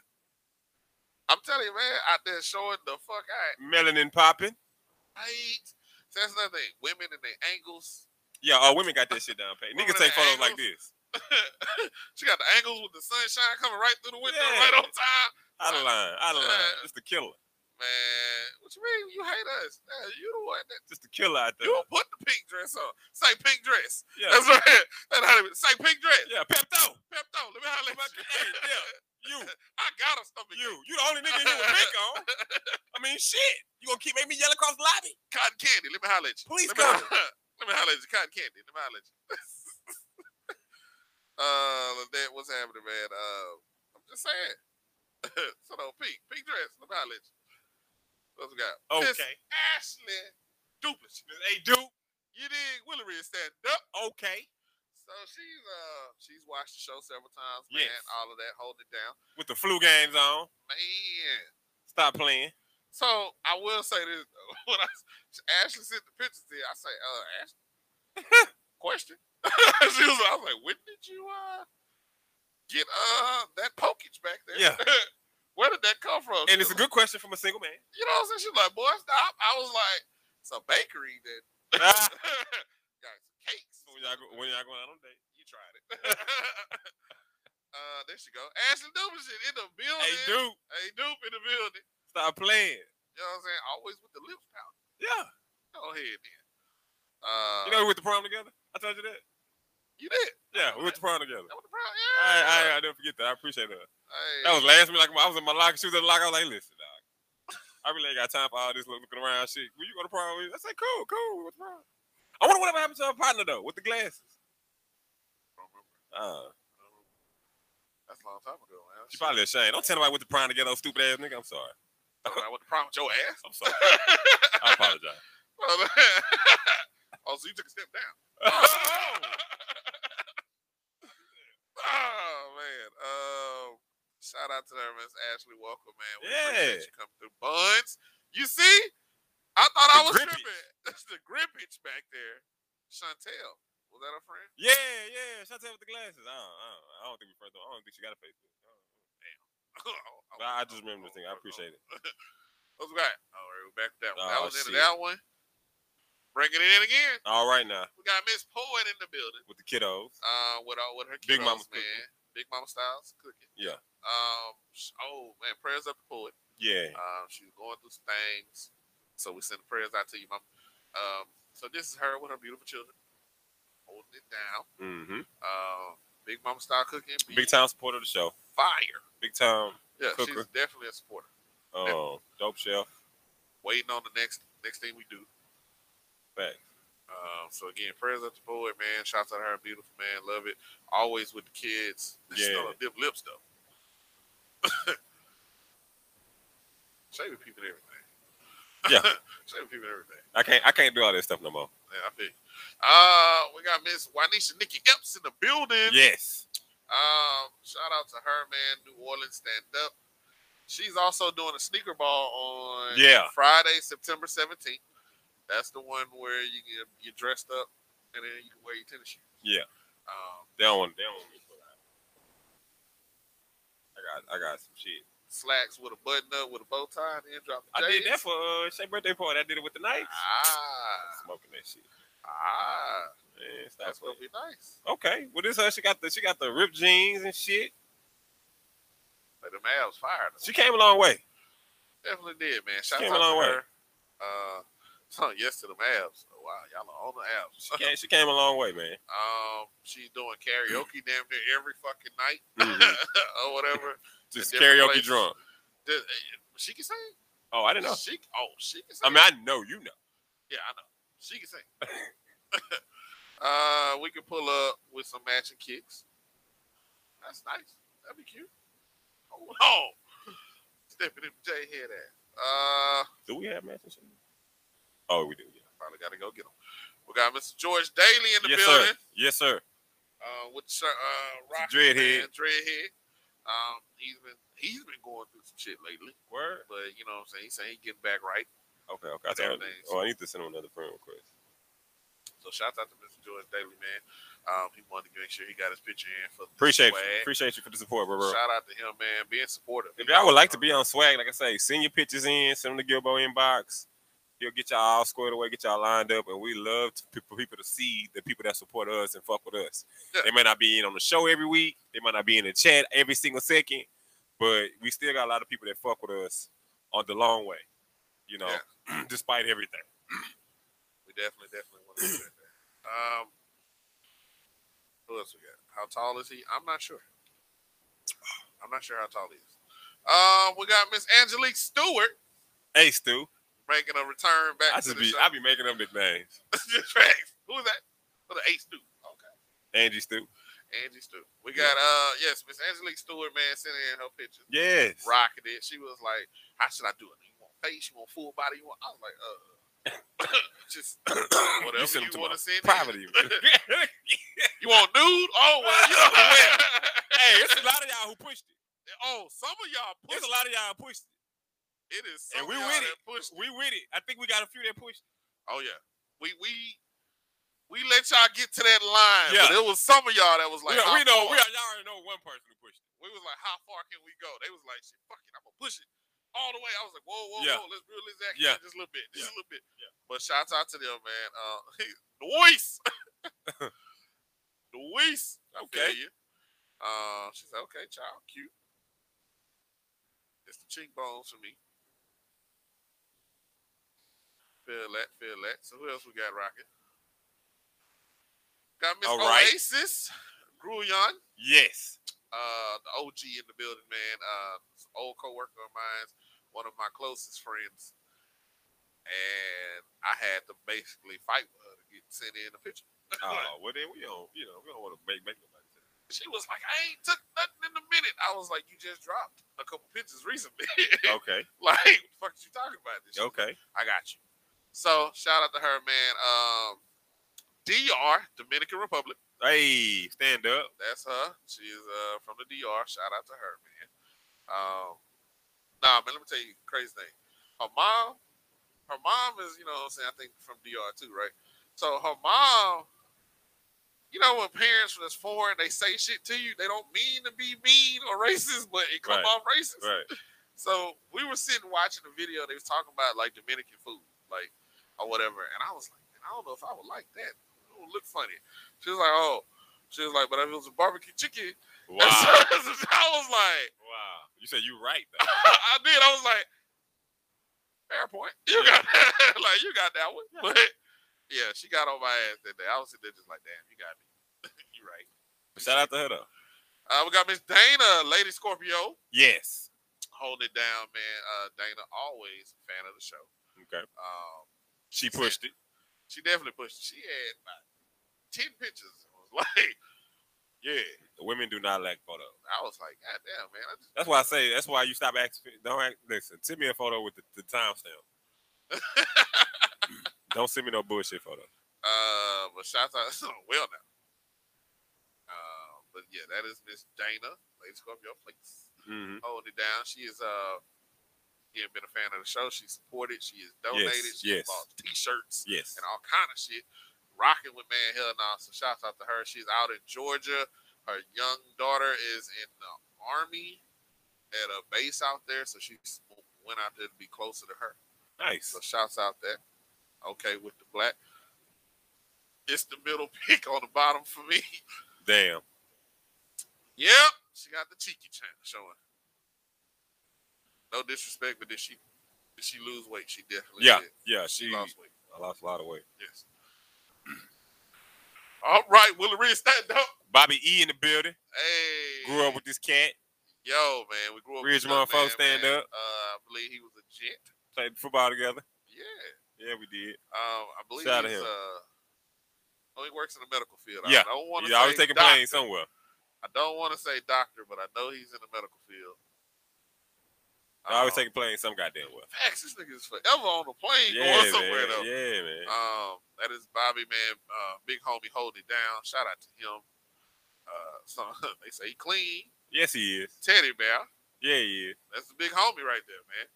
I'm telling you, man, out there showing the fuck out.
Melanin popping.
Right. So that's another thing. Women and their angles.
Yeah, oh women got that shit down pat.
Women
Niggas take
at
photos like
angles.
this.
she got the angles with the sunshine coming right through the window,
Yeah.
right on time.
Out
Uh,
of line. Out of line.
Yeah.
Just the killer.
Man, what you mean you hate us? Man, you the one that
Just the killer out there.
you put the pink dress on. Say pink dress.
Yeah.
That's right. That's how it is. Say pink dress.
Yeah, Pepto.
Pepto, let me holler at you.
Hey, yeah. You,
I got a stomach.
you, you the only nigga here with pink on. I mean, shit. You gonna keep making me yell across the lobby?
Cotton candy, let me holler at you.
Please
let me,
come.
holler- let me holler at you. Cotton candy, let me holler at you. uh, that what's happening, man? Uh, I'm just saying. so no pink, pink dress, let me holler at you. What's we got? Miss
Okay.
Ashley Dupless.
Hey, dude.
You dig? Willie Red standing up.
Okay.
So she's uh she's watched the show several times, man.
Yes.
All of that, hold it down,
With the flu games on.
man.
Stop playing.
So I will say this though. when I Ashley sent the pictures in, I say, uh, Ashley, question. she was, I was like, when did you uh get uh that pokage back there?
Yeah.
Where did that come from?
And
She
it's a
was
good question from a single man.
like- you know what I'm saying? She's like, boy, stop. I was like, it's a bakery that
Ah.
got some cakes.
when y'all go, when y'all going out on a date.
You tried it. uh, there she go. Ashley Dupin shit in the building.
Hey, dude,
Hey, Dupe in the building.
stop playing.
You know what I'm saying? Always with the lips out.
Yeah,
Go ahead then. Uh,
you know we went to prom together. I told you that.
you did.
Yeah, we went to prom together.
That was the problem.
I
Yeah.
I, I never forget that. I appreciate that.
Hey,
That was last minute. Like I was in my locker, she was in the locker. I was like, listen, dog. I really ain't got time for all this looking around shit. Will you go to prom? with me?" I said, cool, cool. What's wrong? I wonder whatever happened to her partner though, with the glasses. Uh,
That's a long time ago, man.
she probably ashamed. Don't tell nobody what the prom together, oh, stupid ass nigga. I'm sorry.
I went to prom with your ass.
I'm sorry. I apologize.
oh, so you took a step down. oh man. Um shout out to her, Miss Ashley Welcome, man. We appreciate
Yeah.
you coming through. Buns. You see? I thought I
The
was
grippage.
tripping. That's the grippage back there. Chantel. Was that her friend?
Yeah, yeah. Shout out with the glasses. I don't, I don't, I don't think we first. I don't think she got a face. mask. I don't know.
Oh,
But I just remember the thing. I appreciate it.
What's that? All right, we're oh. back to that one. that
Oh,
was into
shit.
that one. Bring it in again.
All right now
We got Miss Poet in the building.
with the kiddos.
Uh, with all with her
Big
kiddos,
Mama's
man. Big Mama Styles cooking.
Yeah.
Um. sh- Oh man, prayers up to Poet.
Yeah.
Um, she's going through some things, so we send prayers out to you, Mama. Um. So this is her with her beautiful children, holding it down.
Mm-hmm.
Um. Big Mama Style cooking. be
Big time supporter of the show.
Fire.
Big time.
Yeah, she's
Cooker.
definitely a supporter.
Um, dope shelf.
Waiting on the next next thing we do.
Fact.
Um, so again, prayers up to Boyd, man. Shouts out to her, beautiful man. Love it. Always with the kids. She
Yeah.
Still on dip lips though. Shaving people and everything.
Yeah.
Shaving people and everything.
I can't. I can't do all that stuff no more.
Yeah, I feel. you. Uh, we got Miss Wanisha Nikki Epps in the building.
Yes.
Um, shout out to her, man. New Orleans stand up. She's also doing a sneaker ball on
Yeah.
Friday, September 17th. That's the one where you get you dressed up and then you can wear your tennis shoes.
Yeah.
Um,
That one. That one. was put out. I got. I got some shit.
slacks with a button up with a bow tie and then drop the
I did that
J's.
for uh, Shea birthday party. I did it with the knife.
Ah,
Smoking that shit.
ah,
Yeah, stop
that's
playing.
gonna be nice.
Okay. Well, this her. She got the. She got the ripped jeans and shit.
But the Mavs fired.
She came a long way.
Definitely did, man. Shout out
came
to
a long way.
her. Uh, so yes to the Mavs. Oh, wow, y'all are on the abs.
She came, she came a long way, man.
Um, she's doing karaoke damn near every fucking night
Mhm.
or whatever.
Just
Mm-hmm. Different
karaoke
places.
drunk.
Does- She can sing.
Oh, I didn't know.
She oh she can sing.
I mean, I know you know.
yeah, I know. She can sing. uh, we can pull up with some matching kicks. That's nice. That'd be cute. Hold on. Stepping in J head ass. Uh,
Do we have matching shoes? Oh, we do. Yeah.
probably gotta go get him. We got Mr. George Daly in the
Yes,
building.
sir. Yes, sir.
uh, with Sir- uh, Rock
Dreadhead.
Man, Dreadhead. Um, he's been he's been going through some shit lately,
Word.
but you know what I'm saying. He's saying he's getting back right.
Okay. Okay. I told you.
Everything.
Oh, I need to send him another friend request.
So shout out to Mr. George Daly, man. Um, he wanted to make sure he got his picture in for the
Appreciate
swag.
you. Appreciate you for the support, bro. bro.
Shout out to him, man, being supportive.
If y'all would like to be on swag, like I say, send your pictures in, send them to Gilbo inbox. He'll get y'all all squared away, get y'all lined up, and we love to, for people to see the people that support us and fuck with us.
Yeah.
They may not be in on the show every week, they might not be in the chat every single second, but we still got a lot of people that fuck with us on the long way, you know, despite everything.
we definitely, definitely want to do that. Um, who else we got? How tall is he? I'm not sure. I'm not sure how tall he is. Um, we got Miss Angelique Stewart
Hey, Stu,
making a return back
I
to the
just be
show.
I be making up nicknames.
Just facts. Who is that? For the eighth Stu. Okay.
Angie Stu.
Angie Stu. We got uh yes, Miss Angelique Stewart, man, sending in her pictures.
Yes.
Rocking it. She was like, How should I do it? You want face? You want full body? You want I was like, uh just whatever you,
send 'em to
want
my
to send. in.
Private you.
You want nude? Oh well, you know well.
hey, it's a lot of y'all who pushed it.
Oh, some of y'all
There's
pushed
a lot of y'all who pushed it.
it is some
And we
of y'all
with
that
it.
pushed it.
We with it. I think we got a few that pushed.
Oh yeah. We we we let y'all get to that line.
Yeah.
But it was some of y'all that was like
we,
how
we know.
far?
We are, y'all already know one person who pushed.
we was like, how far can we go? They was like, shit, fuck it, I'm gonna push it all the way. I was like, whoa, whoa,
Yeah.
whoa, let's reel this action
Yeah.
just a little bit, just a
Yeah.
little bit.
Yeah.
But shouts out to them, man. Uh, Luis, Luis, okay.
Okay.
You. Uh, she said, okay, child, cute. It's the cheekbones for me. Feel that, feel that. So who else we got rocking? Got Miss
All right.
Oasis, Gruyon
It. Yes.
uh, the OG in the building, man. Uh, this old coworker of mine, one of my closest friends, and I had to basically fight with her to get sent in the picture.
Oh well, then we don't. You know, we don't want to make make nobody. say
She was like, "I ain't took nothing in a minute." I was like, "You just dropped a couple pictures recently.
that. Okay.
like, what the fuck is you talking about?" This shit?
Okay.
I got you. So shout out to her, man. Um, DR Dominican Republic.
Hey, stand up.
That's her. She is uh, from the DR. Shout out to her, man. Um, nah, man, let me tell you a crazy thing. Her mom, her mom is, you know what I'm saying, I think from DR too, right? So her mom you know when parents from this foreign they say shit to you, they don't mean to be mean or racist, but it come
Right.
off racist.
Right.
So we were sitting watching a video. They was talking about like Dominican food, like or whatever. And I was like, man, I don't know if I would like that. It would look funny. She was like, oh, she was like, but if it was a barbecue chicken,
Wow. wow.
I was like,
You said you right though.
I did. I was like, fair point. You got like you got that one. But yeah, she got on my ass that day. I was sitting there just like, damn, you got me. you right.
Shout out to her though.
Uh, we got Miss Dana, Lady Scorpio,
Yes.
holding it down, man. Uh, Dana always a fan of the show.
Okay.
Um,
She pushed it.
she definitely pushed. She had about ten pictures. It was like, yeah.
The women do not lack photos.
I was like, God damn, man. I just,
That's why I say. That's why you stop asking. Don't ask, listen. Send me a photo with the, the timestamp. don't send me no bullshit photo.
uh, but shout out, well now. Uh, but yeah, that is Miss Dana, Lady Scorpio, please.
hmm
hold it down. She is uh yeah, been a fan of the show. She supported, she has donated,
Yes,
she has
yes.
bought t-shirts
Yes.
and all kind of shit. Rocking with man hell now. So shouts out to her. She's out in Georgia. Her young daughter is in the army at a base out there, so she s- went out there to be closer to her.
Nice.
So shouts out there. Okay, with the black. It's the middle pick on the bottom for me.
Damn.
Yep, she got the cheeky chin showing. No disrespect, but did she did she lose weight? She definitely
Yeah.
did.
Yeah.
She,
She.
lost weight.
I lost a lot of weight.
Yes. All right, Willie Reed, stand up.
Bobby E in the building.
Hey,
Grew up with this cat.
yo man. We grew up.
Ridge
with young
motherfucker,
man,
stand
man.
up.
Uh, I believe he was a gent.
Played football together.
Yeah,
Yeah, we did.
um, I believe
Shout out
he's
to him.
uh, oh, he works in the medical field.
Yeah.
I don't want to
You always
say
take a
doc-
plane somewhere.
I don't want to say doctor, but I know he's in the medical field.
You always
Um,
take a plane some goddamn well.
Facts, this nigga is forever on the plane
Yeah,
going somewhere
man.
though.
Yeah, man.
Um, that is Bobby man, uh, big homie holding it down. Shout out to him. Uh, so they say he clean
Yes, he is.
teddy bear.
Yeah, he is.
That's the big homie right there, man.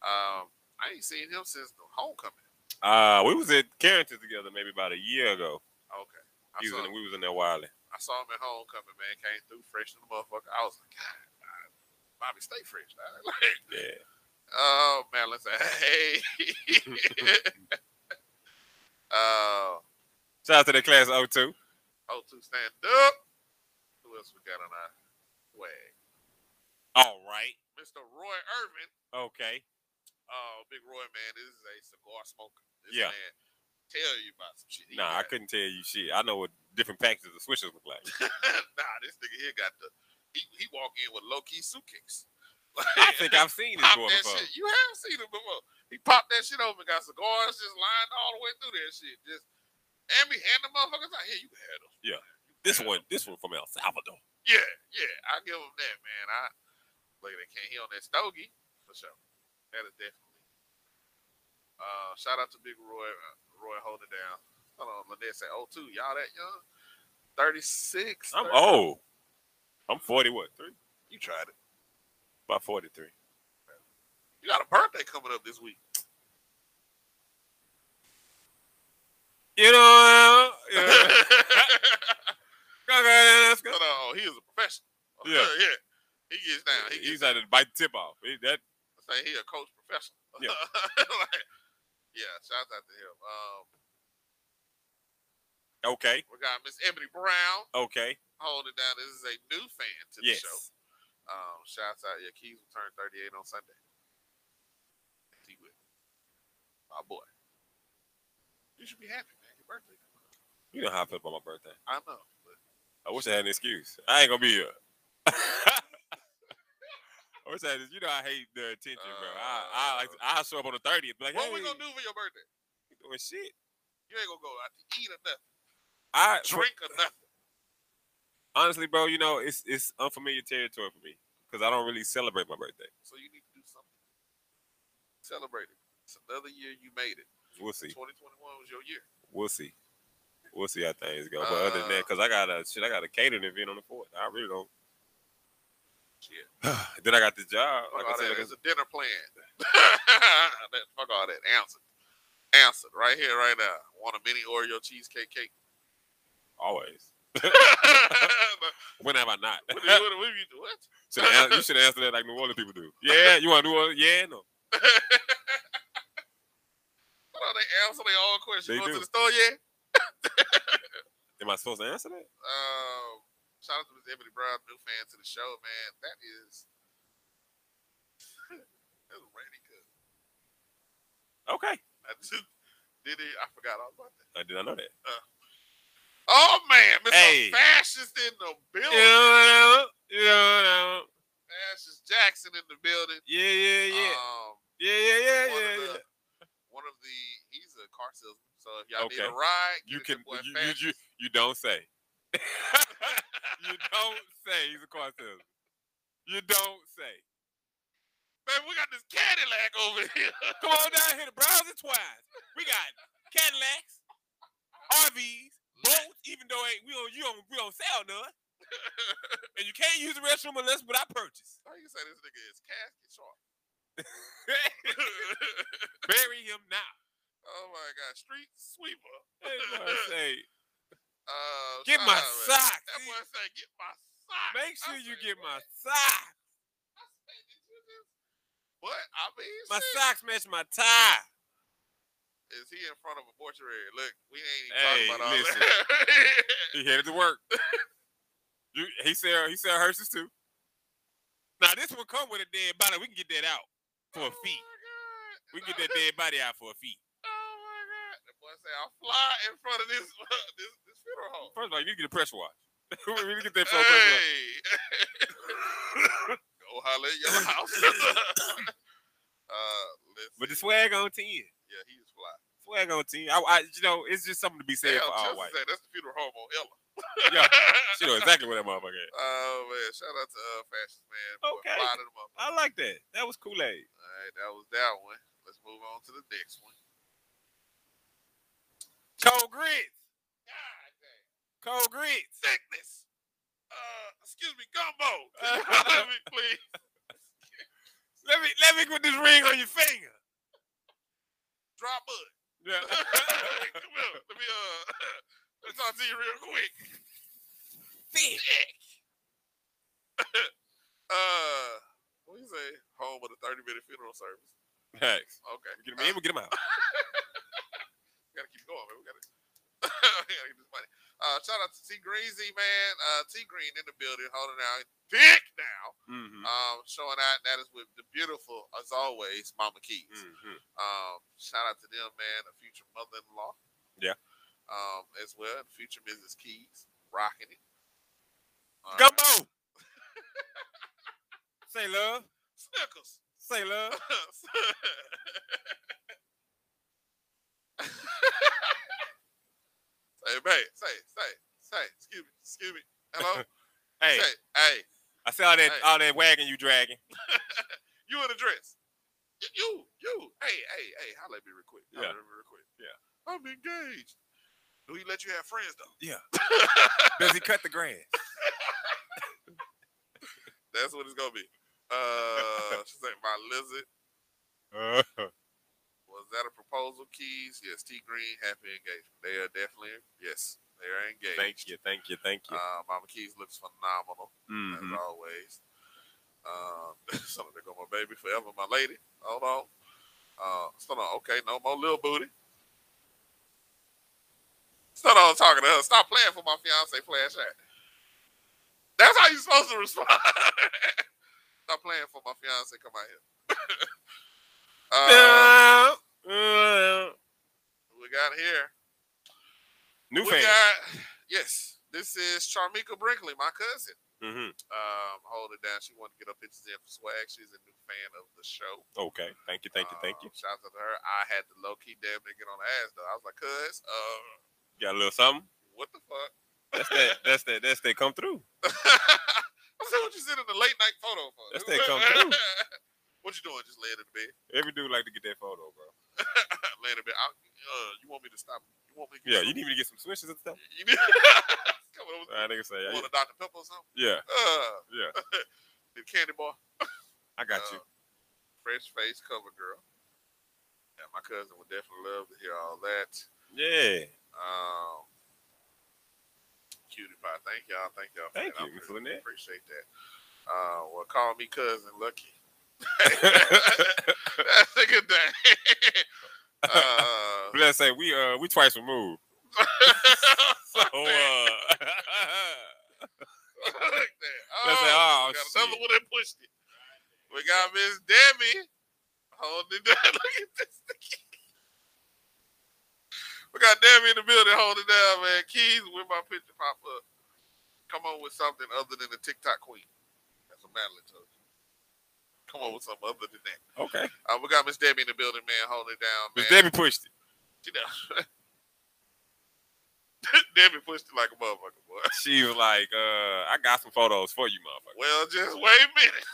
Um, I ain't seen him since the homecoming.
Uh, we was at Carrington together maybe about a year ago.
Okay, I
He
saw,
was in, we was in there wilding.
I saw him at homecoming, man. Came through fresh as a motherfucker. I was like, God, uh, Bobby, stay fresh. dog." Like,
Yeah.
Oh man, let's say hey. uh,
Shout out to the class of 02.
oh two stand up. Who else we got on our swag?
All right.
Mr. Roy Irvin.
Okay.
Oh, Big Roy, man, this is a cigar smoker. This
Yeah.
man tell you about some shit. He
Nah, I
got-
couldn't tell you shit. I know what different packages of switches look like.
nah, this nigga here got the. He, he walk in with low key suitcase.
I think I've seen this
popped
boy
that
before.
shit. You have seen him before. He popped that shit open, got cigars just lined all the way through that shit. Just and we hand the motherfuckers out here. You can have them.
Yeah. This one, this one from El Salvador.
Yeah, yeah, I give him that, man. I look at that can't heal that stogie for sure. That is definitely. Uh, shout out to Big Roy, uh, Roy holding down. Hold on, Lynette say, "Oh, two, y'all that young, thirty six.
I'm old. I'm 40, what, three?
You tried it.
About 43.
You got a birthday coming up this week.
You know, uh, yeah.
Hold on, oh, he is a professional.
Yeah.
yeah. He gets down. He
He's
gets.
out to bite the tip off. He- That
Say he a coach professional.
Yeah.
Like, yeah. Shout out to him. Um,
okay,
we got Miss Ebony Brown.
okay,
holding down. This is a new fan to the
yes.
show. Um, shouts out your keys will turn 38 on Sunday. He will. My boy. You should be happy, man. Your birthday. coming up.
You know how I feel about my birthday.
I know. But
I wish I had an excuse. I ain't gonna be here. I wish I had. This. You know I hate the attention, bro. I I like to- I show up on the thirtieth. Like,
Uh. what we
hey,
gonna do for your birthday?
you Doing shit.
You ain't gonna go out to eat or nothing,
I
drink or nothing.
honestly, bro. You know it's it's unfamiliar territory for me because I don't really celebrate my birthday.
So you need to do something. Celebrate it. It's another year you made it.
We'll see.
2021 was your year.
We'll see. We'll see how things go. But other than
Uh,
that, because I got a shit, I got a catering event on the fourth. I really don't.
Shit.
then I got this job.
Fuck
Like
all
I said,
that.
like I
It's a dinner plan. that, fuck all that. Answered. Answered. Right here, right now. Want a mini Oreo cheesecake cake?
always.
But
When have I not?
what, do you- what, do- what do you do? What?
Should have, you should answer that like New Orleans people do. Yeah, you want New Orleans? Yeah, no.
Hold on, they answer their own question.
They
You going
do.
to the store yet?
Am I supposed to answer that?
Um, shout out to Miss Ebony Brown, new fan to the show, man. That is. That's really good.
Okay.
I just did it. I forgot all about that.
I did I know that?
Oh, man. Mr.
Hey.
Fascist in the building.
Yeah, yeah,
Fascist Jackson in the building.
yeah, yeah, yeah,
Um,
yeah, yeah, yeah,
one,
yeah,
of
yeah.
the, one of the. He's a car salesman. So if y'all need a
Okay.
ride,
You
get at
can
your boy
you, you,
Fascist.
you, you don't say. you don't say he's a car salesman. You don't say.
Man, we got this Cadillac over here.
Come on down here to browse it twice. We got Cadillacs, RVs, boats, even though ain't, we don't you don't we don't sell none. and you can't use the restroom unless what I purchase.
How you say this nigga is casket sharp?
Bury him now.
oh my god, street sweeper.
That's what I say.
Uh,
Get my
shout out, man.
socks.
That boy said, "Get my socks."
Make
I
sure you
said,
get my
"What?"
socks.
I said, "Did you just-" What I mean,
My
shit.
socks match my tie.
Is he in front of a mortuary? Look, we ain't even
Hey,
talking about all
listen.
that.
He headed to work. you, he sell he sell hearses too. Now this one come with a dead body. We can get that out for a fee.
Oh my God.
We can get that dead body out for a fee.
Oh my god! The boy say, "I'll fly in front of this this, this funeral home."
First of all, you need to get a pressure wash. we need to get that for a pressure wash.
Hey. Go holler at your house. uh, listen.
But the swag on ten.
Yeah, he is fly.
Swag on ten. I, I, you know, it's just something to be said
Damn,
for all
Chelsea
white.
said that's the funeral home on Ella.
Yeah. She know exactly what that motherfucker is.
oh man, shout out to uh, Fashion Man. Boy,
Okay.
Fly to the mother.
I like that. That was Kool Aid.
All right, that was that one. Let's move on to the next one.
Cold grits.
God dang.
Cold grits.
Thickness. Uh, excuse me, gumbo. Can you holler at me, please?
Let me let me put this ring on your finger.
Dry mud.
Yeah.
Come here. Let me uh, let me talk to you real quick.
Thick.
Uh, what you say? Home with a thirty-minute funeral service.
Thanks.
Okay, Uh,
Get him in, we get him out.
We gotta keep going, man. We gotta, we gotta get this money. Uh, shout out to T Greasy, man. Uh, T Green in the building, holding out thick now.
Mm-hmm.
Um, showing out. That is with the beautiful, as always, Mama Keys.
Mm-hmm.
Um, shout out to them, man. A future mother-in-law.
Yeah.
Um, as well, the future Mrs. Keys, rocking it. All
uh,
right.
Gumbo. Say love.
Snickers.
Say love.
Say it, babe. Say it. Say it. Say it. Excuse me. Excuse me. Hello.
Hey,
Say it. Hey.
I see all that
Hey.
all that wagon you dragging.
You in a dress. Y- You. You. Hey. Hey. Hey. Holla at me real quick. Holla
Yeah.
at me real quick.
Yeah.
I'm engaged. Do he let you have friends though?
Yeah. Does he cut the grass?
That's what it's gonna be. Uh, she's like my lizard. Was that a proposal, Keys? Yes, T Green, happy engagement. They are definitely yes, they are engaged.
thank you, thank you, thank you.
Uh, Mama Keys looks phenomenal
Mhm.
as always. Um, something to go, my baby forever, my lady. Hold on. Uh, still on. Okay, no more little booty. Still on talking to her. Stop playing for my fiance flash act. That's how you supposed to respond. Stop playing for my fiance. Come out here. uh,
Uh,
we got here.
New
we
fan.
got yes. This is Charmika Brinkley, my cousin.
hmm
um, hold it down. She wanted to get her pictures in for swag. She's a new fan of the show.
Okay, thank you, thank you, thank you.
Um, Shout out to her. I had to low key damn near get on her ass though. I was like, cuz, uh,
Got a little something.
what the fuck?
That's that. That's that. That's that. Come through.
I said, what you sending the late night photo for?
That's
dude?"
that come through.
what you doing? Just laying in the bed.
Every dude like to get that photo, bro.
laying in the bed. I, uh, you want me to stop? You want me to
Yeah, you need me to get some swishes and stuff.
You need- Come on,
I nigga say,
you want
yeah,
a Dr. Pepper or something?
yeah,
Uh,
yeah.
the candy bar.
I got
Uh,
you.
Fresh face cover girl. Yeah, my cousin would
Uh,
definitely love to hear all that.
Yeah.
Um, cutie pie. Thank y'all. Thank y'all. for
Thank
that. I
you, Miss
appreciate-
Lynette.
Appreciate that. Uh, well, call me cousin Lucky. That's a good thing. uh,
Let's say we uh we twice removed. So uh,
Look at that.
Let's say,
Oh, we
oh,
got
shit.
another one that pushed it. We got Miss Debbie holding down. Look at this. We got Debbie in the building holding down, man. Keys, when my picture pop up, come on with something other than the TikTok queen. That's what Madeline told you. Come on with something other than that.
okay.
Uh, we got Miss Debbie in the building, man, holding it down, man.
Miss Debbie pushed it.
She down. Debbie pushed it like a motherfucker, boy.
She was like, uh, I got some photos for you, motherfucker.
Well, just wait a minute.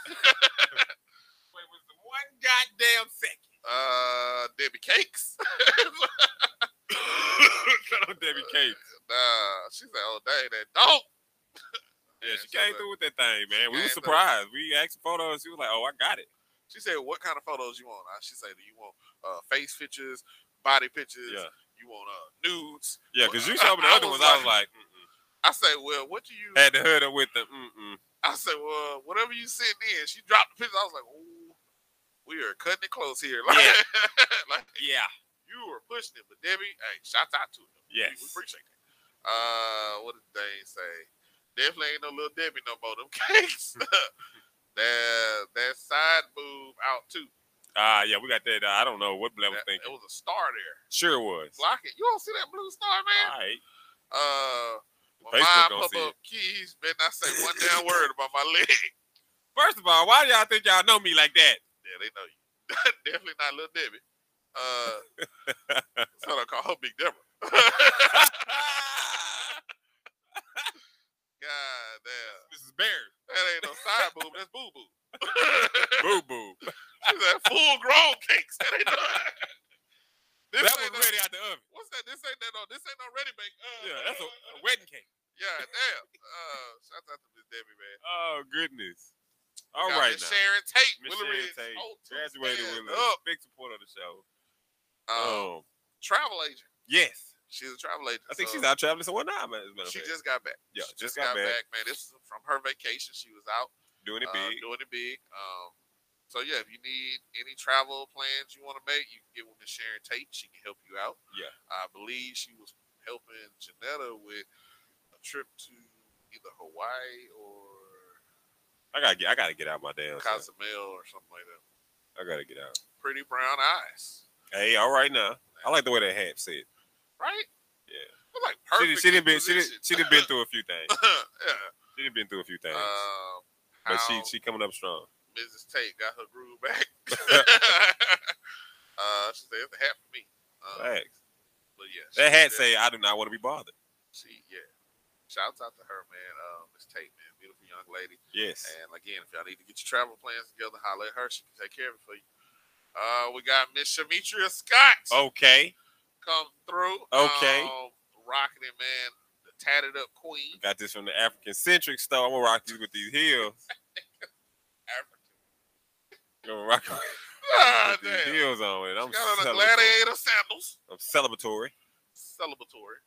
Wait, was the one goddamn second.
Uh, Debbie Cakes.
Shout out Debbie Cakes.
nah, she's like, oh dang, that dope.
Yeah, she
she's
came
like-
through with that thing, man. We
came
were
through.
surprised. We asked for photos. She was like, "Oh, I got it."
She said, what kind of photos you want? Uh, She said, do you want uh face pictures, body pictures?
Yeah,
You want uh nudes?
yeah. Because you
Well,
showed me the
I- I
other
was
ones. I was like, mm-mm.
I say, well, what do you?
had the hood up with the mm-mm.
I said, well, whatever you sent in. She dropped the picture. I was like, oh, we are cutting it close here. Like,
Yeah.
like
Yeah,
you were pushing it, but Debbie, hey, shouts out to her. We-
yes.
We appreciate that. Uh, what did they say? Definitely ain't no little Debbie no more. Them cakes.
Hmm.
that that side move out too.
Ah, yeah, we got that. Uh, I don't know what Blair was
That,
thinking.
it was a star there.
Sure was.
Block it. You don't see that blue star,
All
man.
right.
Uh, when
Facebook
mine
don't
pop
see
up keys, man. I say one damn word about my leg.
First of all, why do y'all think y'all know me like that?
Yeah, they know you. Definitely not little Debbie. Uh, so I call her Big Deborah. God damn,
Mrs. Barry,
that ain't no side boob. That's boo boo.
boo boo.
She's like full grown cakes. That ain't no. This
That was
ain't no-
ready out the oven.
What's that? This ain't that no. This ain't no ready bake. Uh,
Yeah, that's a, a wedding cake.
yeah, damn. Uh, shout out to Miss Debbie, man.
Oh goodness.
We
All
got
right
Miss
now.
Sharon Tate.
Miss
Willow
Sharon
Ridge,
Tate
Old Town,
graduated
stand
with a
up.
big support of the show.
Um,
Um,
travel agent.
yes,
She's a travel agent.
I think
so
she's out traveling somewhere now. man, As a matter of
She
fact.
just got back.
Yeah,
she
just got back.
man. This is from her vacation. She was out
doing it
uh,
big.
doing it big. Um, so yeah, if you need any travel plans you want to make, you can get with Miss Sharon Tate. She can help you out.
Yeah.
I believe she was helping Janetta with a trip to either Hawaii or
I gotta get. I gotta get out my damn. self.
Cozumel or something like that.
I gotta get out.
Pretty brown eyes,
Hey, all right now. I like the way that hat said.
right?
Yeah.
They're like
She
perfect.
did. She did been. She did.
position.
She done been through a few things.
yeah.
She done been through a few things.
Um,
but she
how
she coming up strong.
Mrs. Tate got her groove back. uh, she said it's a hat for me. Uh,
Facts.
But yeah, she
That hat
did-
say I do not want to be bothered.
She yeah. Shouts out to her, man. Uh, Miss Tate, man, beautiful young lady.
Yes.
And again, if y'all need to get your travel plans together, holler at her. She can take care of it for you. Uh, we got Miss Shamitria Scott
Okay.
come through.
Oh. Okay.
Um, rocking it, man. The tatted up queen.
Got this from the African centric store. I'm gonna rock these with these heels.
African.
I'm gonna rock 'em
Ah,
with these
damn.
heels on it. I'm,
She got on the
celebratory.
gladiator sandals.
I'm celebratory.
Celebratory.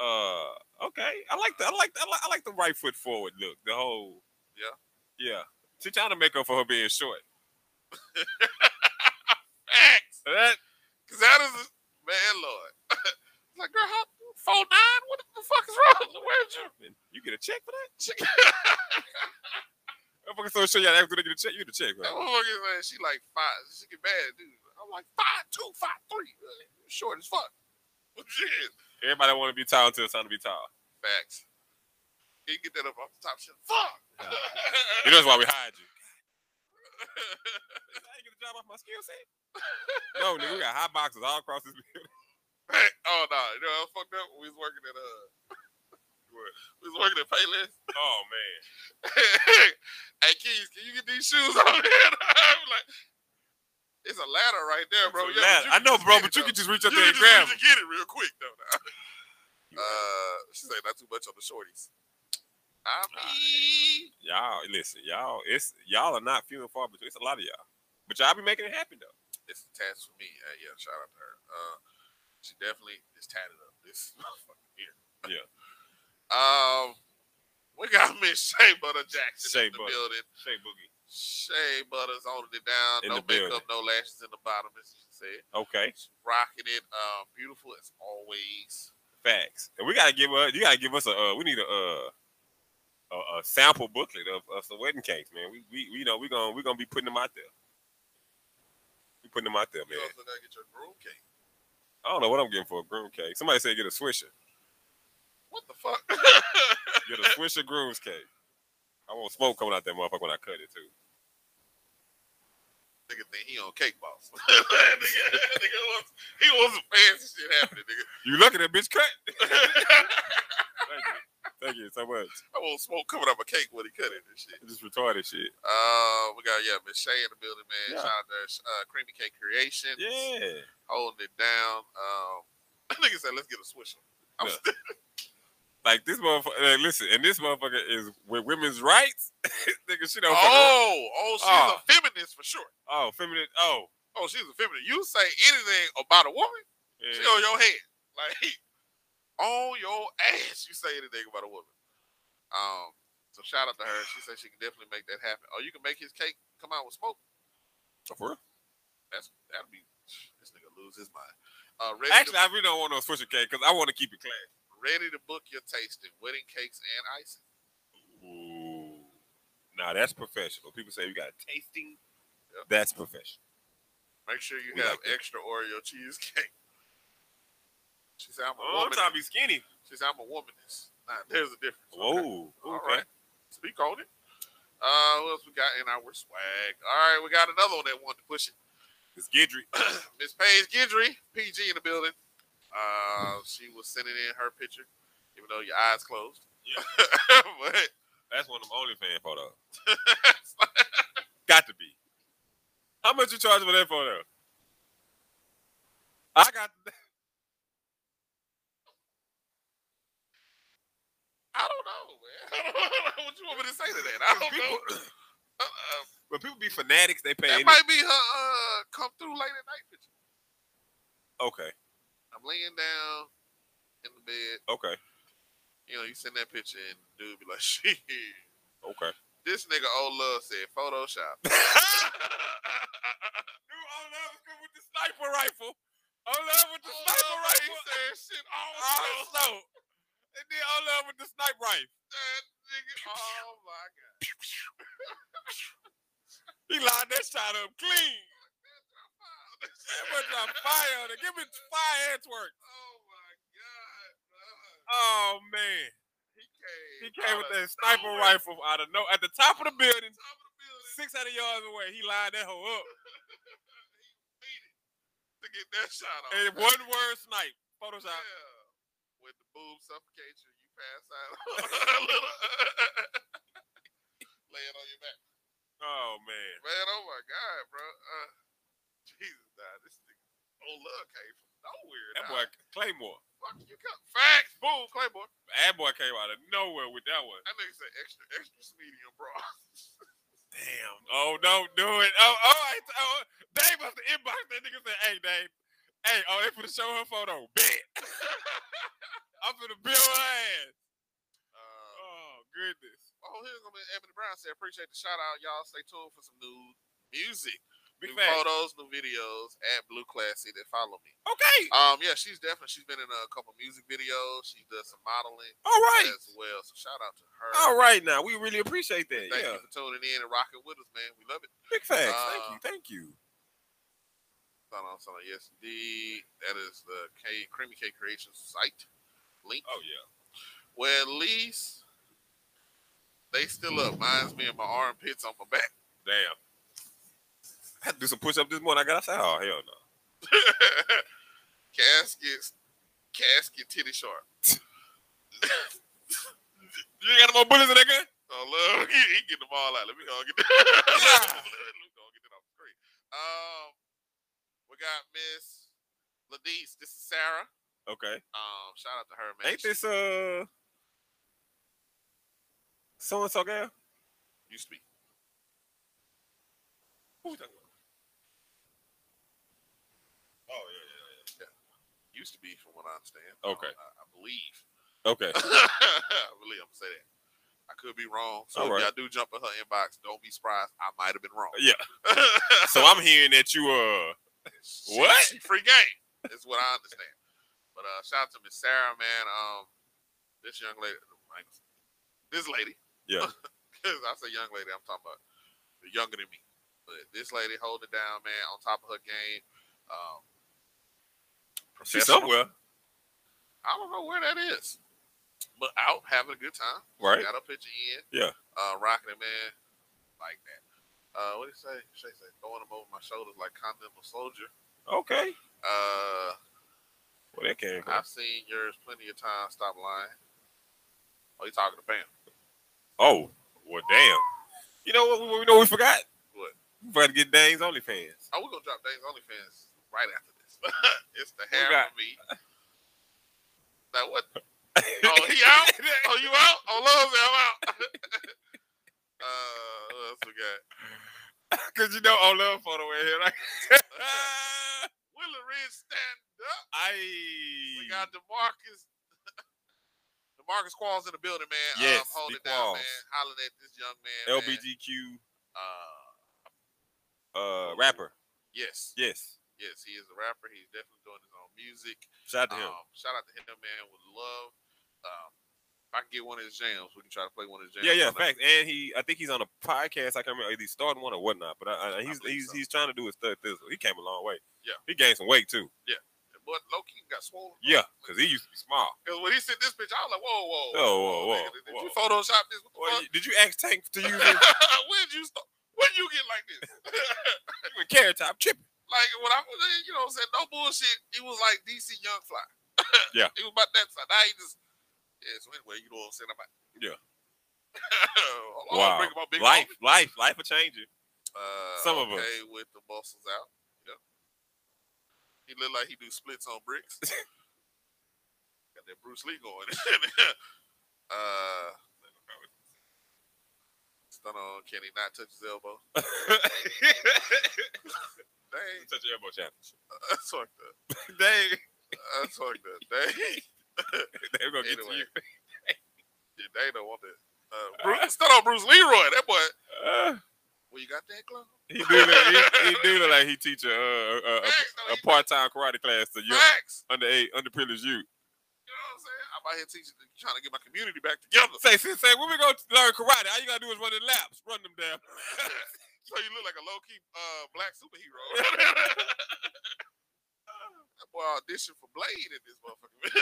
Uh, okay. I like the I like the, I like, I like the right foot forward look. The whole.
Yeah.
Yeah. She trying to make up for her being short.
Facts.
That
Cause that is man, Lord. It's like, girl, how four nine? What the fuck is wrong? Where'd you?
you get a check for that. I'm fucking so sure y'all after they get a check, you get a check,
That
bro.
motherfucker, man, she like five. She get mad, dude. I'm like five two, five three. You Short as fuck. Shit.
Everybody want to be tall until it's time to be tall.
Facts. He get that up off the top. Shit. Fuck.
Yeah. You know that's why we hired you. I ain't get a job off my skill set. No, nigga, we got hot boxes all across this building.
oh no, you know I fucked up. We was working at uh, we was working at Payless.
Oh man.
hey Keys, can you get these shoes on here? I'm like, it's a ladder right there, bro. Yeah, but you
I
can
know,
just
bro,
get it,
but you
though.
can just reach up
You can
there and
just
grab
need
them.
to get it real quick though. Now. Uh, she say not too much on the shorties.
Ah,
I mean,
Y'all, listen, y'all, it's y'all are not few and far between. It's a lot of y'all, but y'all be making it happen though.
it's a task for me. Uh, yeah, shout out to her. Uh, she definitely is tatted up. This motherfucker here.
Yeah.
Um, we got Miss Shea Butter Jackson
Shea
in the
Butter.
building.
Say Boogie.
Shea Butter's holding it down.
In
no
the
makeup, no lashes in the bottom, as she said.
Okay.
She's rocking it. Um, beautiful as always.
Facts. And we gotta give us. You gotta give us a. Uh, we need a. Uh, a, a sample booklet of, of some wedding cakes, man. We we you know we gonna we gonna be putting them out there. We putting them out there,
You
man.
also gotta get your groom cake.
I don't know what I'm getting for a groom cake. Somebody said get a swisher.
What the fuck?
Get a swisher groom's cake. I want smoke coming out that motherfucker when I cut it too.
nigga think he on cake boss. nigga, nigga wants- he wants some fancy shit happening, nigga.
You lucky that bitch cut. Thank you. Thank you so much.
I want smoke coming up a cake when he cut it and shit.
Just retarded shit.
Uh, we got yeah, Miss Shay in the building, man.
Yeah.
Shout out to uh, Creamy Cake Creations,
Yeah.
holding it down. Um, nigga said, let's get a swisher. I'm
Yeah.
still
Like this motherfucker. Like, listen, and this motherfucker is with women's rights. Nigga, she don't. fuck around.
oh, oh, she's
Ah.
a feminist for sure.
oh, feminine. Oh,
Oh, she's a feminist. You say anything about a woman,
yeah.
she on your head, like on your ass. You say anything about a woman. Um, so shout out to her. She said she can definitely make that happen. Oh, you can make his cake come out with smoke.
Oh, for real?
That's that'll be this nigga lose his mind. Uh, ready to
Actually, I really don't want no swisher cake because I want to keep it classy.
ready to book your tasting wedding cakes and icing.
Ooh. Now that's professional. People say we got a tasting.
Yep.
That's professional.
Make sure you
We
have
like that.
extra Oreo cheesecake. She said, "I'm a
Oh, I'm
woman."
trying to be skinny.
She said, "I'm a womanist." Nah, there's a difference. Okay.
Whoa.
All
okay.
right. Speak on it. Uh, what else we got in our swag? All right, we got another one that wanted to push it.
It's Gidry.
Miss Paige Gidry, PG in the building. Uh, she was sending in her picture, even though your eyes closed.
Yeah.
but
That's one of them OnlyFans photos. Got to be. How much you charge for that photo? I got.
I don't know, man. I don't know what you want me to say to that. I don't know.
People-
Uh-uh.
When people be fanatics, they pay.
That
any-
might be her uh, come through late at night picture.
okay.
I'm laying down in the bed.
Okay.
You know, you send that picture and dude be like, shit.
Okay.
This nigga old love said Photoshop.
Dude, all love is good with the sniper rifle. All love with the sniper
Old love
rifle.
ain't saying shit all
Oh,
slow.
no. And then all love with the sniper rifle.
That nigga, oh my god.
He lined that shot up clean. That was a fire. on it. Give me fire and twerk.
Oh my god. bruh.
Oh man,
He came,
he came with
out of
that sniper
nowhere.
rifle out of no at the top of the building,
Top of the building.
six hundred yards away. He lined that hoe up.
beat it to get that shot off.
And one word snipe. Photoshop.
Yeah. With the boob suffocation, you pass out. A little- Lay it on your back.
Oh man.
Man, oh my God, bro. Uh, Jesus, nah, this nigga. Oh, look, came from nowhere.
That
nah.
boy Claymore.
Fuck you, come. Facts. Boom, Claymore.
That boy came out of nowhere with that one.
That nigga said extra, extra medium, bro. Um,
Damn. Oh, don't do it. Oh, oh, I, oh Dave must have inboxed that nigga said, hey, Dave. Hey, oh, they finna show her photo. Bet. I'm finna build her ass.
Uh,
Oh, goodness.
oh, here's gonna be Ebony Brown said, appreciate the shout out, y'all. Stay tuned for some new music,
Big
new
facts.
photos, new videos at Blue Classy that follow me.
Okay.
Um, yeah, she's definitely she's been in a couple music videos. She does some modeling
All right.
as well. So shout out to her.
All right now. We really appreciate that.
Thank
yeah.
you for tuning in and rocking with us, man. We love it.
Big facts.
Uh,
thank you. Thank you.
Shout out, shout out. Yes, indeed. That is the K Creamy K Creations site link.
Oh, yeah.
Well, at least they still up. Mine's me and my armpits on my back.
Damn. I had to do some push up this morning. I got outside. Oh, hell no.
Caskets, casket titty sharp.
You ain't got no more bullets in that gun?
Oh, love. He, he getting them all out. Let me go and get that. Let me go and get that off the screen. Um, we got Miss Ladise. This is Sarah.
Okay.
Um, shout out to her, man.
Ain't this, uh, so and so girl?
You speak.
Who we talking about?
Oh yeah, yeah, yeah. Used to be, from what I understand. I
Okay.
don't- I, I believe.
Okay.
I believe I'm gonna say that. I could be wrong. So
All right.
if y'all do jump in her inbox, don't be surprised. I might have been wrong.
Yeah. So I'm hearing that you uh
She-
What?
She free game. That's what I understand. But uh, shout out to Miss Sarah, man. Um, this young lady, like, this lady.
Yeah.
'Cause I say young lady. I'm talking about the younger than me. But this lady holding it down, man, on top of her game. Um, professional.
she's somewhere,
I don't know where that is, but out having a good time.
right?
Got her picture in.
Yeah.
Uh, rocking it, man, like that. Uh, what do you say? She said, throwing them over my shoulders like continental soldier.
Okay.
Uh.
Well, that came from.
I've seen yours plenty of times. Stop lying. Oh, you talking to Pam?
Oh, well, damn. You know what? We, we know we forgot.
What?
We forgot to get Dane's OnlyFans.
Oh, we're gonna drop Dane's OnlyFans right after this. it's the
What
hair
we got?
for me. Now what? Oh, he out? Oh, you out? Oh, Lord, I'm out. uh, what else we got?
Cause you know, on love photo in here. Like,
Uh, Will the Red stand up?
I.
We got Demarcus. Demarcus Qualls in the building, man.
Yes,
um, holding it
D.
down,
Qualls.
man. Hollering at this young man. man.
LBGQ
Uh,
uh, rapper.
yes,
Yes.
yes, he is a rapper. He's definitely doing his own music.
Shout out to him.
Um, shout out to him, man. Would love. Um, if I can get one of his jams, we can try to play one of his jams.
yeah,
on
yeah,
the-
facts. And he, I think he's on a podcast. I can't remember. Either he's starting one or whatnot. But I, I, he's
believe
he's,
so.
he's trying to do his third thistle. He came a long way.
Yeah.
He gained some weight too.
But Loki got swollen.
Yeah, cause he used to be small.
Because when he sent this picture, I was like, whoa, whoa,
Whoa, whoa, whoa,
nigga, did you
whoa.
Photoshop this? What
Well,
the
you- did you ask Tank to use it?
fuck? when did you start? When did you get like this?
Even Carrot Top tripping.
like when I was, in, you know, what I'm saying no bullshit. He was like DC Young Fly.
Yeah.
he was about that size. Now he just, yeah. So anyway, you know what I'm saying about.
Yeah.
I'm
Wow.
bringing my big
Life,
homie.
life, life a changer.
Uh,
Some of
okay, with the muscles out. Yep. He look like he do splits on bricks. Got that Bruce Lee going. uh, stun on. Can he not touch his elbow? Dang,
Touch your elbow challenge.
that's fucked up.
Dang,
That's fucked up. Dang,
they're gonna get to
Anyway.
you.
Yeah, they don't want that. Uh, Bruce, stun on Bruce Leroy. That boy.
Uh,
Well, you got that glove.
he do look, he, he do look like he teach a, a, a-
Facts, though,
a,
he-
part-time karate class to young
Facts.
underage, underprivileged
You
youth.
know what I'm saying? I'm out here teaching, trying to get my community back together.
Say, say, say, when we gonna learn karate, all you gotta do is run the laps, run them down.
so you look like a low key uh, black superhero. that boy auditioned for Blade in this motherfucker.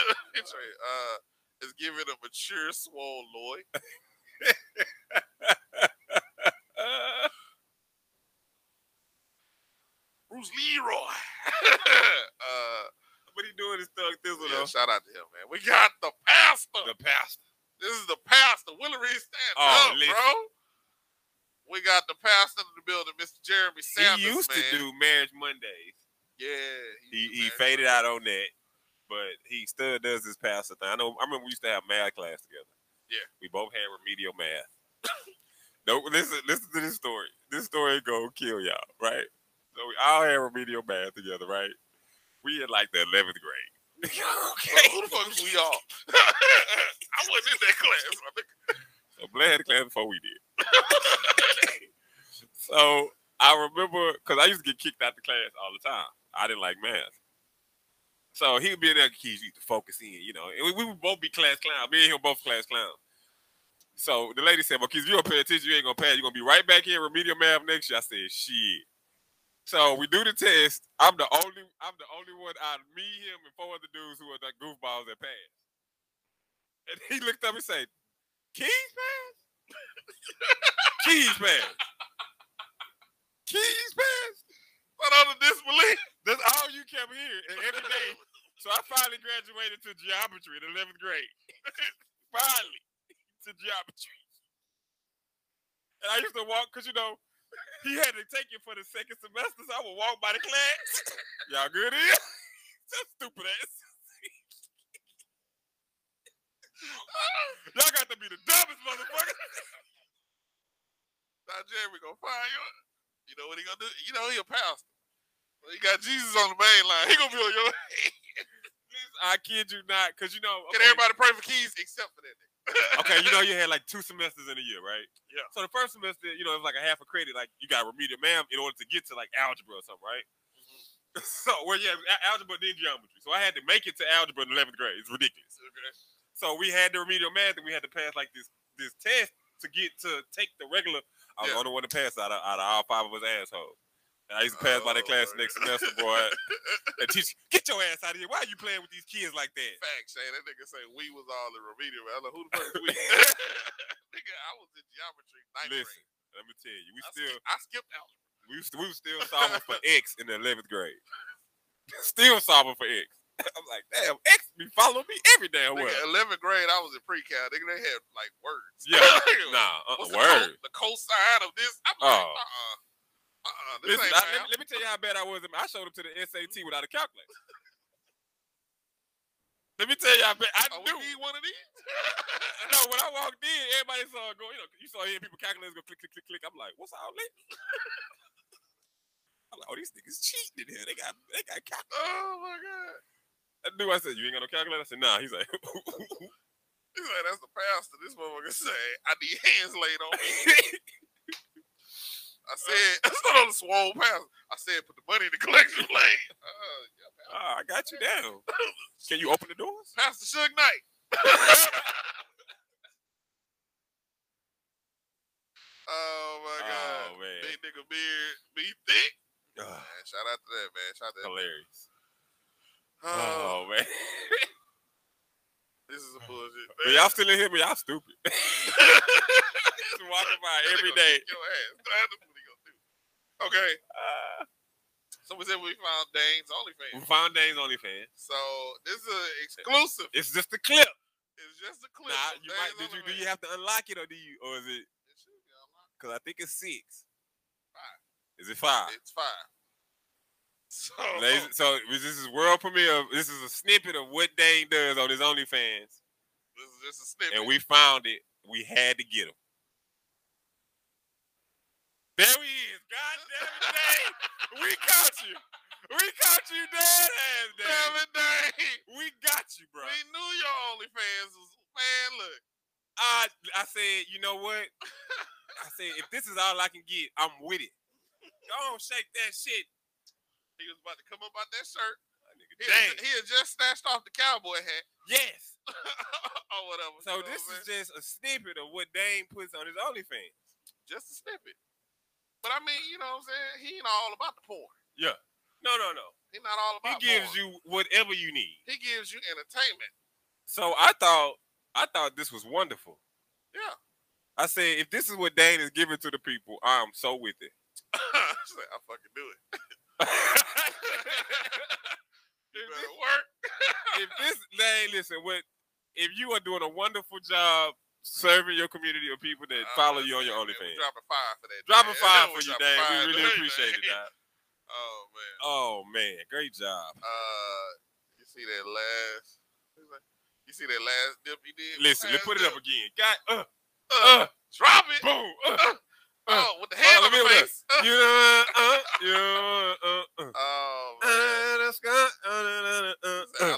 uh, is giving a mature, swole Lloyd.
Uh,
Bruce Leroy. uh,
but he doing his thug thistle
yeah,
though.
shout out to him, man. We got the pastor.
The pastor.
This is the pastor. Willie Reed stand
Oh,
up,
listen.
bro. We got the pastor in the building, Mr. Jeremy Sanders.
he used
man.
to do marriage Mondays.
Yeah.
He
used to
he
marry-
faded out on that, but he still does his pastor thing. I know. I remember we used to have math class together.
Yeah.
we both had remedial math. no, listen, listen to this story. This story gonna kill y'all, right? So we all had remedial math together, right? We in like the eleventh grade.
Bro,
okay.
who the fuck is we all? I wasn't in that class. I think
So Blair had the class before we did. so I remember because I used to get kicked out the class all the time. I didn't like math. So he would be in there, he used to focus in, you know. And we, we would both be class clowns. Me and him both class clowns. So the lady said, Well, kids, if you don't pay attention, you ain't gonna pass. You're gonna be right back here in remedial math next year. I said, shit. So we do the test. I'm the only I'm the only one out of me, him, and four other dudes who are the goofballs that passed. And he looked up and said, Keys pass? Keys pass. Keys pass?
But on the disbelief.
That's all you kept hearing and every day. So I finally graduated to geometry in 11th grade. finally to geometry. And I used to walk, because, you know, he had to take it for the second semester, so I would walk by the class. Y'all good here? Just stupid ass. Y'all got to be the dumbest motherfucker.
Now Jeremy gonna fire you. You know what he gonna do? You know he a pastor. Well, He got Jesus on the main line. He gonna be on your
Listen, I kid you not, because you know.
Can everybody pray for keys except for that nigga?
okay, you know you had like two semesters in a year, right?
Yeah.
So the first semester, you know, it was like a half a credit, like you got remedial math in order to get to like algebra or something, right?
Mm-hmm.
So well, yeah, a- algebra then geometry. So I had to make it to algebra in eleventh grade. It's ridiculous.
Okay.
So we had the remedial math, and we had to pass like this this test to get to take the regular. I was
Yeah.
the only one to pass out of, out of all five of us assholes. And I used to pass by that
Oh,
class
Lord.
next semester, boy. and teach, get your ass out of here. Why are you playing with these kids like that?
Fact, Shane. That nigga say we was all in remedial. I like, who the fuck is we? nigga, I was in geometry ninth
Listen,
grade.
Let me tell you, we
I,
still
skipped, I skipped out.
we was, we was still solving for X in the eleventh grade. Still solving for X. I'm like, damn, X be following me every damn
Nigga,
word.
11th grade, I was in pre-cal. Nigga, they had like words.
Yeah,
Nigga,
nah, uh,
What's
word.
The, co- the cosine of this? I'm like,
Oh.
uh-uh. Uh-uh. This
Listen,
ain't
I, let,
math. Mm-hmm.
me- let me tell you how bad I was. I showed up to the SAT without a calculator. let me tell you how bad I
Oh, we
knew.
need one of these?
No, when I walked in, everybody saw it go. You know, you saw here people calculators go click, click, click, click. I'm like, what's all that? I'm like, oh, these niggas cheating in here. They got, they got calculators.
oh, my God.
That dude, I said, you ain't got no calculator. I said, nah. He's like,
He's like, that's the pastor. This motherfucker say, I need hands laid on me. I said, that's not on the swole pastor. I said, put the money in the collection plate. Uh, yeah, pastor.
oh, I got you down. Can you open the doors?
Pastor Suge Knight. oh my god.
Oh man,
Big nigga beard. Be thick.
Ugh,
Man, shout out to that man. Shout out to that.
hilarious.
Oh,
Oh man,
this is a bullshit.
but y'all still in here, but y'all stupid. Just walking by
That nigga
every
gonna
day.
kick Your ass. That's what he gonna do. Okay.
Uh,
So we said we found Dane's OnlyFans.
we found Dane's OnlyFans.
So this is an exclusive.
It's just a clip.
It's just a clip.
Nah,
of
you might,
Dane's
did you do
OnlyFans.
you have to unlock it or do you or is it?
It should be unlocked.
Cause I think it's six.
Five.
Is it oh, five?
It's five. So
Ladies, so this is world premiere. Of, this is a snippet of what Dane does on his OnlyFans,
this is just a snippet.
and we found it. We had to get him. There he is. God damn it, Dane. We caught you. We caught you dead ass,
Damn
Dane.
it, Dane.
We got you, bro.
We knew your OnlyFans was man. Look,
I I said, you know what? I said, if this is all I can get, I'm with it. Don't shake that shit.
he was about to come up out that shirt. He,
Dang.
had, ju- he had just snatched off the cowboy hat
Yes.
or whatever. you
So
know
this
what I'm
is just a snippet of what Dane puts on his OnlyFans.
saying? just a snippet. But I mean, you know what I'm saying? He ain't all about the porn.
No, no, no.
He not all
He
about. porn.
gives you whatever you need.
He gives you entertainment.
So I thought I thought this was wonderful.
Yeah.
I said, if this is what Dane is giving to the people, I'm so with it.
She's like, I fucking do it. You
If
better work.
if this Dane, listen, what if you are doing a wonderful job serving your community of people that
I'm
follow
just
you on your
saying, man,
OnlyFans?
We dropping five for that.
Drop a
Dane. I
five
know
for you,
dropping
Dane.
five
We really
for that,
appreciate it,
Dane.
Dog.
Oh man.
Oh man, great job.
Uh, you see that last? You see that last dip he did?
Listen, let's
Last
put it up
dip.
again. God,
Uh,
uh, uh,
drop it.
boom. Uh,
oh, with the hand
uh,
on
let
the
me-
face. Uh,
you know, uh, you know, uh, uh, uh.
oh, man.
Uh, that's good. Uh, uh, uh, uh,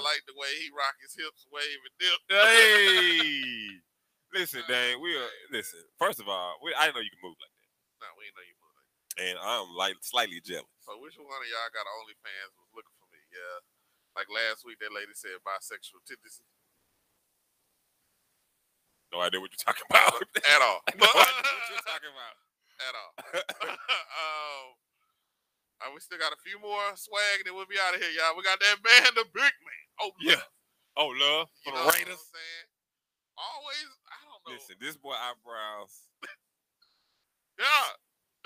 I
uh.
like the way he rock his hips, wave and dip.
Hey, listen,
Oh,
Dane. We are listen. First of all, we, I didn't know you can move like
no, we ain't know you moving.
that, and I'm like slightly jealous.
So which one of y'all got OnlyFans was looking for me? Yeah. Like last week, that lady said bisexual tendencies
No idea what you're talking about.
at all.
no idea what you're talking about.
at all. um, uh, we still got a few more swag, and then we'll be out of here, y'all. We got that man, the big man. Oh,
Yeah,
look,
Oh, love
you know
for the
what I'm
Raiders.
saying? Always, I don't know.
Listen, this boy eyebrows.
Yeah,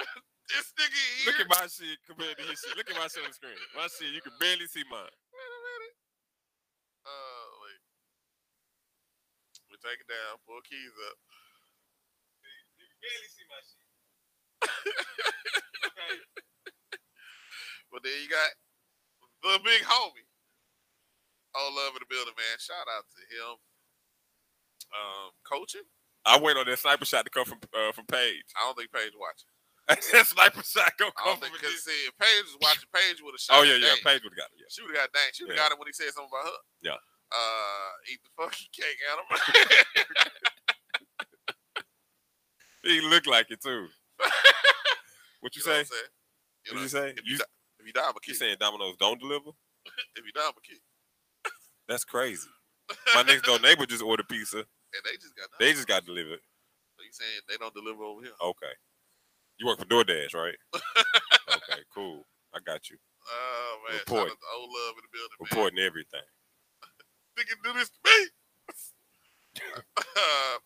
this nigga here.
Look at my shit compared to his shit. Look at my shit on the screen. My shit, you can barely see mine.
Wait a minute. Uh, wait. We take it down. Pull keys up.
You can barely see my shit.
But then you got the big homie. Oh, love in the building, man. Shout out to him. Um, coaching.
I wait on that sniper shot to come from uh, from Paige.
I don't think Paige watching.
that sniper shot gonna
I
come
don't
from
think because see, if Paige was watching, Paige would have shot.
Oh yeah, yeah.
Dang.
Paige would have got it. Yeah.
She would have got dang. She would have
Yeah.
got it when he said something about her.
Yeah.
Uh, eat the fucking cake, Adam.
He looked like it too. what you,
you know what
say?
I'm saying? You
What
know,
you say?
If
You,
you, die, if you die, I'm a
you
kid.
saying Domino's don't deliver?
If you die, I'm a kid.
That's crazy. My next door neighbor just ordered pizza.
And they just got done.
They just got delivered.
So you saying they don't deliver over here?
Okay. You work for DoorDash, right? okay, cool. I got you.
Oh man,
Report.
shout out to old love in the building. Man.
Reporting everything.
Nigga do this to me. Uh,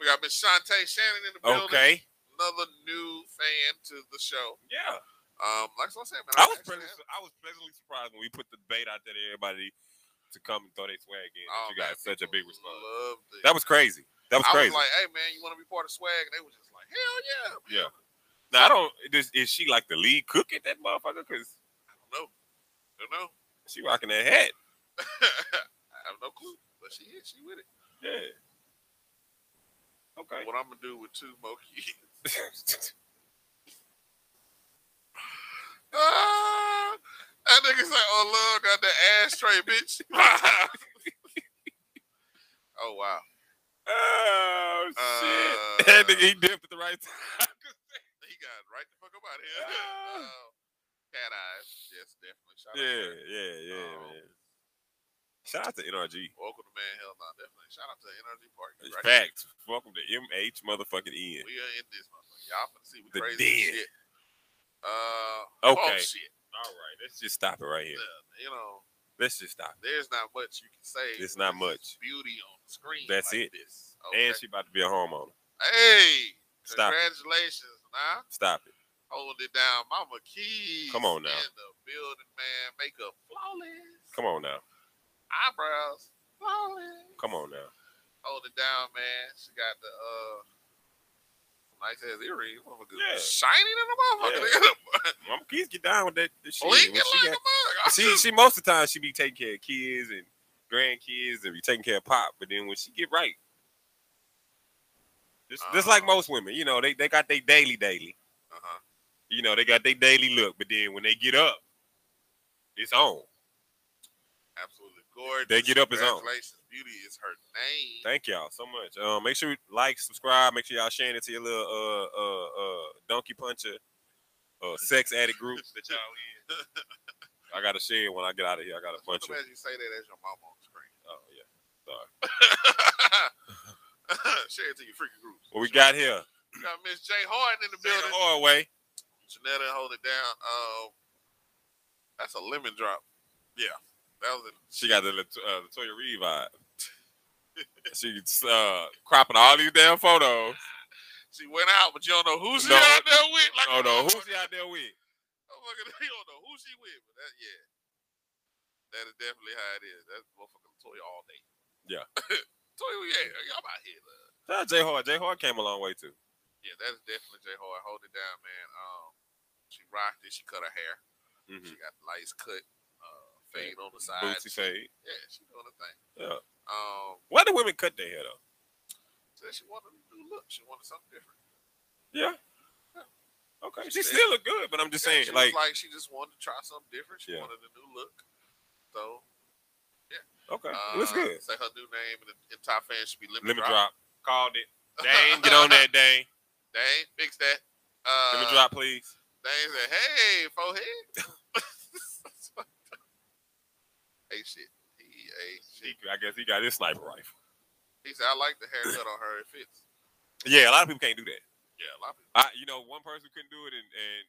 we got Miss Shantae Shannon in the building.
Okay.
Another new fan to the show.
Yeah.
Um, like I was saying, man,
I was
actually
pleasantly,
happy.
I was pleasantly surprised when we put the debate out there to everybody to come and throw their swag in.
Oh,
that you got
man,
such a
people
big response.
loved it.
That was crazy. That was
I
crazy.
was like, hey man, you want to be part of swag? And they were just like, hell yeah. man."
Yeah. now I don't. Is, is she like the lead cook at that motherfucker? Because
I don't know. I don't know.
she rocking that hat.
I have no clue. But she is. She with it.
Yeah. Okay.
What I'm gonna do with two more kids? Ah, that nigga say, "Oh love, got the ashtray, bitch." oh wow.
oh shit!
Uh,
that nigga he dipped at the right time.
He got right the fuck up out of here.
Ah.
Uh, cat eyes. Yes, definitely. Shout
yeah,
out to her.
yeah, yeah,
Um,
man. Shout out to NRG.
Welcome to Man Hell Nah, definitely. Shout out to Energy Park. you
It's
Right here.
Facts. Welcome to MH motherfucking Ian.
We are in this motherfucker. Y'all finna see we
The
crazy as
den.
shit. Uh,
Okay.
oh, shit.
All right, let's just stop it right here.
Uh, you know,
Let's just stop.
there's not much you can say.
It's not
when
much.
there's Beauty on the screen.
That's
like
it.
This.
it.
Okay.
And she about to be a homeowner.
hey,
Stop it.
congratulations, now.
Stop it.
Hold it down, Mama Keys.
Come on now.
In the building, man. Makeup flawless.
Come on now.
Eyebrows flawless.
Come on now.
Hold it down, man. She got the uh nice ass earrings. Motherfucker
Yeah.
shining in the motherfucker.
Mama Keys get down with that, that shit. When
Blinking
she,
like
got-
a mug. I'm
she
just-
she most of the time she be taking care of kids and grandkids and be taking care of pop. But then when she get right, just, just
Uh.
like most women, you know, they, they got their daily daily.
Uh-huh.
You know, they got their daily look. But then when they get up, it's on.
Absolutely gorgeous.
They get up his own.
Congratulations. Beauty is her name.
Thank y'all so much. Um, make sure you like, subscribe. Make sure y'all sharing it to your little uh uh uh donkey puncher, uh sex addict groups that y'all in. I gotta share it when I get out of here. I got a bunch of.
Imagine you say that as your mama on the screen.
Oh yeah.
Share it to your freaking groups.
What we got here?
We got Miss Jay Harden in the
Building
building.
oil way.
Janetta hold it down. Um, that's a lemon drop. Yeah, that was it.
She got the Lat- uh, Latoya Reed vibe. She's uh, cropping all these damn photos.
She went out, but you don't know who she
No.
out there with. Like,
Oh no, who's she out there with?
Motherfucker, you don't know who she with, but that yeah, that is definitely how it is. That's motherfucking Toya all day.
Yeah.
Toya, yeah, y'all out here. Love.
Shout out J Hard. J Hard Uh, came a long way too.
Yeah, that is definitely J Hard. Hold it down, man. Um, she rocked it. She cut her hair.
Mm-hmm.
She got the lights cut, uh, fade on the side.
Bootsy fade.
Yeah, she doing her thing.
Yeah.
Um,
Why do women cut their hair though?
said she wanted a new look. She wanted something different.
Yeah. Okay. She still look good, but I'm just
Yeah,
saying,
she
like,
was like she just wanted to try something different. She
Yeah.
wanted a new look. So
okay,
uh,
looks good.
Say her new name in the in top fan should be Lemon,
Lemon
Drop.
drop. Called it. Dane, get on that, Dane.
They ain't fix that. Uh,
Lemon drop, please.
They ain't said, hey, forehead. hey, shit. He, hey,
He,
shit.
I guess he got his sniper rifle.
He said, I like the haircut on her. It fits.
Yeah, a lot of people can't do that.
Yeah, a lot of people.
I, you know, one person couldn't do it, and, and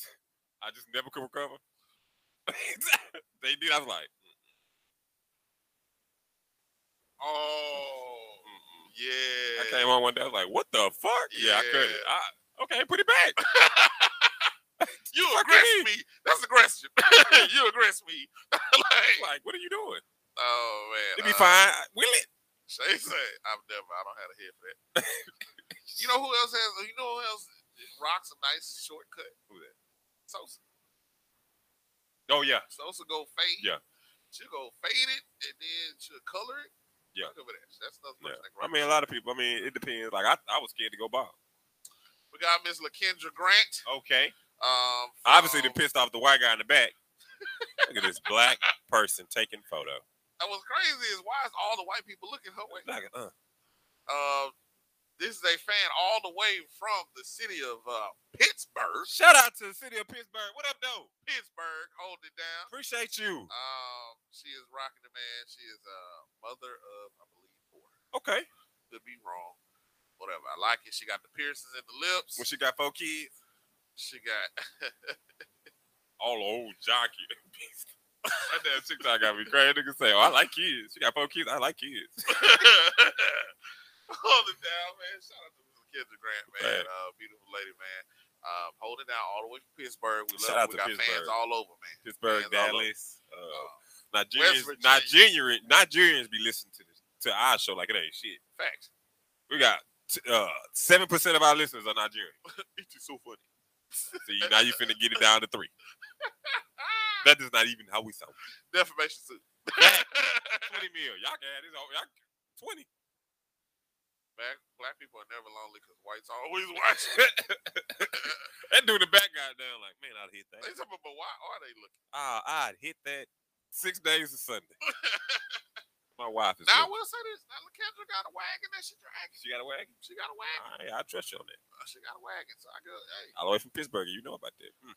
I just never could recover. they did. I was like,
Oh,
Mm-mm.
yeah.
Mm-hmm. I came on one day. I was like, what the fuck? Yeah, I
Yeah.
couldn't. I, okay, put it back.
You
Fuck
aggress
you
me. That's aggression. you aggress me. like,
like, what are you doing?
oh, man.
It'd be
uh,
fine. Will it?
Shay said, "I've never. I don't have a head for that." you know who else has? You know who else rocks a nice shortcut?
Who that?
Sosa.
Oh yeah.
Sosa go fade.
Yeah.
She'll go fade it and then she'll color it.
Yeah.
Look over that. That's another
Yeah.
person that can
I
rock
mean, a lot of people. I mean, it depends. Like I, I was scared to go bob.
it. We got Miss Lakendra Grant.
Okay.
Um,
Obviously, they
from-
pissed off the white guy in the back. Look at this black person taking photo.
And what's crazy is why is all the white people looking her way?
Like, uh,
Uh, this is a fan all the way from the city of uh, Pittsburgh.
shout out to the city of Pittsburgh. What up, though?
Pittsburgh, hold it down.
Appreciate you.
Um, she is rocking the man. She is a mother of, I believe, four.
Okay.
Could be wrong. Whatever. I like it. She got the piercings in the lips.
When she got four kids,
She got.
all old Oh, jockey. that damn TikTok got me crazy. Nigga say, "Oh, I like kids. She got four kids. I like kids."
hold it down, man. Shout out to Miss Kendra Grant, man.
Man.
Uh, beautiful lady, man. Um, hold it down all the way from Pittsburgh. We
Shout
love.
out
you. We
to
got fans
Pittsburgh.
all over, man.
Pittsburgh,
Man's all over.
Dallas, uh,
Uh,
Nigerians.
Virginia.
Nigerian, Nigerians be listening to this to our show like it ain't shit.
facts.
We got uh, seven percent of our listeners are Nigerian.
It's so funny.
See, now you finna get it down to three.
Ah,
That is not even how we sound.
defamation suit.
Twenty mil. Y'all can have this. all- Y'all twenty.
black, black people are never lonely because whites always watching.
That dude in the back got down like, man, I'd hit
they
that.
talking about, but why are they looking?
Ah, I'd hit that six days of Sunday. My wife is.
now I
with-
will say this: Now LaKendra got a wagon that she dragging.
she got a wagon.
She got a wagon.
All right, I trust you on that.
She got a wagon. So I go, hey,
All the way from Pittsburgh, you know about that. Hmm.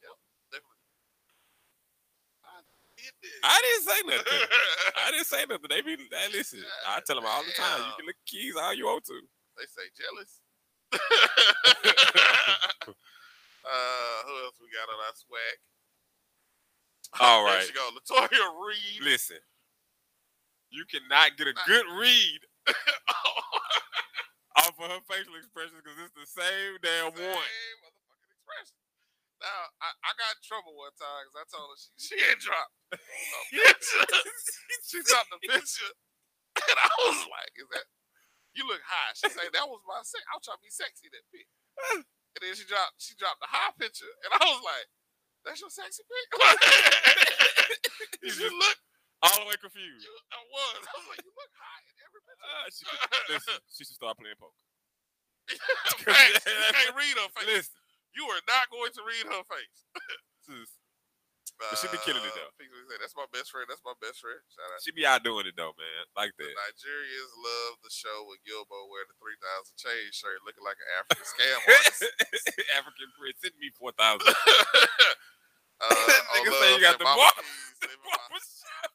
definitely. I did this.
I didn't say nothing. I didn't say nothing. They be hey, listen. I tell them all the time. You can look at keys all you want to.
they say jealous. uh, who else we got on our swag?
All
There
right.
she go, Latoya Reed.
Listen, you cannot get a good read
Oh.
off of her facial expressions because it's the same damn
Same
one.
motherfucking expression. Now I, I got in trouble one time because I told her she, she had dropped. a picture. she dropped the picture, and I was like, "Is that you look high?" She said, "That was my sex. I was trying to be sexy that pic." And then she dropped she dropped the high picture, and I was like, "That's your sexy pic?" you look.
All the way confused.
You, I was. I was like, "You look high in every picture."
Ah, she could, listen, she should start playing poker.
Facts. You can't read her face.
Listen,
You are not going to read her face.
this is- But she be killing it, though.
Uh, people say, That's my best friend. That's my best friend. Shout out.
she be out doing it though, man. Like
The
that.
Nigerians love the show with Gilbo wearing the 3,000 chain shirt looking like an African scam artist.
African print, send me four thousand.
uh,
Nigga
oh,
say
love,
you
say
got the
Mama
bar-
Keys, living my-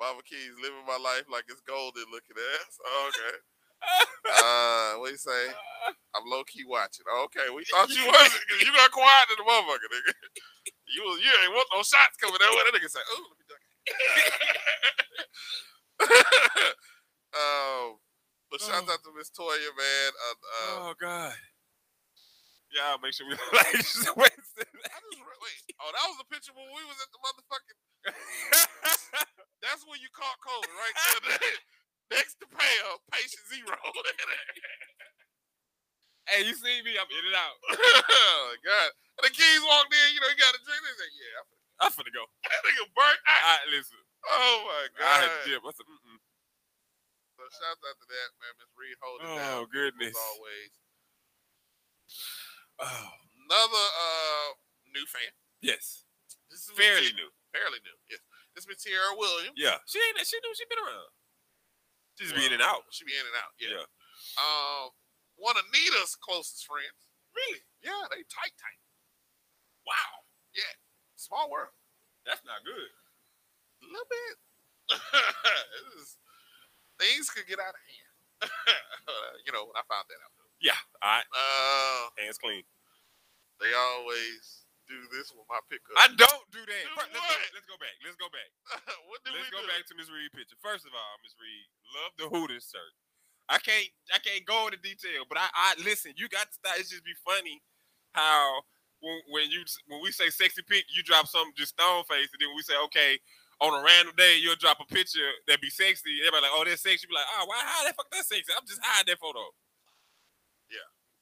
Mama Keys living my life like it's golden looking ass. okay. Uh, what you say? I'm low key watching. Okay, we thought you wasn't because you not quiet in the motherfucker, nigga. You was- you ain't want no shots coming that way. That nigga say, "Ooh, let me duck." um, but shout out to Miss Toya, man. Uh, uh,
oh God. Yeah, I'll make sure we like wait.
I just re- wait. Oh, that was a picture when we was at the motherfucking. That's when you caught COVID, right? Next to Pam, patient zero.
hey, you see me? I'm in and out.
oh, God. And the keys walked in, you know, he got a drink. They said, yeah, I'm finna-
I'm finna go.
that nigga burnt out.
I listen.
Oh, my
I
God.
had to dip. I said, mm-mm.
So, shout out to that, man. Miss Reed holding it down.
Oh goodness.
As always.
Oh
Another uh, new fan.
yes.
This is Miss
Fairly
Ti-
new.
Fairly new, yes. This is Miss Tierra Williams.
Yeah. She ain't that she knew she been around. She just be in
Well,
and out.
She be in and out, yeah.
Yeah.
Um, one of Nita's closest friends. Really? Yeah, they tight, tight.
Wow.
Small world.
That's not good.
A little bit. It was- things could get out of hand. you know, when I found that out.
Yeah. All right.
Uh,
Hands clean.
they always do this with my pickup.
I don't do that.
Do
Fir- let's, go,
what?
let's go back. Let's go back.
what did
let's
we
go
do?
back to Miss Reed picture. First of all, Miss Reed, love the Hooters shirt. I can't I can't go into detail, but I, I listen, you got to stop. It's just be funny how when, when you when we say sexy pic, you drop something just stone face, and then we say, okay, on a random day, you'll drop a picture that be sexy. Everybody like, oh, that's sexy. You be like, oh, why how the fuck that sexy? I'm just hiding that photo.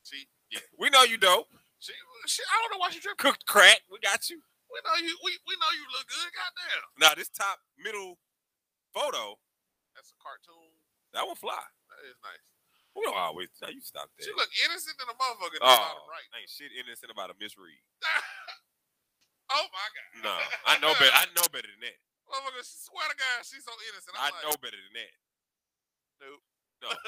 She,
We know you dope.
she, she, I don't know why she tripping.
Cooked crack. We got you.
We know you. We, we know you look good. Goddamn.
Now this top middle photo,
That's a cartoon.
that one fly.
That is nice.
We don't always. Now you stop that.
She look innocent than a motherfucker. That's
Oh,
all right.
ain't shit innocent about a misread.
oh my god.
No, I know better. I know better than that.
Motherfucker, she swear to God, she's so innocent. I'm
I
like,
know better than that.
Nope.
No. No,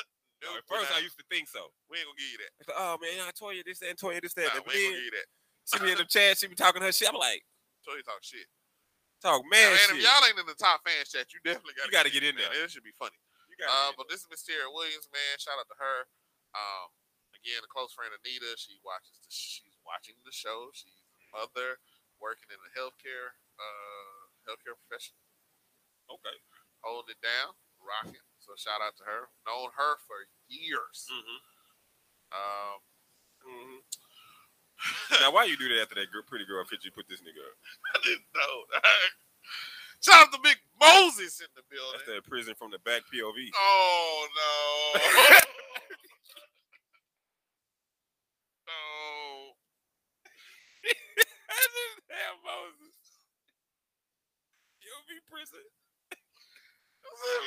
Nope,
at first
we're
I
not.
used to think so.
we ain't gonna give you that.
It's like, oh man, I told you this, that, and told you this, that.
Nah,
and
we ain't
then
gonna give you that.
she be in the chat, she be talking her shit. I'm like,
So you talk shit.
talk
And,
man
if
shit.
y'all ain't in the top fan chat, you definitely gotta
You gotta get in there.
It should be funny.
You
Uh,
gotta be-
but this is Miss Tara Williams, man. Shout out to her. Um, again, a close friend Anita. She watches the. She's watching the show. She's a mother working in the healthcare uh, healthcare profession,
okay.
holding it down, rocking. So shout out to her. Known her for years.
Mm-hmm.
Um,
Mm-hmm. now why you do that after that gr- pretty girl picture you put this nigga up?
I didn't know. shout out to Big Moses in the
That's
building.
that prison from the back POV.
Oh no. no.
That's just damn Moses. You'll be prison.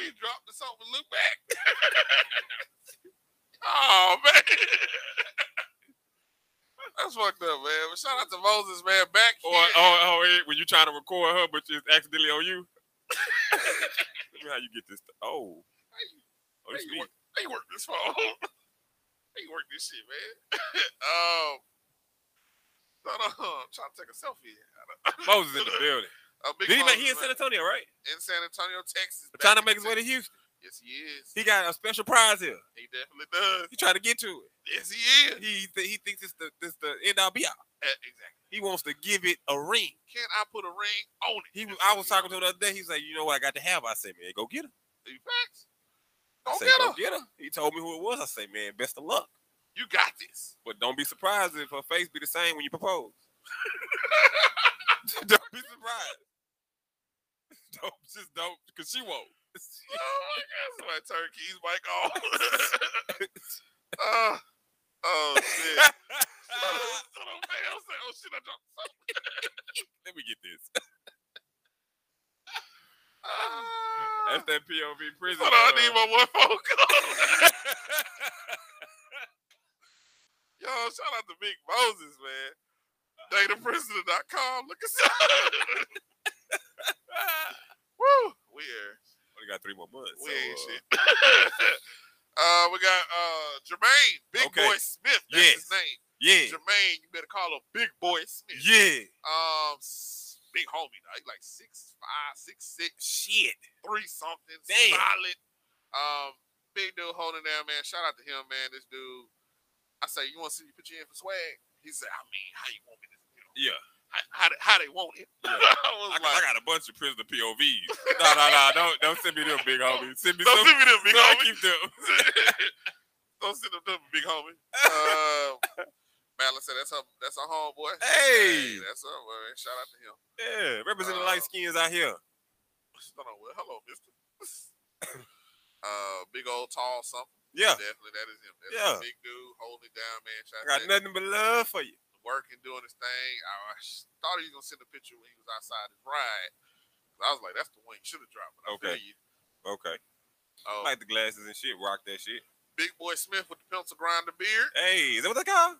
He dropped the song and look back. oh man. That's fucked up, man. But shout out to Moses, man. Back
Or
here.
or, or it- when you trying to record her, but it's accidentally on you. Let me how you get this. Oh,
How you,
oh, it's
Hey,
me.
what- how you work this phone? how you work this shit, man? um, hold on. I'm trying to take a selfie.
Moses in the building.
Uh, Big
Did he make
Moses,
he in San
man.
Antonio, right?
in San Antonio, Texas. back
Trying to
in
make his way to
Texas.
Houston.
Yes, he is.
He got a special prize here.
He definitely does.
He trying to get to it.
Yes, he is.
He th- he thinks it's the this the end all be out.
Uh, exactly.
He wants to give it a ring.
Can I put a ring on it?
He was I was talking to him the other day. He's like, you know what? I got to have. I said, man, go get her.
You facts?
I
Go
said,
get
go
her.
get her. He told me who it was. I said, man, best of luck.
You got this.
But don't be surprised if her face be the same when you propose. don't be surprised. Don't just don't, cause she won't.
Oh my God! Somebody turn keys mic on. uh, oh shit! Son of a bitch. I was like, oh shit! I dropped.
Let me get this.
Ah.
That's that POV prison.
Hold on, I
uh,
need my one phone call. Yo, shout out to Big Moses, man. DataPrisoner.com. Look us up. Woo! We here.
Only got three more months.
We
so,
ain't
uh,
shit. uh, we got uh Jermaine, Big
Okay.
Boy Smith. That's
Yes.
his name.
Yeah,
Jermaine, you better call him Big Boy Smith.
yeah.
Um, s- big homie, dog. He like six five, six six,
Shit.
three something,
Damn.
solid. Um, big dude holding down, man. Shout out to him, man. This dude, I say, you want to see you put you in for swag? He said, I mean, how you want me to, you know,
Yeah.
how, how, they- how they want it?
Yeah.
I was
I got, I
like,
got a bunch of prisoner POVs. no, no, no. Don't don't send me them, big homie. Send me
don't
some.
send me them, big
so I
homie.
keep them.
don't send them, them, big homie. Um, Madeline said, that's her, that's her homeboy.
Hey.
that's her, man. Shout out to him.
Yeah, representing
Uh,
light skins out here.
No, no, well, hello, mister. uh, big old tall something.
Yeah,
Definitely, that is him. That's
Yeah.
a big dude holding it down, man. Shout
I
out
got
to that.
nothing but love for you.
working, doing his thing. I was- thought he was gonna send a picture when he was outside his ride. I was like, that's the one you should have dropped. But I
Okay.
feel you.
Okay,
Oh,
like the glasses and shit. Rock that shit.
Big Boy Smith with the pencil grinder beard.
Hey, is that what they call?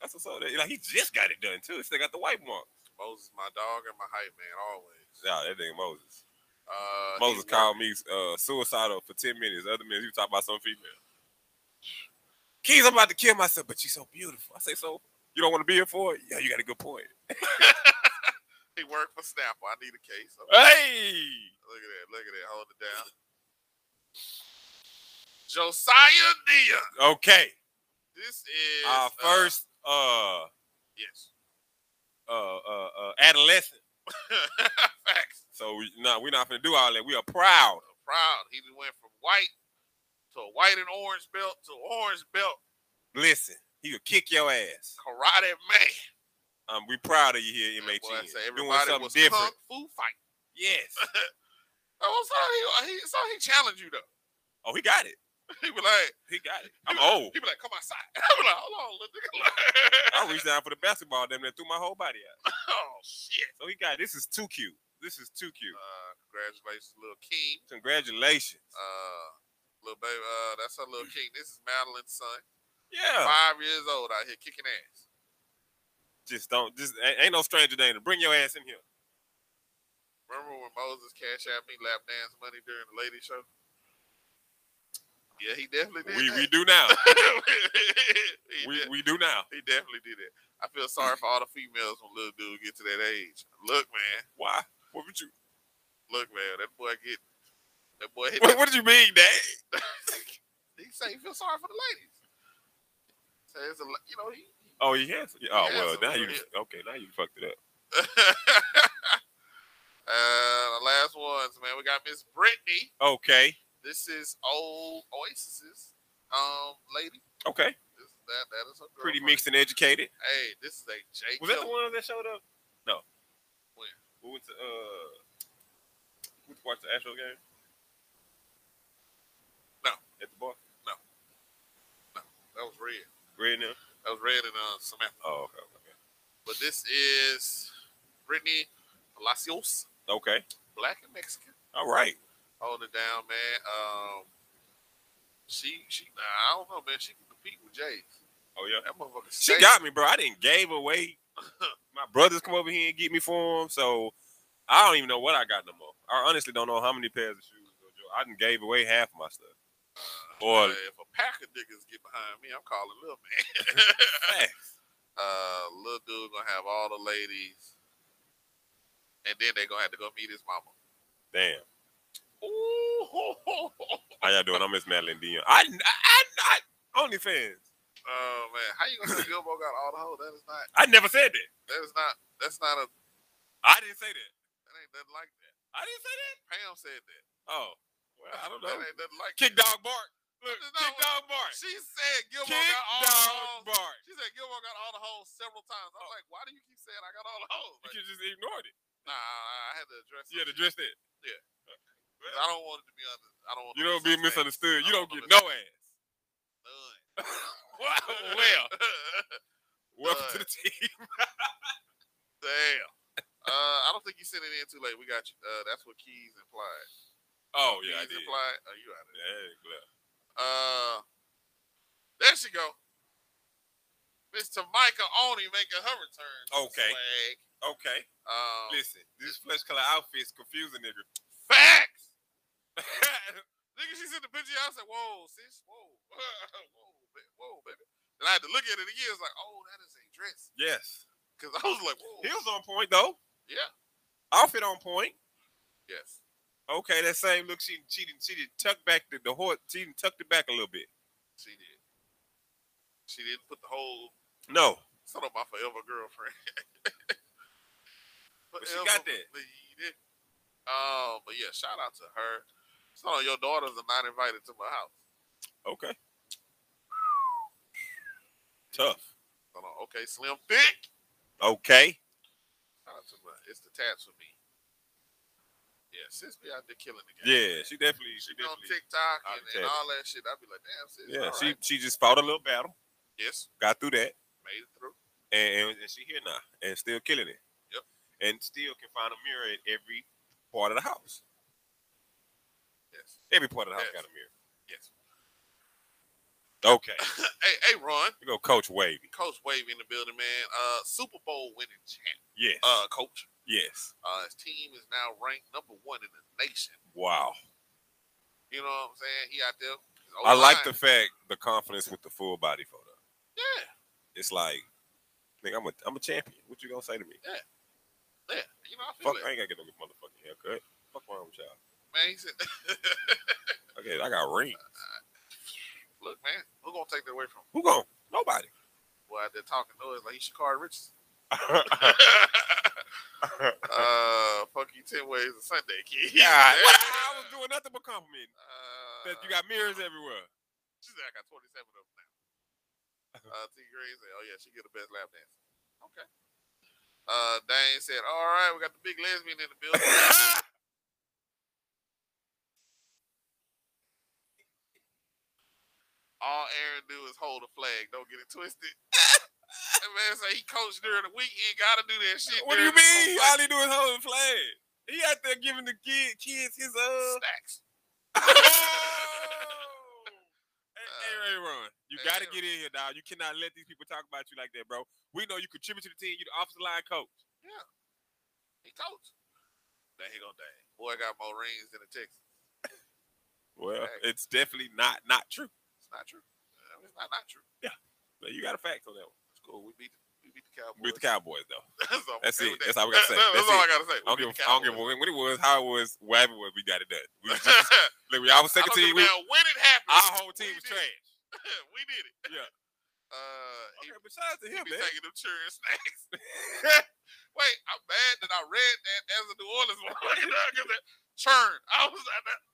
That's what's up. They- Like he just got it done too. He Still got the white mark.
Moses, my dog and my hype man, always.
Nah, that nigga Moses.
Uh, he's
Moses called me uh, suicidal for ten minutes. The other minutes he was talking about some female. Keys, I'm about to kill myself, but you're so beautiful. I say so. You don't want to be here for it? Yeah, you got a good point.
working- He worked for Snapple. I need a case. Okay,
Hey,
Look at that. Look at that. Hold it down. Josiah Dion.
okay.
This is
Our
uh,
first uh
yes.
uh, uh, uh, adolescent.
Facts.
So we, no, we're not gonna do all that. We are proud.
Proud. He done went from white to a white and orange belt to orange belt.
Listen, he could kick your ass.
Karate Man.
Um, we proud of you here,
That boy
MHN.
said
Doing
everybody
something
was
different.
kung fu fight.
Yes.
Oh, so he, he so he challenged you though.
Oh, he got it.
He be like,
He got it.
he be
I'm
like-
old.
He be like, come outside. I be like, hold on, little nigga.
I reached down for the basketball, damn near threw my whole body out.
oh shit.
So he got this is too cute. This is too cute.
Uh, congratulations, little King.
Congratulations.
Uh, little baby. Uh, that's her little King. This is Madeline's son.
Yeah.
Five years old out here kicking ass.
Just don't. Just ain't- ain't no stranger danger. Bring your ass in here.
Remember when Moses cash out me lap dance money during the lady show? Yeah, he definitely did.
We we
that.
do now.
he,
We
de-
we do now.
he definitely did it. I feel sorry for all the females when little dude get to that age. Look, man.
Why? What would you?
Look, man. That boy get. That boy hit.
What, what did you mean, Dad?
he say he feel sorry for the ladies. Say it's a, lo- you know he.
Oh, he has. Oh,
He
well,
has
now
some.
you okay? Now you fucked it up.
uh, the last ones, man. We got Miss Brittany.
Okay.
This is old Oasis's um lady.
Okay.
This, that that is her girl.
Pretty mixed and educated.
Hey, this is a J.
Was that the
Killer.
one that showed up? No.
Where?
We went to uh we watched the Astro game?
No.
At the bar?
That was red.
Right now?
That was red and uh, Samantha.
Oh, okay.
But this is Brittany Palacios,
Okay. okay.
black and Mexican.
All right.
Hold it down, man. Um, she she. I don't know, man. She can compete with Jay.
Oh yeah.
That motherfucker.
She
stays-
got me, bro. I didn't gave away. My brothers come over here and get me for them, so I don't even know what I got no more. I honestly don't know how many pairs of shoes. Jojo. I done gave away half my stuff. Boy,
Hey, if a pack of niggas get behind me, I'm calling little man.
facts.
Uh, little dude gonna have all the ladies, and then they gonna have to go meet his mama.
damn.
Ooh.
How y'all doing? I'm Miss Madeline Dion. I, I, I, I OnlyFans.
Oh man, how you gonna say Gilbo got all the hoes? That is not.
I never said that.
That is not. That's not a.
I didn't say that.
That ain't nothing like that.
I didn't say that.
Pam said that.
Oh, well, I don't
That
know.
ain't nothing like
Kick
that.
dog bark. Look,
That's not
kick
what-
dog bark.
She said Gilbo
Kick
got all the
dog
hoes.
bark.
She said Gilbo got all the hoes several times. I'm like, why do you keep saying I got all the hoes?
You
Like,
could just ignored it.
nah, I I had to address.
You had
some
to address that.
shit. I don't want it to be under. I don't want.
You
no
don't be
misunderstanding.
misunderstood. You
I
don't
don't
get no ass.
None.
Wow, well, welcome to the team.
damn. Uh, I don't think you sent it in too late. We got you. Uh, that's what keys implied.
Oh yeah, I
keys
did.
implied. Oh, you out of there.
Yeah, glad.
Uh, there she go. Miss Tamika Oni making her return. to
Okay.
Swag.
Okay,
Um,
listen. This flesh color outfit's confusing, nigga.
facts. Nigga, she sent the picture. I said, "Whoa, sis. Whoa, whoa, baby, whoa, baby." And I had to look at it again. It's like, "Oh, that is a dress."
yes,
Because I was like, "Whoa."
heels on point though.
Yeah.
Outfit on point.
Yes.
Okay, that same look. She she didn't she didn't tuck back the the horse. She didn't tucked it back a little bit.
She did. She didn't put the whole
No,
son of my forever girlfriend.
But she got that.
But you did. Um, but yeah, shout out to her. So your daughters are not invited to my house.
okay. Tough.
Hold on. Okay, Slim Thick.
Okay.
Shout out to my it's the tats for me. Yeah, sis be out there killing the game.
Yeah, she definitely she
She on
definitely.
TikTok
I'll
and,
be
and
tapping.
all that shit. I'd be like, damn, sis.
Yeah,
all
she
right.
she just fought a little battle,
yes,
got through that,
made it through.
and, and, and she here now, and still killing it.
Yep.
And still can find a mirror at every part of the house.
Yes,
Every part of the house
Yes.
got a mirror.
yes.
Okay.
hey, hey, Ron,
We go, Coach Wavy.
Coach Wavy in the building, man. Uh, Super Bowl winning champ.
Yes.
Uh, coach.
yes.
Uh, his team is now ranked number one in the nation.
Wow.
You know what I'm saying? He out there. his
I like the
O-line.
fact the confidence with the full body photo.
yeah,
it's like, nigga, I'm a I'm a champion. What you gonna say to me?
yeah. You know I feel
Fuck,
it.
I ain't gotta get no motherfucking haircut. Fuck wrong with y'all?
man. He said,
Okay, I got rings.
"Look, man, who gonna take that away from him?
Who gon' Nobody.
Boy, out there talking noise like he Shakari Richardson."
God,
uh, fuck you ten ways a Sunday, kid.
what? I was doing nothing but complimenting.
Uh,
That you got mirrors everywhere.
She said I got twenty seven of them now. Uh, T Green said, "Oh yeah, she get the best lap dance." Okay. Uh, Dane said, "All right, we got the big lesbian in the building." all Aaron do is hold a flag. Don't get it twisted. that man say he coached during the week. He ain't gotta do that shit.
what do you
during the-
mean? All he do is hold the flag. He out there giving the kid, kids his uh.
Snacks.
hey, hey, Ray Ron, you
Hey,
got to
Ray
get in here, dog. You cannot let these people talk about you like that, bro. We know you contribute to the team. You the offensive line coach.
He coached. Then he gonna dang. Boy got more rings than the Texans.
Well,
Facts.
it's definitely not not true.
It's not true. Uh, It's not not true.
But you got a fact on that one.
It's cool. We beat the, we beat the Cowboys.
With the Cowboys, though,
That's, all I'm
That's
saying
it.
with that.
That's all we gotta say.
That's,
That's
all I
it.
gotta say.
I don't
We
give,
beat the
I don't give a
Cowboys.
when it was, how it was, whatever it was, we got it done. We, was just- look, we our
I
second
don't
team,
give a
we, our
damn when it happened,
whole team
we
was
did
trash.
it. we did it.
Yeah.
Uh, he
Okay, but shout out to him,
be
man.
taking them cheering snacks. Wait, I'm mad that I read that as a New Orleans one. You know, 'cause that churn. I was like, that-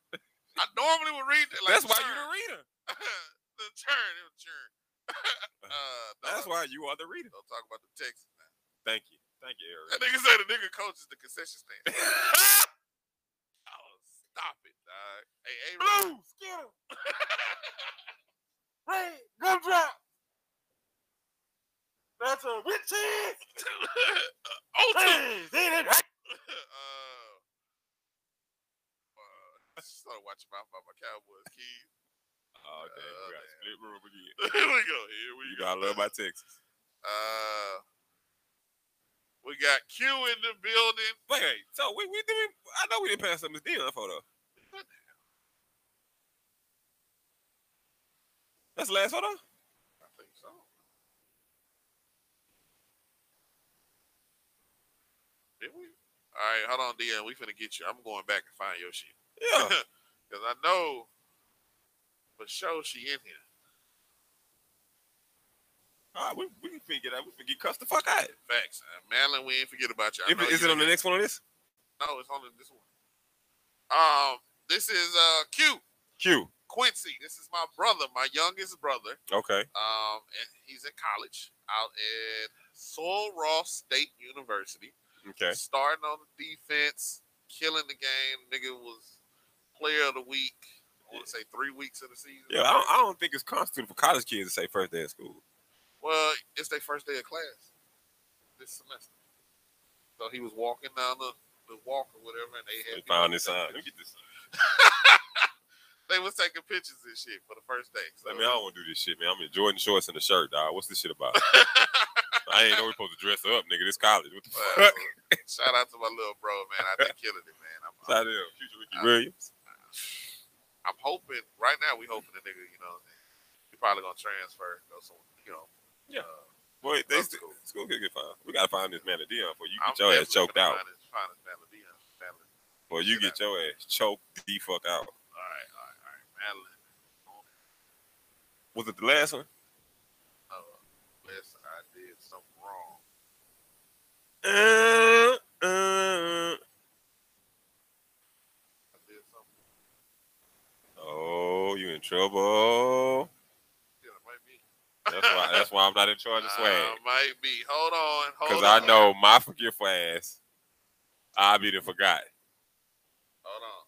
I normally would read that. Like, Oh,
That's why
churn.
you the reader.
the churn. It was churn. uh,
That's
dog,
why you are the reader.
Don't talk about the Texans now.
Thank you, thank you, Eric.
That nigga said the nigga coaches the concession stand. oh, stop it, dog. Hey, hey, Ron.
Blue, Skittle, Red, Gumdrop. That's a good cheese.
Ultra.
it.
Oh, uh, uh, started watching my, my, my Cowboys kids.
Oh, okay.
Oh,
we got
damn.
split room again.
here we go. Here we
You
go.
gotta love my Texas.
Uh, we got Q in the building.
Wait, wait. So we we did. I know we didn't pass up Miss Dion photo. That's the last photo.
I think so. Did we? All right, hold on, Dion. We finna get you. I'm going back and find your shit
Yeah.
because I know for sure she in here.
All right, we we can figure it out. We can get cussed the fuck out.
Facts, uh, Madeline. We ain't forget about you. I
If,
know
it- is
you
it
in
on the
here.
next one on this?
No, it's only this one. Um, this is uh Q
Q.
Quincy. This is my brother, my youngest brother.
Okay.
Um, and he's in college out at Sol Ross State University.
Okay.
Starting on the defense, killing the game. Nigga was player of the week. I want to say three weeks of the season.
Yeah, I don't, I don't think it's constituted for college kids to say first day of school.
Well, it's their first day of class this semester. So he was walking down the, the walk or whatever, and they had
They
people
found this
taking
out. Let me
pictures.
get this.
They was taking pictures and shit for the first day. So
I mean, I don't want to do this shit, man. I'm in Jordan shorts and a shirt, dog. What's this shit about? I ain't know we supposed to dress up, nigga. This college. What the
Well,
fuck?
shout out to my little bro, man. I think killing it, man. I'm,
Shout out
I'm,
to him, Future Ricky Williams.
I'm hoping right now. We hoping the nigga, you know, he probably gonna transfer, go some, you know.
Yeah.
uh,
Boy, they
that's
st-
cool.
school could get fined. We gotta find this man a deal for you
I'm
get your ass
definitely
choked
gonna
out.
find his- find his melody, uh, melody.
Boy, you
shit
get your ass choked the fuck
All right,
out.
all right, all right, Madeline.
Was it the last one?
Uh, unless I did something wrong.
Uh, uh.
I did something.
Oh, you in trouble.
Yeah, it might be.
That's why that's why I'm not in charge of
Uh,
swag.
might be. Hold on, hold
Cause
on.
I know my forgetful ass, I'll be the forgot.
Hold on,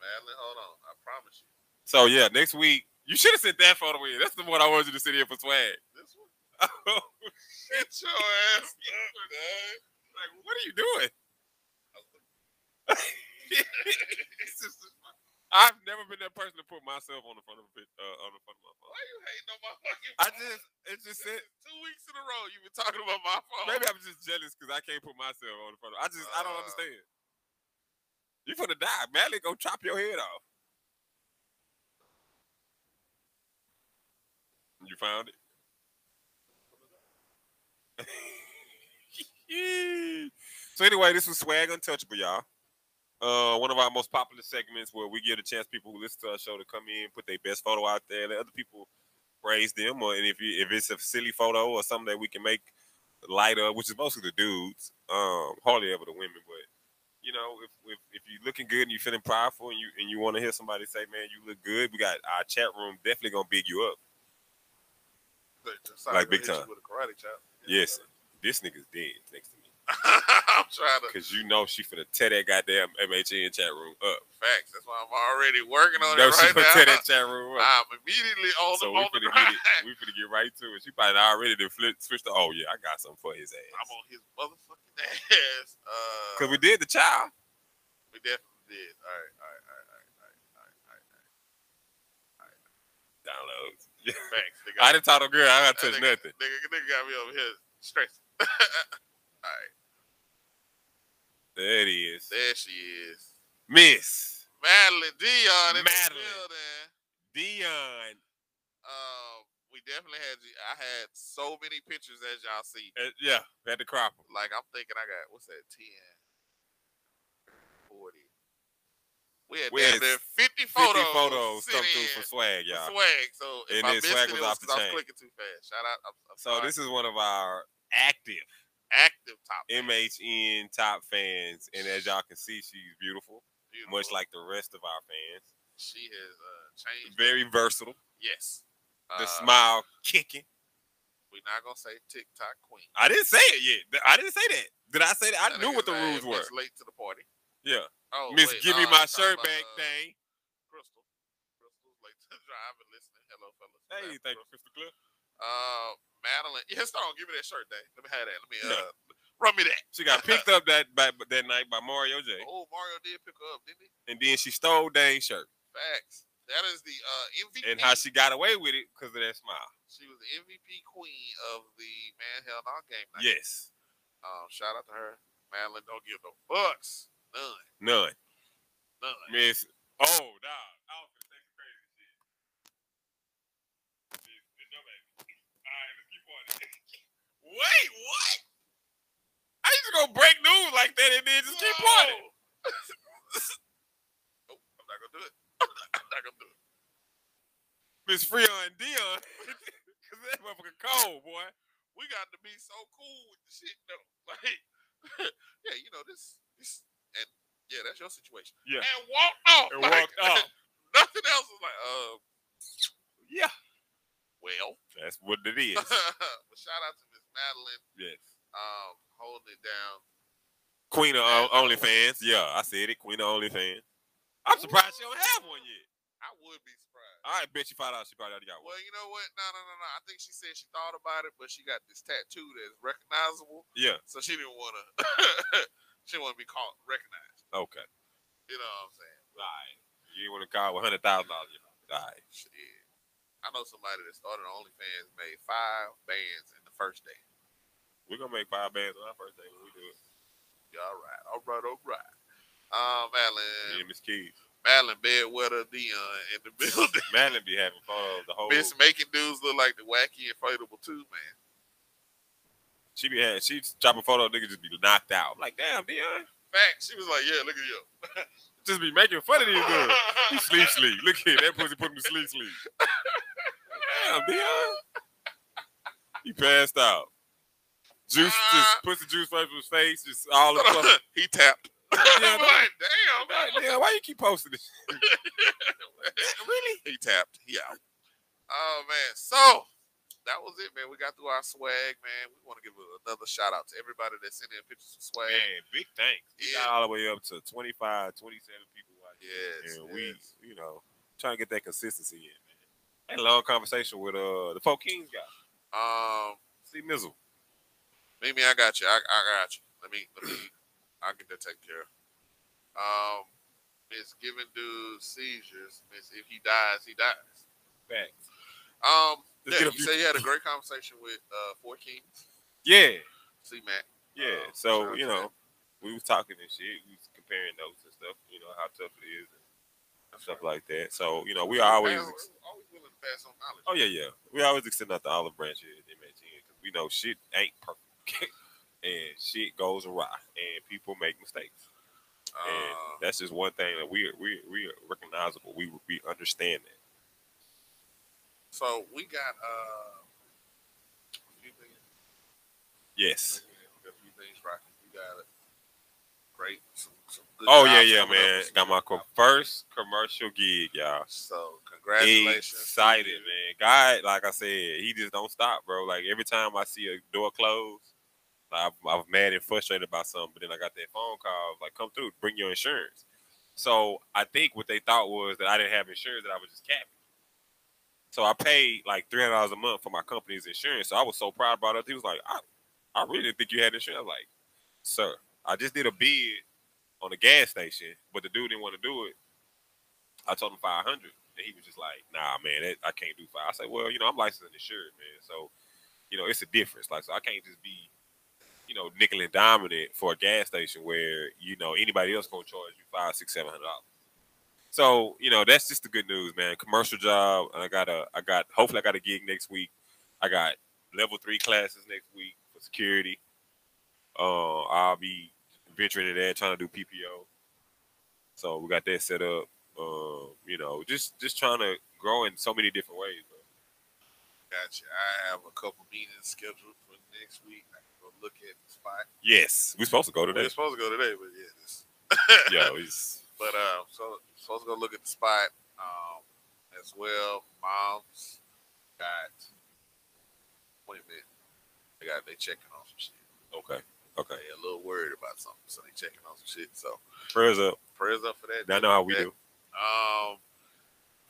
Madeline. Hold on. I promise you.
So yeah, next week you should have sent that photo in. That's the one I wanted you to sit here for swag.
This one.
like,
Get your ass up, man.
what are you doing? It's just- I've never been that person to put myself on the front of a pic- uh, on the front of my phone.
Why you hating on my fucking
I
phone?
just it just said
Two weeks in a row, you've been talking about my phone.
maybe I'm just jealous because I can't put myself on the front. Of, I just I don't
Uh.
understand. You finna die, Madly gonna chop your head off. You found it. so anyway, this was Swag Untouchable, y'all. Uh, one of our most popular segments where we give a chance people who listen to our show to come in, put their best photo out there, let other people praise them, or and if you, if it's a silly photo or something that we can make light of, which is mostly the dudes, um, hardly ever the women, but you know, if if, if you're looking good and you're feeling prideful and you and you want to hear somebody say, "Man, you look good," we got our chat room definitely gonna big you up. Like big time.
With a karate chop.
Yes, this nigga's dead next to me.
I'm trying to.
Cause you know she finna tear that goddamn MHN chat room up.
Facts. That's why I'm already working on it
no, she
right
finna tear
now.
that chat room up.
I'm immediately on
so
the
we
on the
finna get
grind.
it. We finna get right to it. She probably already done flip switched to. Oh yeah, I got something for his
I'm
ass.
on his motherfucking ass. Uh,
Cause we did the child.
we definitely did. All right, all right, all right, all right, all right, all right, all right.
Downloads.
Thanks. Nigga.
I didn't talk to girl. I got to touch
nigga,
nothing.
Nigga, nigga got me over here stressing. all right,
There it is.
there she is,
Miss
Madeline Dion in the
Madeline.
building.
Dion.
Um, we definitely had. you- I had so many pictures as y'all see.
Uh, yeah, had the cropper.
Like I'm thinking, I got what's that? 10, 40. We had
We
damn
had
near 50
50
photos,
photos
sent
come through
in
for swag,
for
y'all.
swag. So if
And
I
then
missed
swag
it,
was
it was
off the
because I was
chain.
clicking too fast. Shout out. I'm, I'm
So
sorry.
this is one of our active
active top
MHN top fans, and as y'all can see, she's beautiful,
beautiful.
much like the rest of our fans.
she has uh, changed.
Very versatile.
yes.
The
Uh,
smile kicking.
We're not gonna say TikTok queen.
I didn't say it yet. Th- I didn't say that. Did I say that? I
That
knew
nigga's
what the
name
rules were.
is Late to the party.
Yeah.
Oh,
Miss,
wait,
give
no,
me
I'm
my
talking
shirt
about,
back
uh,
thing.
Crystal. Crystal's late to the drive and listening. Hello, fellas. That's
Hey, thank you,
Crystal.
Crystal Cliff.
Uh, Madeline. Yes, don't give me that shirt, Dave. Let me have that. Let me
No.
uh, run me that.
She got picked up that by, that night by Mario J,
Oh, Mario did pick her up, didn't he?
and then she stole Dane's shirt.
Facts. That is the uh, MVP.
And how she got away with it because of that smile.
she was the MVP queen of the Man Hell Not game night.
Yes.
Um, shout out to her. Madeline don't give no fucks. None.
None.
None.
Miss. Oh, dog. I was gonna say some crazy shit. Miss, miss your baby. All right, let's keep on it. Wait, what? I just gonna break news like that and then just keep on it.
Whoa. oh, I'm not gonna do it. I'm not gonna do it.
Miss Freon Dion. Cause that motherfucker cold, boy.
We got to be so cool with the shit though. Like, yeah, you know this, this, and yeah, that's your situation.
Yeah.
and walk off.
And
like,
walked off.
Nothing else was like, uh,
Yeah.
well.
That's what it is.
but shout out to Miss Madeline,
yes.
um, holding it down.
Queen of O- OnlyFans. Yeah, I said it. Queen of OnlyFans. I'm surprised she don't have one yet.
I would be surprised.
I bet you five dollars she probably already got one.
Well, you know what? No, no, no, no. I think she said she thought about it, but she got this tattoo that's recognizable,
Yeah.
so she didn't want to. she want to be called recognized.
Okay.
You know what I'm saying?
All right. You want to call with hundred thousand dollars? All right.
Shit. I know somebody that started OnlyFans made five bands in the first day.
We're gonna make five bands on our first day when we do it.
Yeah, all right, all right, all right. Um, Madeline,
Me and Miss Keys.
Madeline Bedwetter Dion in the building.
Madeline be having photos the whole
Miss making dudes look like the wacky inflatable too, man.
She be having she chopping photos, niggas just be knocked out. I'm like, damn, Dion.
Fact, she was like, "Yeah, look at you."
Just be making fun of these girls. He sleep sleep. Look here, that pussy put him to sleep sleep. Damn, Dion. He passed out. Juice just pussy juice right from his face, just all the stuff.
he tapped.
Yeah,
I'm like, damn.
Dion, why you keep posting this?
really? He tapped. Yeah. Oh man. So that was it, man. We got through our swag, man. We want to give another shout out to everybody that sent in pictures of swag.
Man, big thanks. We got
Yeah.
all the way up to 25, 27 people watching.
Yes.
and we,
yes.
you know, trying to get that consistency in, man. Had a long conversation with uh the Four Kings guy,
Um,
C Mizzle.
Mimi, I got you. I, I got you. Let me. Let me. I'll get that taken care of. Um, Miss giving dude seizures. Miss, if he dies, he dies.
Facts.
Um,
Let's
yeah,
get a
you
few-
say you had a great conversation with uh, Four Kings,
Yeah,
C Mac. Oh,
yeah. so
sounds
you know, we was talking and shit. We was comparing notes and stuff. You know how tough it is and stuff like that. So you know, we are always.
Always willing to pass on knowledge.
Oh yeah, yeah. We always extend out the olive branch here at MHN because we know shit ain't perfect, and shit goes awry, and people make mistakes. And
Uh,
that's just one thing that we we we are recognizable. We we understand that.
so we got uh, a few things,
Yes.
a few things rocking. We got a great. Some, some good
Oh yeah,
jobs
yeah,
coming up.
man. Got my co- first commercial gig, y'all.
So congratulations.
Excited, man. God, like I said, he just don't stop, bro. Like every time I see a door close, like, I'm, I'm mad and frustrated about something. But then I got that phone call, like, come through, bring your insurance. So I think what they thought was that I didn't have insurance, that I was just capping. So I paid like three hundred dollars a month for my company's insurance. So I was so proud about it. He was like, I, I really didn't think you had insurance. I was like, sir, I just did a bid on the gas station, but the dude didn't want to do it. I told him 500, and he was just like, "Nah, man, that, I can't do five. I said, "Well, you know, I'm licensed and insured, man, so you know, it's a difference. Like, so I can't just be, you know, nickel and dominant for a gas station where you know anybody else gonna charge you five, six, seven hundred dollars." So you know, that's just the good news, man. Commercial job, and I got a, I got hopefully I got a gig next week. I got level three classes next week for security. Uh, I'll be venturing into that, trying to do PPO. So we got that set up. Um, you know, just just trying to grow in so many different ways. Bro.
Gotcha. I have a couple meetings scheduled for next week. I can go look at the spot.
Yes, we're supposed to go
We're
today.
supposed to go today, but yeah, this.
Yo, it's
But uh, so supposed to go look at the spot um, as well. Moms got wait a minute. They got they checking on some shit.
okay. Okay,
They a little worried about something, so they checking on some shit. So
prayers up.
prayers up for that.
Y'all know how we do.
Um,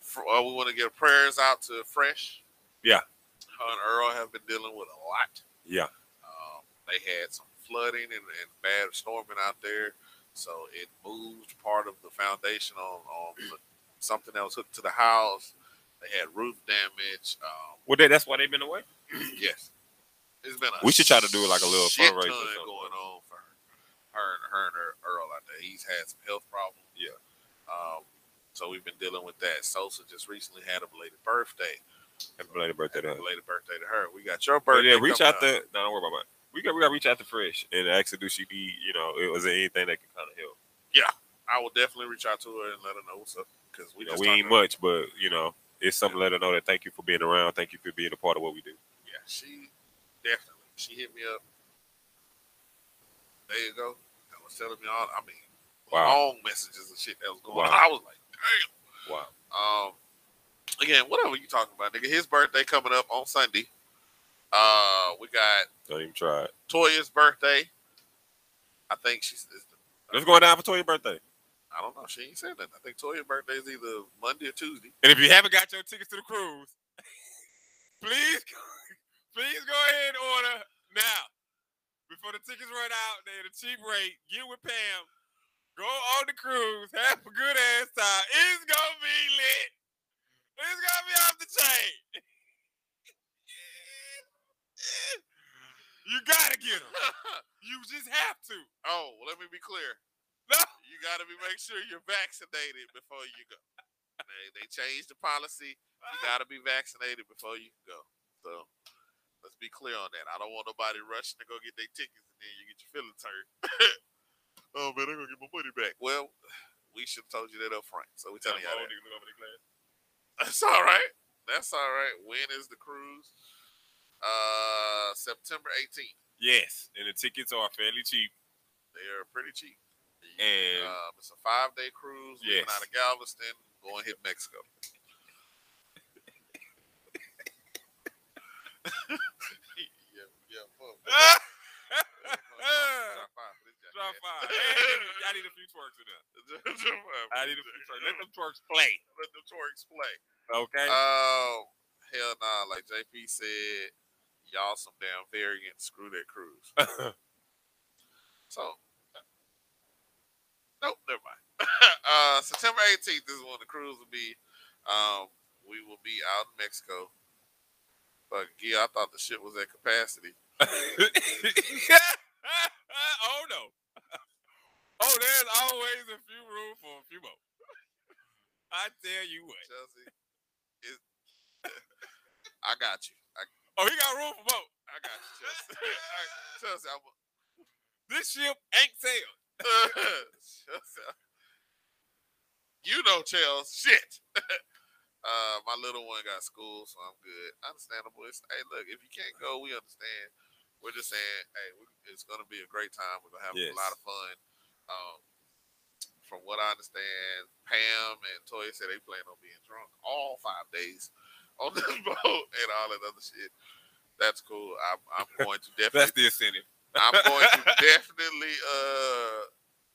fr- uh, we want to give prayers out to Fresh.
Yeah.
her and Earl have been dealing with a lot.
Yeah,
Um, they had some flooding and, and bad storming out there, so it moved part of the foundation on, on the, something that was hooked to the house. They had roof damage. Um,
well, that, that's why they've been away.
yes, it's been. A
We should try to do like a little
shit
fundraiser or
ton
something.
going on for her, her and her and her Earl out there. He's had some health problems.
Yeah.
Um, so we've been dealing with that. Sosa just recently had a belated birthday.
Happy belated birthday to her.
Happy Belated birthday to her. We got your
But
birthday.
Oh, yeah, reach
coming
out
up.
to. No, don't worry about it. We got we got to reach out to Fresh and ask her do she be you know it was there anything that can kind of help.
I will definitely reach out to her and let her know what's up because we
You know,
just
we
talked
ain't
about-
much, but you know it's something to let her know that thank you for being around, thank you for being a part of what we do.
Yeah, she definitely. She hit me up. There you go. I was telling me all. I mean,
Wow,
long messages and shit that was going on.
Wow.
I was like, damn.
wow.
Um, again, whatever you talking about, nigga. His birthday coming up on Sunday. Uh, we got
Don't even try it.
Toya's birthday. I think she's. it's the-
Let's go down for Toya's birthday.
I don't know. She ain't said nothing. I think Toya's birthday is either Monday or Tuesday.
And if you haven't got your tickets to the cruise, please, please go ahead and order now before the tickets run out. They're at a cheap rate. Get with Pam. Go on the cruise. Have a good ass time. It's gonna be lit. It's gonna be off the chain. You gotta get them. You just have to.
oh, let me be clear.
No.
you got to be make sure you're vaccinated before you go. They, they changed the policy. You got to be vaccinated before you can go. So let's be clear on that. I don't want nobody rushing to go get their tickets and then you get your feelings hurt. oh man, I'm gonna get my money back. Well, we should have told you that up front. So we telling y'all that. That's all right. That's all right. When is the cruise? Uh, September 18th.
Yes, and the tickets are fairly cheap.
They are pretty cheap.
And
Um, it's a five day cruise leaving
Yes.
out of Galveston, going hit Mexico. yeah, yeah, fuck. Drop five for this jackass.
Ah! Drop five. Hey, I need a few twerks in there.
Drop five.
I need a few twerks. Let them twerks play.
Let the twerks play.
Okay.
Oh, hell nah. Like JP said, y'all some damn variant. Screw that cruise. So, nope, never mind. uh, September 18th is when the cruise will be. Um, we will be out in Mexico. But yeah, I thought the shit was at capacity.
oh no. Oh, there's always a few room for a few more. I tell you what.
Chelsea, it, I got you. I,
Oh, he got room for both.
I got you, Chelsea. I, Chelsea, I'm,
This ship ain't sailed.
Chelsea, you know, Chels. Shit. uh, my little one got school, so I'm good. Understandable. It's, hey, look, if you can't go, we understand. We're just saying, hey, we, it's gonna be a great time. We're gonna have
Yes.
a lot of fun. Um, from what I understand, Pam and Toya said they plan on being drunk all five days on this boat and all that other shit. That's cool. I'm, I'm going to definitely
That's the incentive.
I'm going to definitely uh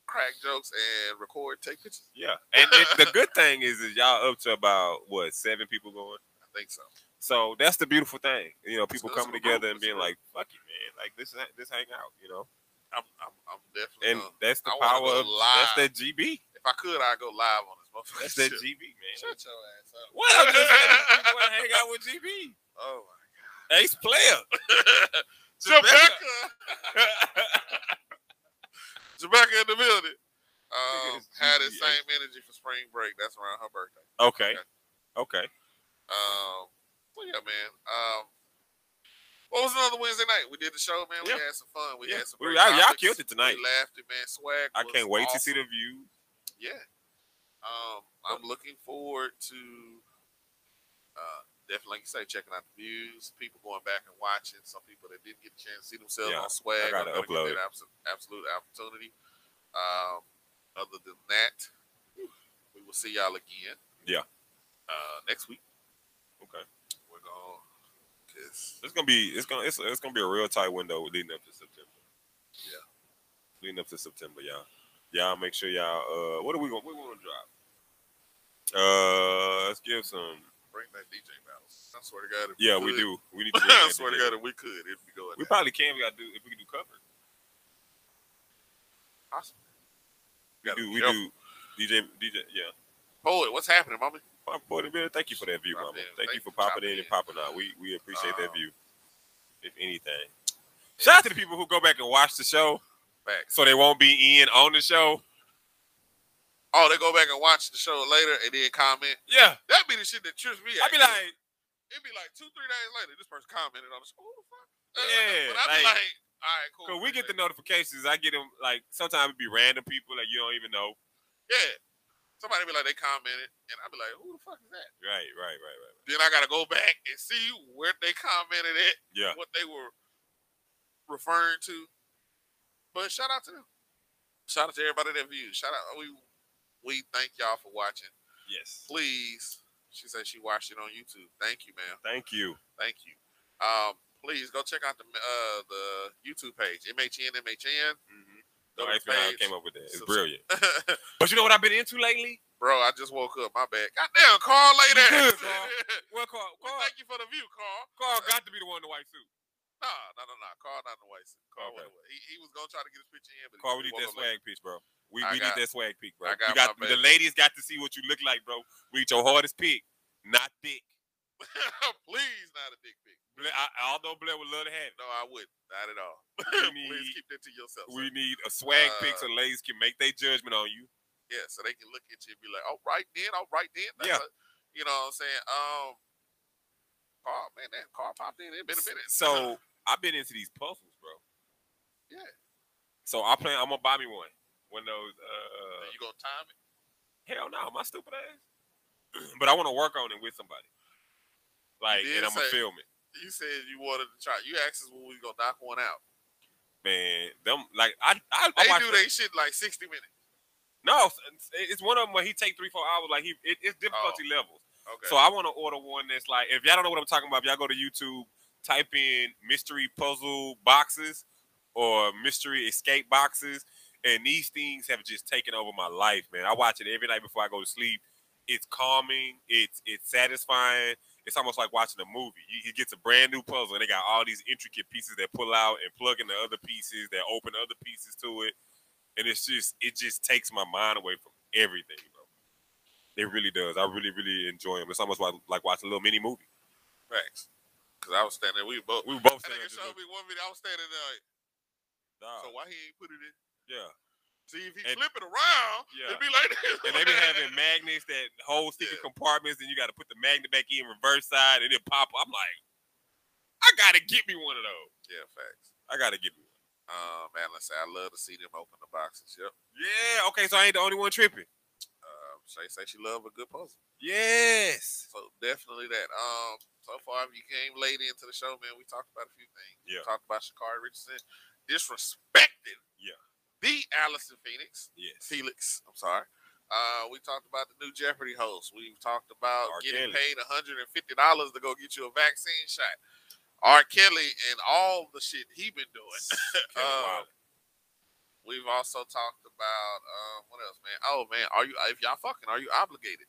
crack jokes and record, take pictures.
Yeah. And it, the good thing is, is y'all up to about what seven people going.
I think so.
So that's the beautiful thing. You know, people
That's
coming
cool.
together and
That's
being
cool.
like, "Fuck it, man! Like this, this hang out." You know.
I'm, I'm, I'm definitely.
And
gonna-
that's the
I wanna go
power of
live.
that's that GB.
if I could, I'd go live on this motherfucker.
That's that
Shit.
GB, man.
Shut your ass up.
What I just said, you want to hang out with GB,
Oh
ace player.
my. Jamaica. Jamaica in the building. Um,
Nigga, it's
had the
GBH.
same energy for spring break. That's around her birthday.
okay, okay.
Um, so yeah, man. Um, what was another Wednesday night? We did the show, man. We
Yeah.
had some fun. We
Yeah.
had some.
We-
great
y'all- y'all
topics.
killed it tonight.
We laughed it, man. Swag.
I
was
can't wait to see
awesome.
the view.
Yeah. Um, I'm looking forward to uh, definitely, like you say, checking out the views, people going back and watching, some people that didn't get a chance to see themselves
Yeah,
on Swag.
I gotta
I'm gonna
upload
give that abs- absolute opportunity. Um, other than that, we will see y'all again.
Yeah.
Uh, next week.
Okay.
We're going to just.
It's gonna be it's gonna it's, it's gonna be a real tight window leading up to September.
Yeah.
leading up to September, y'all. Y'all make sure y'all. Uh, what are we gonna we gonna drop? Uh, let's give some.
Bring back DJ battles. I swear to God. If
Yeah, we
could-
do. We need to.
I swear to God, if we could, it'd be going.
We
down.
probably can. We gotta do if we can do cover.
Possibly.
We
Gotta
do.
be
We
careful.
do. DJ, DJ, yeah.
Poet, what's happening, mommy?
My boy, the man, thank you for that view,
Drop
mama.
in.
Thank,
Thank
you for
you for
popping
dropping
in and
in.
popping out. We we appreciate that
Um,
view. If anything, shout out to the people who go back and watch the show,
Facts.
so they won't be in on the show.
Oh, they go back and watch the show later and then comment.
Yeah,
That'd be the shit that trips me.
I'd be like,
it'd be like two, three days later, this person commented on the show. Who the fuck?
Yeah,
but I'd be
like-
like, all right, cool.
Cause we get the notifications. I get them like sometimes it be random people like you don't even know.
yeah. Somebody be like, they commented, and I'd be like, who the fuck is that?
Right, right, right, right.
Then I gotta go back and see where they commented at,
Yeah,
what they were referring to. But shout out to them. Shout out to everybody that viewed. Shout out. We we thank y'all for watching.
yes.
Please, she said she watched it on YouTube. Thank you, ma'am.
Thank you.
Thank you. Um, please go check out the uh, the YouTube page, MHN MHN.
Mm-hmm.
Go
Don't
to
ask
the
me how I
page.
came up with that. It's
Subs-
brilliant. But you know what I've been into lately?
Bro, I just woke up. My bad. Goddamn, Carl, lay
You
there.
good, Carl. Well, Carl,
We
Carl,
thank you for the view, Carl.
Carl got to be the one in the white suit.
Nah, no, no, no. Carl not in the white suit. Carl, wasn't in
Okay.
the white- he, he was gonna try to get his picture in, but he
Carl, we need
woke
that
up late.
swag piece, bro. We,
I got-
we need that swag pic, bro.
I got
you got
my
the
baby.
ladies got to see what you look like, bro. We your hardest pick, not dick.
Please, not a dick pic.
Blair, I, although Blair would love to have it,
No, I wouldn't. Not at all.
We
Please
need-
keep that to yourself.
we
sir.
need a swag pic
Uh,
so ladies can make their judgment on you.
Yeah, so they can look at you and be like, all right then, all right then.
Yeah.
a- you know what I'm saying? Um, Carl, man, that Carl popped in. It's been a minute.
So I've been into these puzzles, bro.
Yeah.
So I plan. I'm gonna buy me one. One of those. Uh,
you gonna time it?
hell no, my stupid ass. but I want to work on it with somebody. Like,
did
and I'm gonna
say-
film it,
You said you wanted to try. You asked us when we gonna knock one out.
man. Them like I I, I
They
watch
do
the-
they shit like sixty minutes.
No, it's- it's one of them where he take three four hours. Like he, it, it's difficulty
Oh.
levels.
Okay.
So I want to order one that's like, if y'all don't know what I'm talking about, if y'all go to YouTube, type in mystery puzzle boxes or mystery escape boxes, and these things have just taken over my life, man. I watch it every night before I go to sleep. It's calming. It's it's satisfying. It's almost like watching a movie. You, you gets a brand new puzzle, and they got all these intricate pieces that pull out and plug into other pieces that open other pieces to it, and it's just it just takes my mind away from everything, bro. It really does. I really, really enjoy them. It's almost like, like watching a little mini movie.
Facts. Cause I was standing. We both.
We were both
That
saying,
nigga showed me one video. I was standing there. Like, so why he ain't put it in?
yeah.
See if he
And-
flip it around,
Yeah.
it'd be like this.
And they be having magnets that hold secret compartments, and you got to put the magnet back in reverse side, and it pop. up. I'm like, I gotta get me one of those.
Yeah, facts.
I gotta get me one.
Um, Alan said, I love to see them open the boxes. Yep.
Yeah. Okay. So I ain't the only one tripping.
Um, Shay say she love a good puzzle.
Yes.
So definitely that. Um, so far if you came late into the show, man, we talked about a few things. We
Yeah.
talked about Shakari Richardson disrespected.
Yeah.
The Allison Phoenix,
Yes.
Felix. I'm sorry. Uh, we talked about the new Jeopardy host. We've talked about
R.
getting
Kelly.
paid 150 dollars to go get you a vaccine shot. R. Kelly and all the shit he been doing.
Kevin
Uh,
Wilder.
We've also talked about um, what else, man? Oh man, are you if y'all fucking are you obligated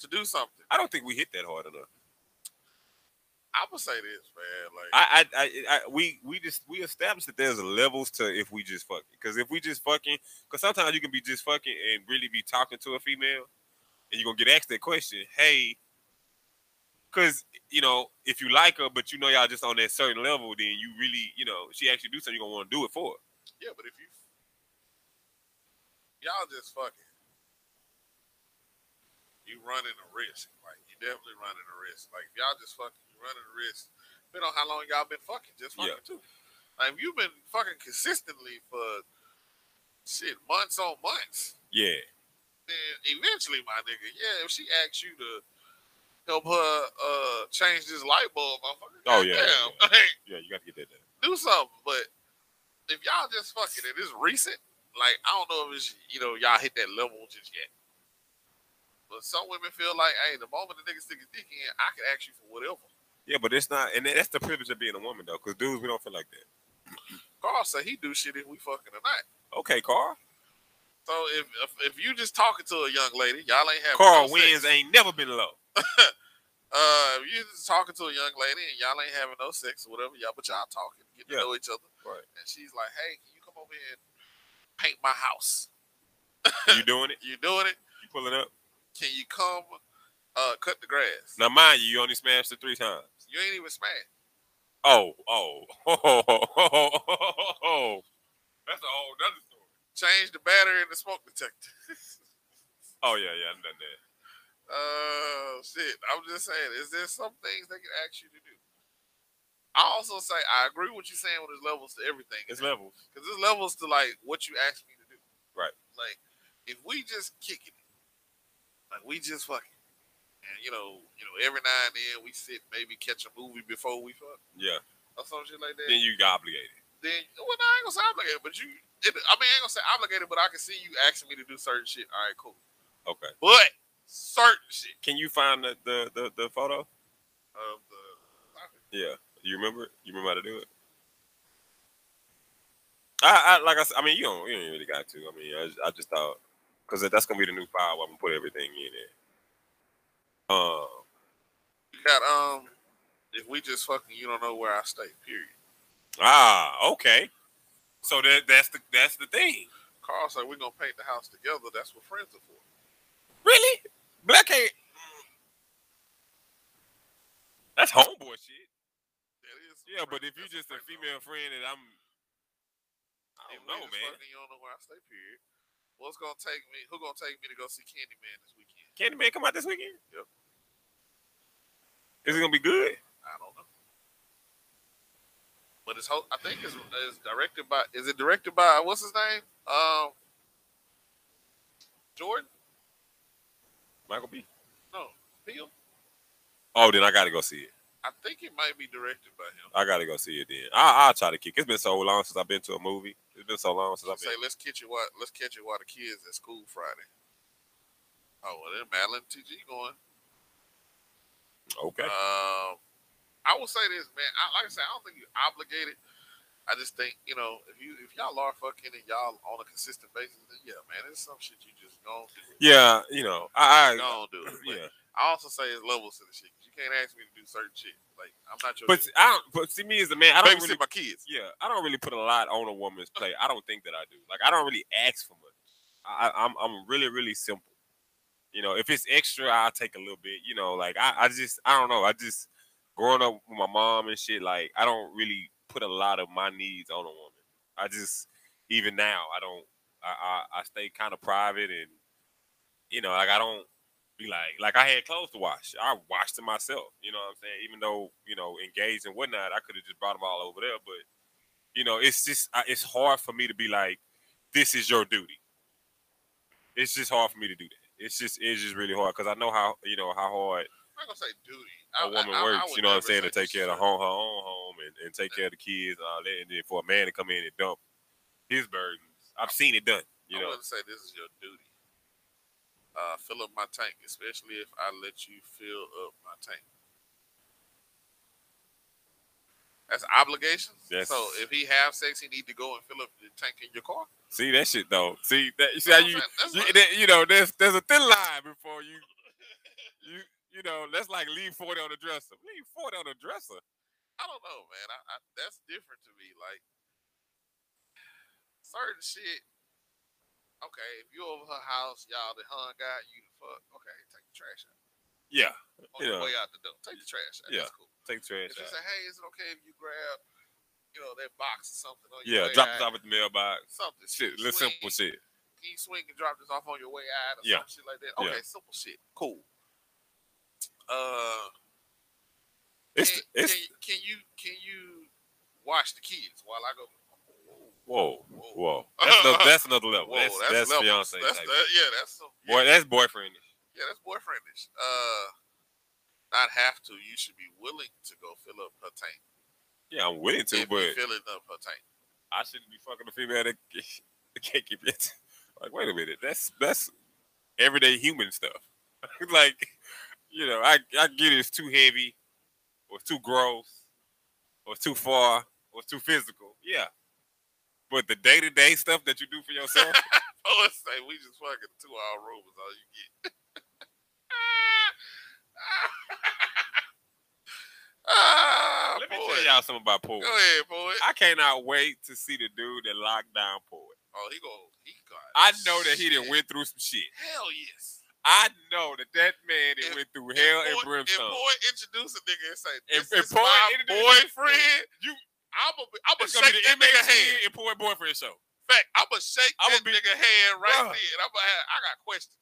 to do something?
I don't think we hit that hard enough.
I would say this, man. Like
I, I, I, I, we, we just we established that there's levels to if we just fucking. Because if we just fucking, because sometimes you can be just fucking and really be talking to a female, and you're gonna get asked that question, hey, because you know if you like her, but you know y'all just on that certain level, then you really, you know, she actually do something, you're gonna want to do it for her.
Yeah, but if you y'all just fucking, you running a risk. Like you definitely running a risk. Like if y'all just fucking, you running a risk. Depending on how long y'all been fucking, just fucking too. Like if you've been fucking consistently for shit months on months,
Yeah,
then eventually, my nigga, yeah, if she asks you to help her uh change this light bulb, motherfucker,
Oh, yeah,
goddamn,
yeah.
like,
yeah, you got to get that done.
do something. But if y'all just fucking and it's recent, like I don't know if it's you know y'all hit that level just yet. But some women feel like, hey, the moment the nigga stick his dick in, I can ask you for whatever.
Yeah, but it's not, and that's the privilege of being a woman though, because dudes we don't feel like that.
Carl said he do shit if we fucking or not.
Okay, Carl.
So if if, if you just talking to a young lady, y'all ain't having
Carl
no sex.
wins ain't never been low.
Uh, if you just talking to a young lady and y'all ain't having no sex or whatever, y'all but y'all talking, get to
Yeah.
know each other.
Right.
And she's like, hey, can you come over here and paint my house?
You doing it?
You doing it?
You pulling up?
Can you come uh cut the grass?
Now, mind you, you only smashed it three times.
You ain't even smashed.
Oh, oh, oh, oh, oh, oh, oh. That's a whole other story.
Change the battery in the smoke detector.
Oh yeah, yeah, I'm done there.
Uh, shit. I'm just saying, is there some things they can ask you to do? I also say I agree with you saying with there's levels to everything.
It's levels.
Because there's levels to like what you ask me to do.
Right.
Like if we just kick it, like we just fucking, and you know, you know, every now and then we sit, maybe catch a movie before we fuck
Yeah.
or some shit like that.
Then you got obligated.
then well, no, I ain't gonna say obligated, but you, it, I mean, I ain't gonna say obligated, but I can see you asking me to do certain shit. All right, cool.
Okay.
But certain shit
Can you find the the the, the photo?
of the
Yeah. You remember? it? You remember how to do it? I, I like I said. I mean, you don't you don't really got to. I mean, I, just- I just thought because that's gonna be the new file. where I'm gonna put everything in it. Um.
you got um, if we just fucking, you don't know where I stay. Period.
Ah. Okay. So that that's the that's the thing.
Carl said we're gonna paint the house together. That's what friends are for.
Really? Black ain't. That's homeboy shit.
That is some
Yeah, but
friends-
if you
that's some
just a
friends
female friend and I'm,
are.
I
If
don't
we
know,
just
man.
Fucking, you don't know where I stay. Period. What's gonna take me? Who gonna take me to go see Candyman this weekend?
Candyman come out this weekend?
Yep.
Is it gonna be good?
I don't know. But it's ho- I think it's, it's directed by is it directed by what's his name? Um Jordan?
Michael B.
No, Peele.
Oh, then I gotta go see it.
I think it might be directed by him.
I gotta go see it then. I, I'll try to kick. It's been so long since I've been to a movie. It's been so long since I've
Say
been.
let's catch it while let's catch it while the kids at school Friday. Oh well then Madeline TG going.
Okay.
Um I will say this, man. I, like I said, I don't think you're obligated. I just think, you know, if you if y'all are fucking and y'all on a consistent basis, then yeah, man, it's some shit you just gonna do it.
Yeah, you know, I, I
Gonna do it. But
yeah,
I also say it's levels to the shit. 'cause You can't ask me to do certain shit. Like I'm not your.
but I don't. But see me as a man, I don't really.
my kids.
Yeah, I don't really put a lot on a woman's plate. I don't think that I do. Like I don't really ask for much. I, I- I'm I'm really really simple. You know, if it's extra, I'll take a little bit. You know, like I, I just I don't know. I just growing up with my mom and shit. Like I don't really put a lot of my needs on a woman. I just even now I don't. I I, I stay kind of private and you know like I don't be like like I had clothes to wash. I washed them myself. You know what I'm saying? Even though you know engaged and whatnot, I could have just brought them all over there. But you know, it's just I- it's hard for me to be like, this is your duty. It's just hard for me to do that. It's just it's just really hard because I know how you know how hard
I'm not gonna say duty.
a woman works.
would
you know
never
what I'm saying
say
to take
she
care
should.
of the home, her own home, and, and take care of the kids and all that. And then for a man to come in and dump his burdens, I've seen it done. You
I
know,
wouldn't say this is your duty. Uh, fill up my tank, especially if I let you fill up my tank. That's obligations.
That's-
So if he have sex, he need to go and fill up the tank in your car.
see that shit though. See that you see how you
That's
you,
what-
that, you know there's there's a thin line before you you you know, that's like leave 40 on the dresser. Leave 40 on the dresser.
I don't know, man. I, I that's different to me. Like certain shit. Okay, if you over her house, y'all the hun guy, you the fuck. Okay, take the trash out.
Yeah.
On your
Yeah.
way out the door, take the trash out.
Yeah.
That's cool.
Take trash
If she
out.
say, hey, is it okay if you grab, you know, that box or something on your
Yeah,
way
drop
out?
it off at the mailbox.
Something.
Shit,
Can you
little
swing-
simple shit.
Can you swing and drop this off on your way out or
Yeah.
some shit like that?
Yeah.
Okay, simple shit. Cool. Uh,
It's
can,
it's
can, can you can you watch the kids while I go?
whoa,
Whoa.
whoa. That's another, that's another level.
Whoa,
Oh,
that's,
that's that's,
level.
fiance
That's
type.
the, yeah, that's some, yeah,
Boy, that's boyfriend.
yeah, that's boyfriendish. Uh, not have to. You should be willing to go fill up her tank.
Yeah, I'm willing to,
If
but
you filling up her tank.
I shouldn't be fucking a female that, that can't keep it. Like, wait a minute, that's that's everyday human stuff. like, you know, I I get it's too heavy, or it's too gross, or it's too far, or it's too physical. Yeah, but the day to day stuff that you do for yourself,
Oh, let's say we just fucking two hour room is all you get. ah,
let me
boy.
tell y'all something about poet.
Go ahead, boy.
I cannot wait to see the dude that locked down poet.
Oh, he go. He got.
I know that he
shit.
didn't went through some shit.
Hell yes.
I know that that
If-
man that went through hell
if
and
boy,
brimstone.
If boy introduce a nigga and say,
If-
"This
if
is
boy
my
introduce-
boyfriend,"
You-
I'm gonna I'm
It's
shake
gonna be the
that nigga
inmate's
hand.
hand and poor boyfriend show.
Fact, I'm gonna shake
I'ma
that
be-
nigga hand right
Bruh.
there. And I'm gonna have, I got questions.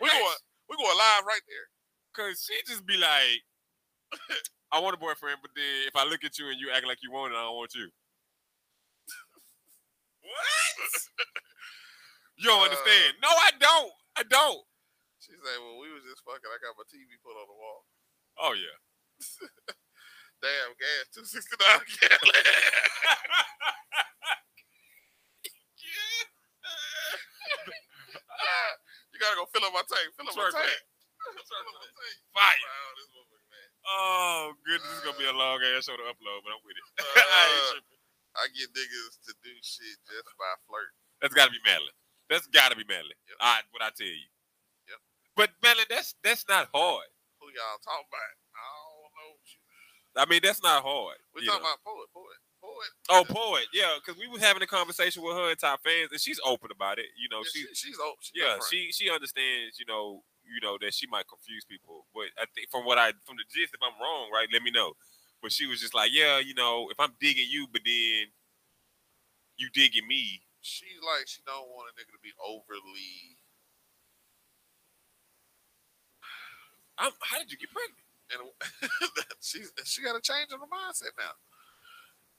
We going, we going live right there.
Cause she just be like, I want a boyfriend, but then if I look at you and you act like you want it, I don't want you. what? you don't
Uh,
understand. No, I don't. I don't.
She said, "Well, we was just fucking. I got my TV put on the wall.
Oh yeah.
Damn, gas two sixty nine gallon. you gotta go fill up my tank. Fill up my
Twerk
tank.
that.
Fill up my tank.
Fire.
Wow, this motherfucker, man.
Oh goodness, this is gonna be a long ass show to upload, but I'm with it. I ain't
Uh,
tripping.
I get niggas to do shit just by flirting.
That's gotta be Madeline. That's gotta be Madeline.
Yep.
I what I tell you.
Yep.
But Madeline, that's that's not hard.
Who y'all talking about? I don't know. what you-
I mean, that's not hard.
We
you know.
talking about poet, poet, poet.
Oh, poet, yeah, because we was having a conversation with her and top fans, and she's open about it. You
Yeah,
know, Oh, she,
she, she's old. She's
yeah,
upfront.
she she understands. You know, you know that she might confuse people, but I think from what I from the gist, if I'm wrong, right, let me know. But she was just like, yeah, you know, if I'm digging you, but then you digging me,
she's like she don't want a nigga to be overly.
I'm, how did you get pregnant?
And she's she got a change in her mindset now.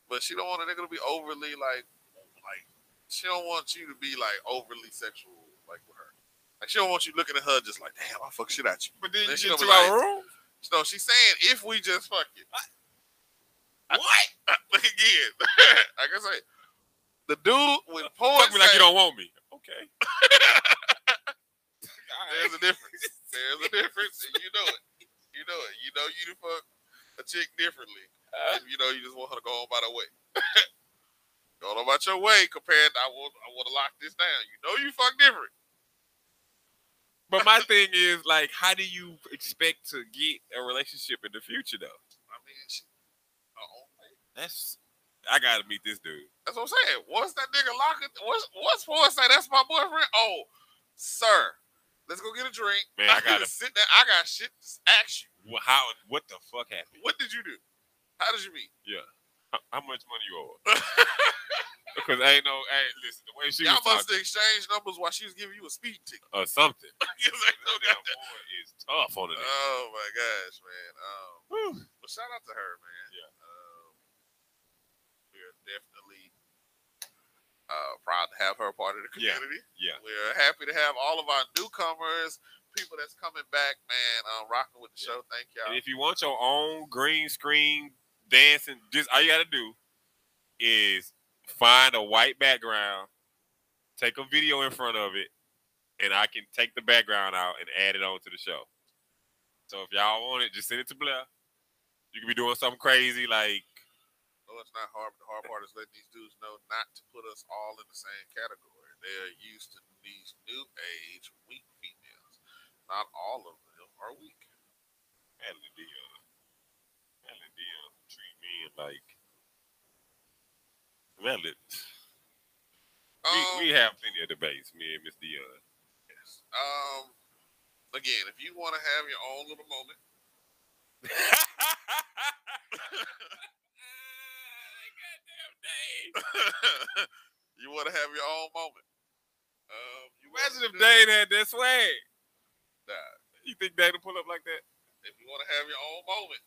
But she don't want a nigga to be overly like like she don't want you to be like overly sexual like with her. Like she don't want you looking at her just like damn I fuck shit out you.
But then
Then
you
she
get to
gonna be
our room.
So she's saying if we just fuck it.
What?
Like again, like I say, the dude with porn
Fuck me like you don't want me. Okay.
There's a difference. There's a difference, and you know it. You know it. You know you to fuck a chick differently.
Uh.
you know you just want her to go on by the way. go on about your way compared to I want I want to lock this down. You know you fuck different.
But my thing is like, how do you expect to get a relationship in the future though?
I mean, she, uh-oh.
That's I gotta meet this dude.
that's what I'm saying. Once that nigga lock it, once once Ford say that's my boyfriend. Oh, sir, let's go get a drink.
Man, I gotta-
sit there. I got shit to ask you.
Wha- How? What the fuck happened?
What did you do? How did you meet?
How, how much money you owe? because I ain't no. Hey, listen, the way she
Y'all must
was talking
have exchanged numbers while she was giving you a speed ticket.
or something.
Yes, I know
That
that.
damn boy is tough on it.
Oh my gosh, man. Um,
Whew.
but shout out to her, man.
Yeah.
Um, we are definitely uh, proud to have her part of the
Yeah.
community.
Yeah.
We're happy to have all of our newcomers, people that's coming back, man, um, rocking with the
Yeah.
show. Thank y'all.
And if you want your own green screen dancing, just all you gotta do is find a white background, take a video in front of it, and I can take the background out and add it on to the show. So if y'all want it, just send it to Blair. You can be doing something crazy like
No, it's not hard, but the hard part is letting these dudes know not to put us all in the same category. They are used to these new age weak females. Not all of them are weak.
Alan Dion. Alan Dion treat me like. Alan,
Um,
we, we have plenty of debates, me and Miss Dion.
um, again, if you want to have your own little moment, you want to have your own moment. Um, you wanna
Imagine if
do-
Dane had that swag.
Nah,
You think Dane would pull up like that?
if you want to have your own moment,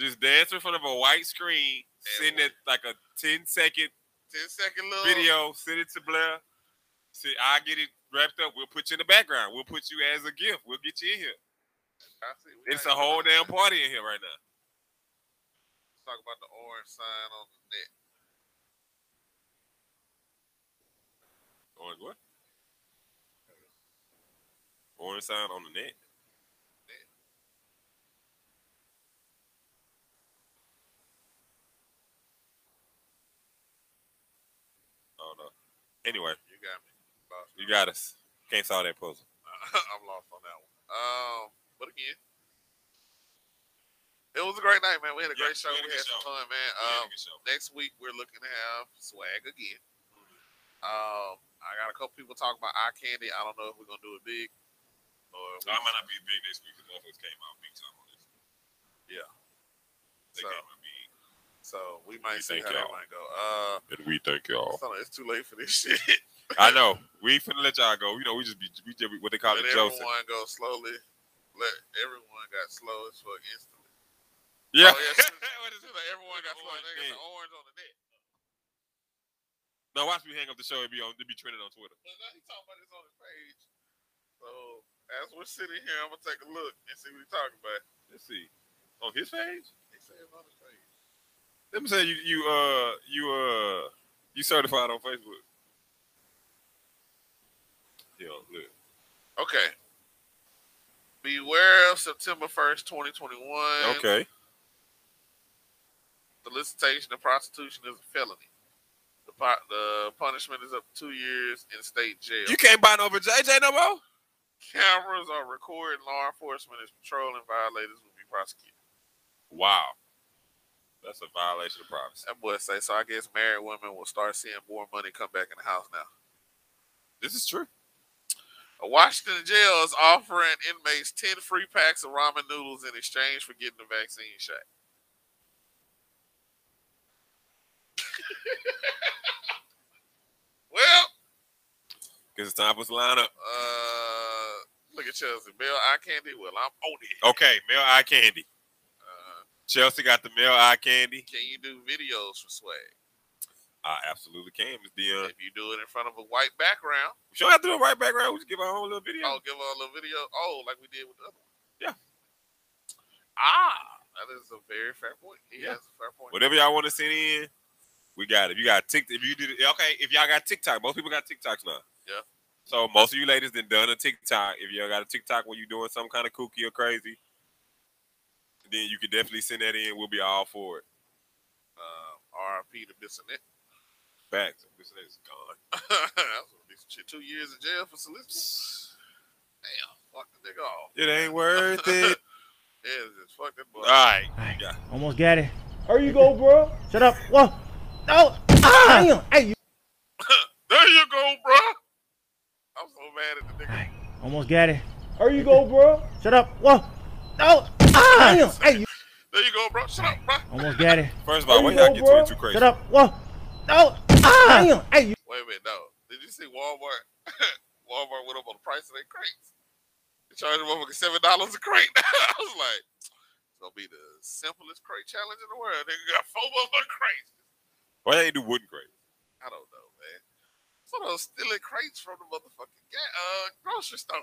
Just dance in front of a white screen, send it like a 10 second
10 second little
Oh. video, send it to Blair. See, I get it wrapped up. We'll put you in the background. We'll put you as a gift. We'll get you in here.
I see, we
It's a
not even
whole
gonna
damn party in here right now.
Talk about the orange sign on the net.
Orange what? Orange sign on the net. Oh no. Anyway,
You got me. Lost.
you got us. Can't solve that puzzle.
I'm lost on that one. Um, but again, it was a great night, man. We had a
Yeah,
great show.
we had a
We
good
had some
show.
fun, man. Um, next week we're looking to have swag again.
Mm-hmm.
Um, I got a couple people talking about eye candy. I don't know if we're gonna do it big or if we-
I might not be big next week because motherfuckers came out big time on this.
Yeah.
They
So-
came out big.
so we might
We
see
thank
how that
y'all. Oh.
might go. Uh,
And we thank y'all.
son, it's too late for this shit.
I know. We ain't finna let y'all go. You know, we just be we just be what they call
Let
it Joseph.
everyone go slowly. Let everyone got slow as fuck instantly.
Yeah.
Oh, yeah. what is it? Like, everyone got slow.
Orange
They got
net.
the orange on the net.
No, watch me hang up the show. It be on. It be trending on Twitter.
But now he talking about this on his page. So as we're sitting here, I'm gonna take a look and see what he's talking about.
Let's see. On his page.
He said it's on his page.
Let me say you you uh you uh you certified on Facebook. Yeah, look.
Okay. Beware of September 1st, 2021.
Okay.
Solicitation of prostitution is a felony. The, po- the punishment is up to two years in state jail.
You can't buy no over JJ no more.
Cameras are recording. Law enforcement is patrolling. Violators will be prosecuted.
Wow. That's a violation of privacy.
That boy say, so I guess married women will start seeing more money come back in the house now.
This is true.
A Washington jail is offering inmates 10 free packs of ramen noodles in exchange for getting the vaccine shot. well,
Cause it's time for us to line up.
uh, look at Chelsea. Bill, I can't do well. I'm on it.
Okay, male eye candy.
Uh,
Chelsea got the male eye candy.
can you do videos for swag?
I absolutely can, Miss Dion.
If you do it in front of a white background,
She don't have to do it right background. We just give our own little video.
I'll give her a little video. Oh, like we did with the other one.
Yeah.
Ah, that is a very fair point. He
Yeah.
has a fair point.
Whatever y'all want to send in, we got it. If you got TikTok, if you did it, okay, if y'all got TikTok, most people got TikToks now.
Yeah.
So most of you ladies done done a TikTok. If y'all got a TikTok when you doing some kind of kooky or crazy, then you can definitely send that in. We'll be all for it.
Um, RIP to this and that.
Facts. This is gone.
That's gonna be some shit. Two years in jail for soliciting. Damn, fuck the nigga off.
It ain't worth it.
Yeah, just fuck that boy.
all right.
Almost got it.
Here you go, bro.
Shut up. Whoa. No. Ah. Damn. Hey, you.
there you go, bro. I'm so mad at the nigga.
Almost got it.
Here you go, bro.
Shut up. Whoa. No. Ah. Damn. Hey, you.
There you go, bro. Shut up, bro.
Almost got it.
First of all, why
There you
y'all
go,
get
bro.
22 crazy?
Shut up. Whoa. No. Ah. Damn. Hey, you.
Wait a minute, no. Did you see Walmart? Walmart went up on the price of their crates. They charged a motherfucker seven dollars a crate. I was like, it's gonna be the simplest crate challenge in the world. Nigga got four motherfucking crates.
Why y'all ain't do wooden crate?
I don't know, man. So those stealing crates from the motherfucking ga- uh, grocery store.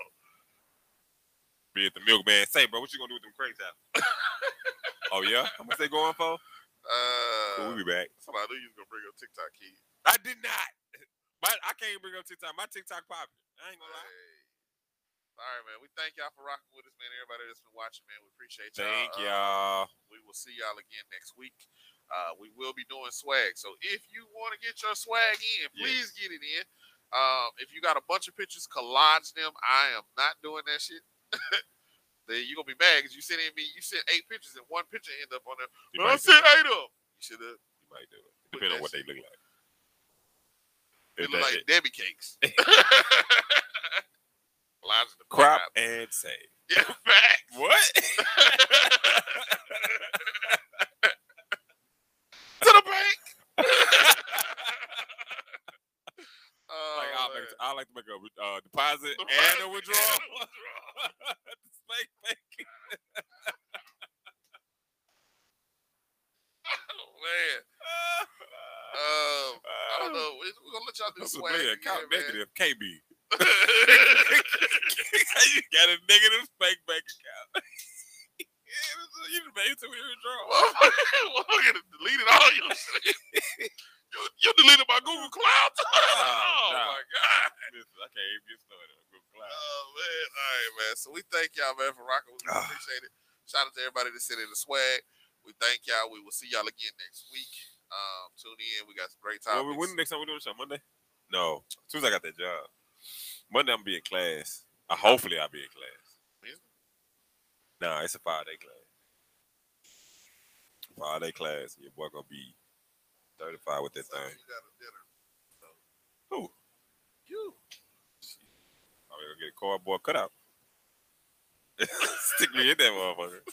Be at the milkman. Say, bro, what you gonna do with them crates out? oh yeah? How much they going for?
Uh,
Cool, we'll be back.
So I knew you was gonna bring up TikTok kid.
I did not. But I can't bring up TikTok. My TikTok popping. I ain't gonna lie.
Hey. All right, man. We thank y'all for rocking with us, man. Everybody that's been watching, man, we appreciate y'all.
Thank
Uh,
y'all.
we will see y'all again next week. Uh, we will be doing swag. So if you want to get your swag in,
Yeah.
please get it in. Um, if you got a bunch of pictures, collage them. I am not doing that shit. then you're gonna be mad because you sent me you sent eight pictures and one picture end up on there.
You
Well, I
might do
sent
it.
eight of them. You should have.
You might do it. Depending on what they look like.
They
If
look
that-
like Debbie cakes. Elijah the
crop
crap.
and save.
Yeah, fact.
What?
to the bank. oh,
like I
man.
like, I like to make a uh, deposit and a withdrawal. Snake banking.
Oh, man. Um, I don't know. We- We're gonna let y'all do
That's a
swag.
nigga,
again,
count
man.
negative, KB. you got a negative snake bank account. Yeah, you just made it to your withdrawal.
Motherfucker, motherfucker deleted all your shit. you, you deleted my Google Cloud. oh
nah.
my god.
Listen, I can't even get started on Google Cloud.
Oh man. All right, man. So we thank y'all, man, for rocking. with us. We
Ah.
appreciate it. Shout out to everybody that sent in the swag. We thank y'all. We will see y'all again next week. Um, tune in. We got some great topics.
Well, we- when the next time we do the show? Monday? No. As soon as I got that job. Monday I'm be in class. Uh, hopefully I'll be in class.
Wednesday?
Nah, it's a five day class. Five day class. Your boy gonna be thirty five with that
So
thing.
you got a dinner. So,
Who?
You.
I'm gonna get a cardboard cutout. Stick me in that motherfucker.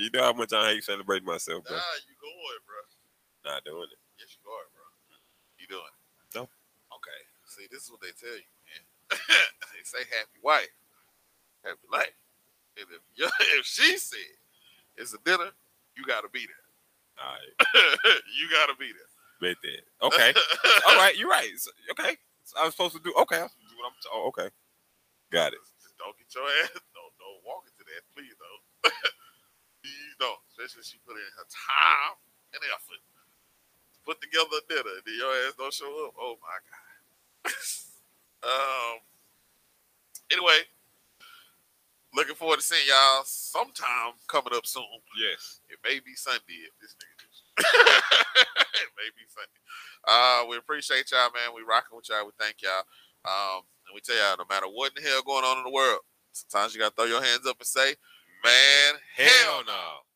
You know how much I hate celebrating myself, bro.
Nah, you going, bro.
Not doing it.
Yes, you are, bro. You doing it?
No.
Okay. See, this is what they tell you, man. they say happy wife, happy life. And if, you if she said it's a dinner, you gotta be there.
All right,
you gotta be there.
bet that. Okay, all right, you're right. So- okay, So I was supposed to do. Okay, I was supposed to do what I'm. t- oh, okay, got it.
Just, just don't get your ass. Don't don't walk into that, please don't. please don't. Especially if she put in her time and effort to put together a dinner, and then your ass don't show up. Oh my god. um. Anyway, looking forward to seeing y'all sometime coming up soon.
Yes.
It may be Sunday if this nigga. do- it may be Sunday. Uh, we appreciate y'all, man. We rocking with y'all. We thank y'all. Um, and we tell y'all, no matter what in the hell going on in the world, sometimes you gotta throw your hands up and say, "Man,
Hell no.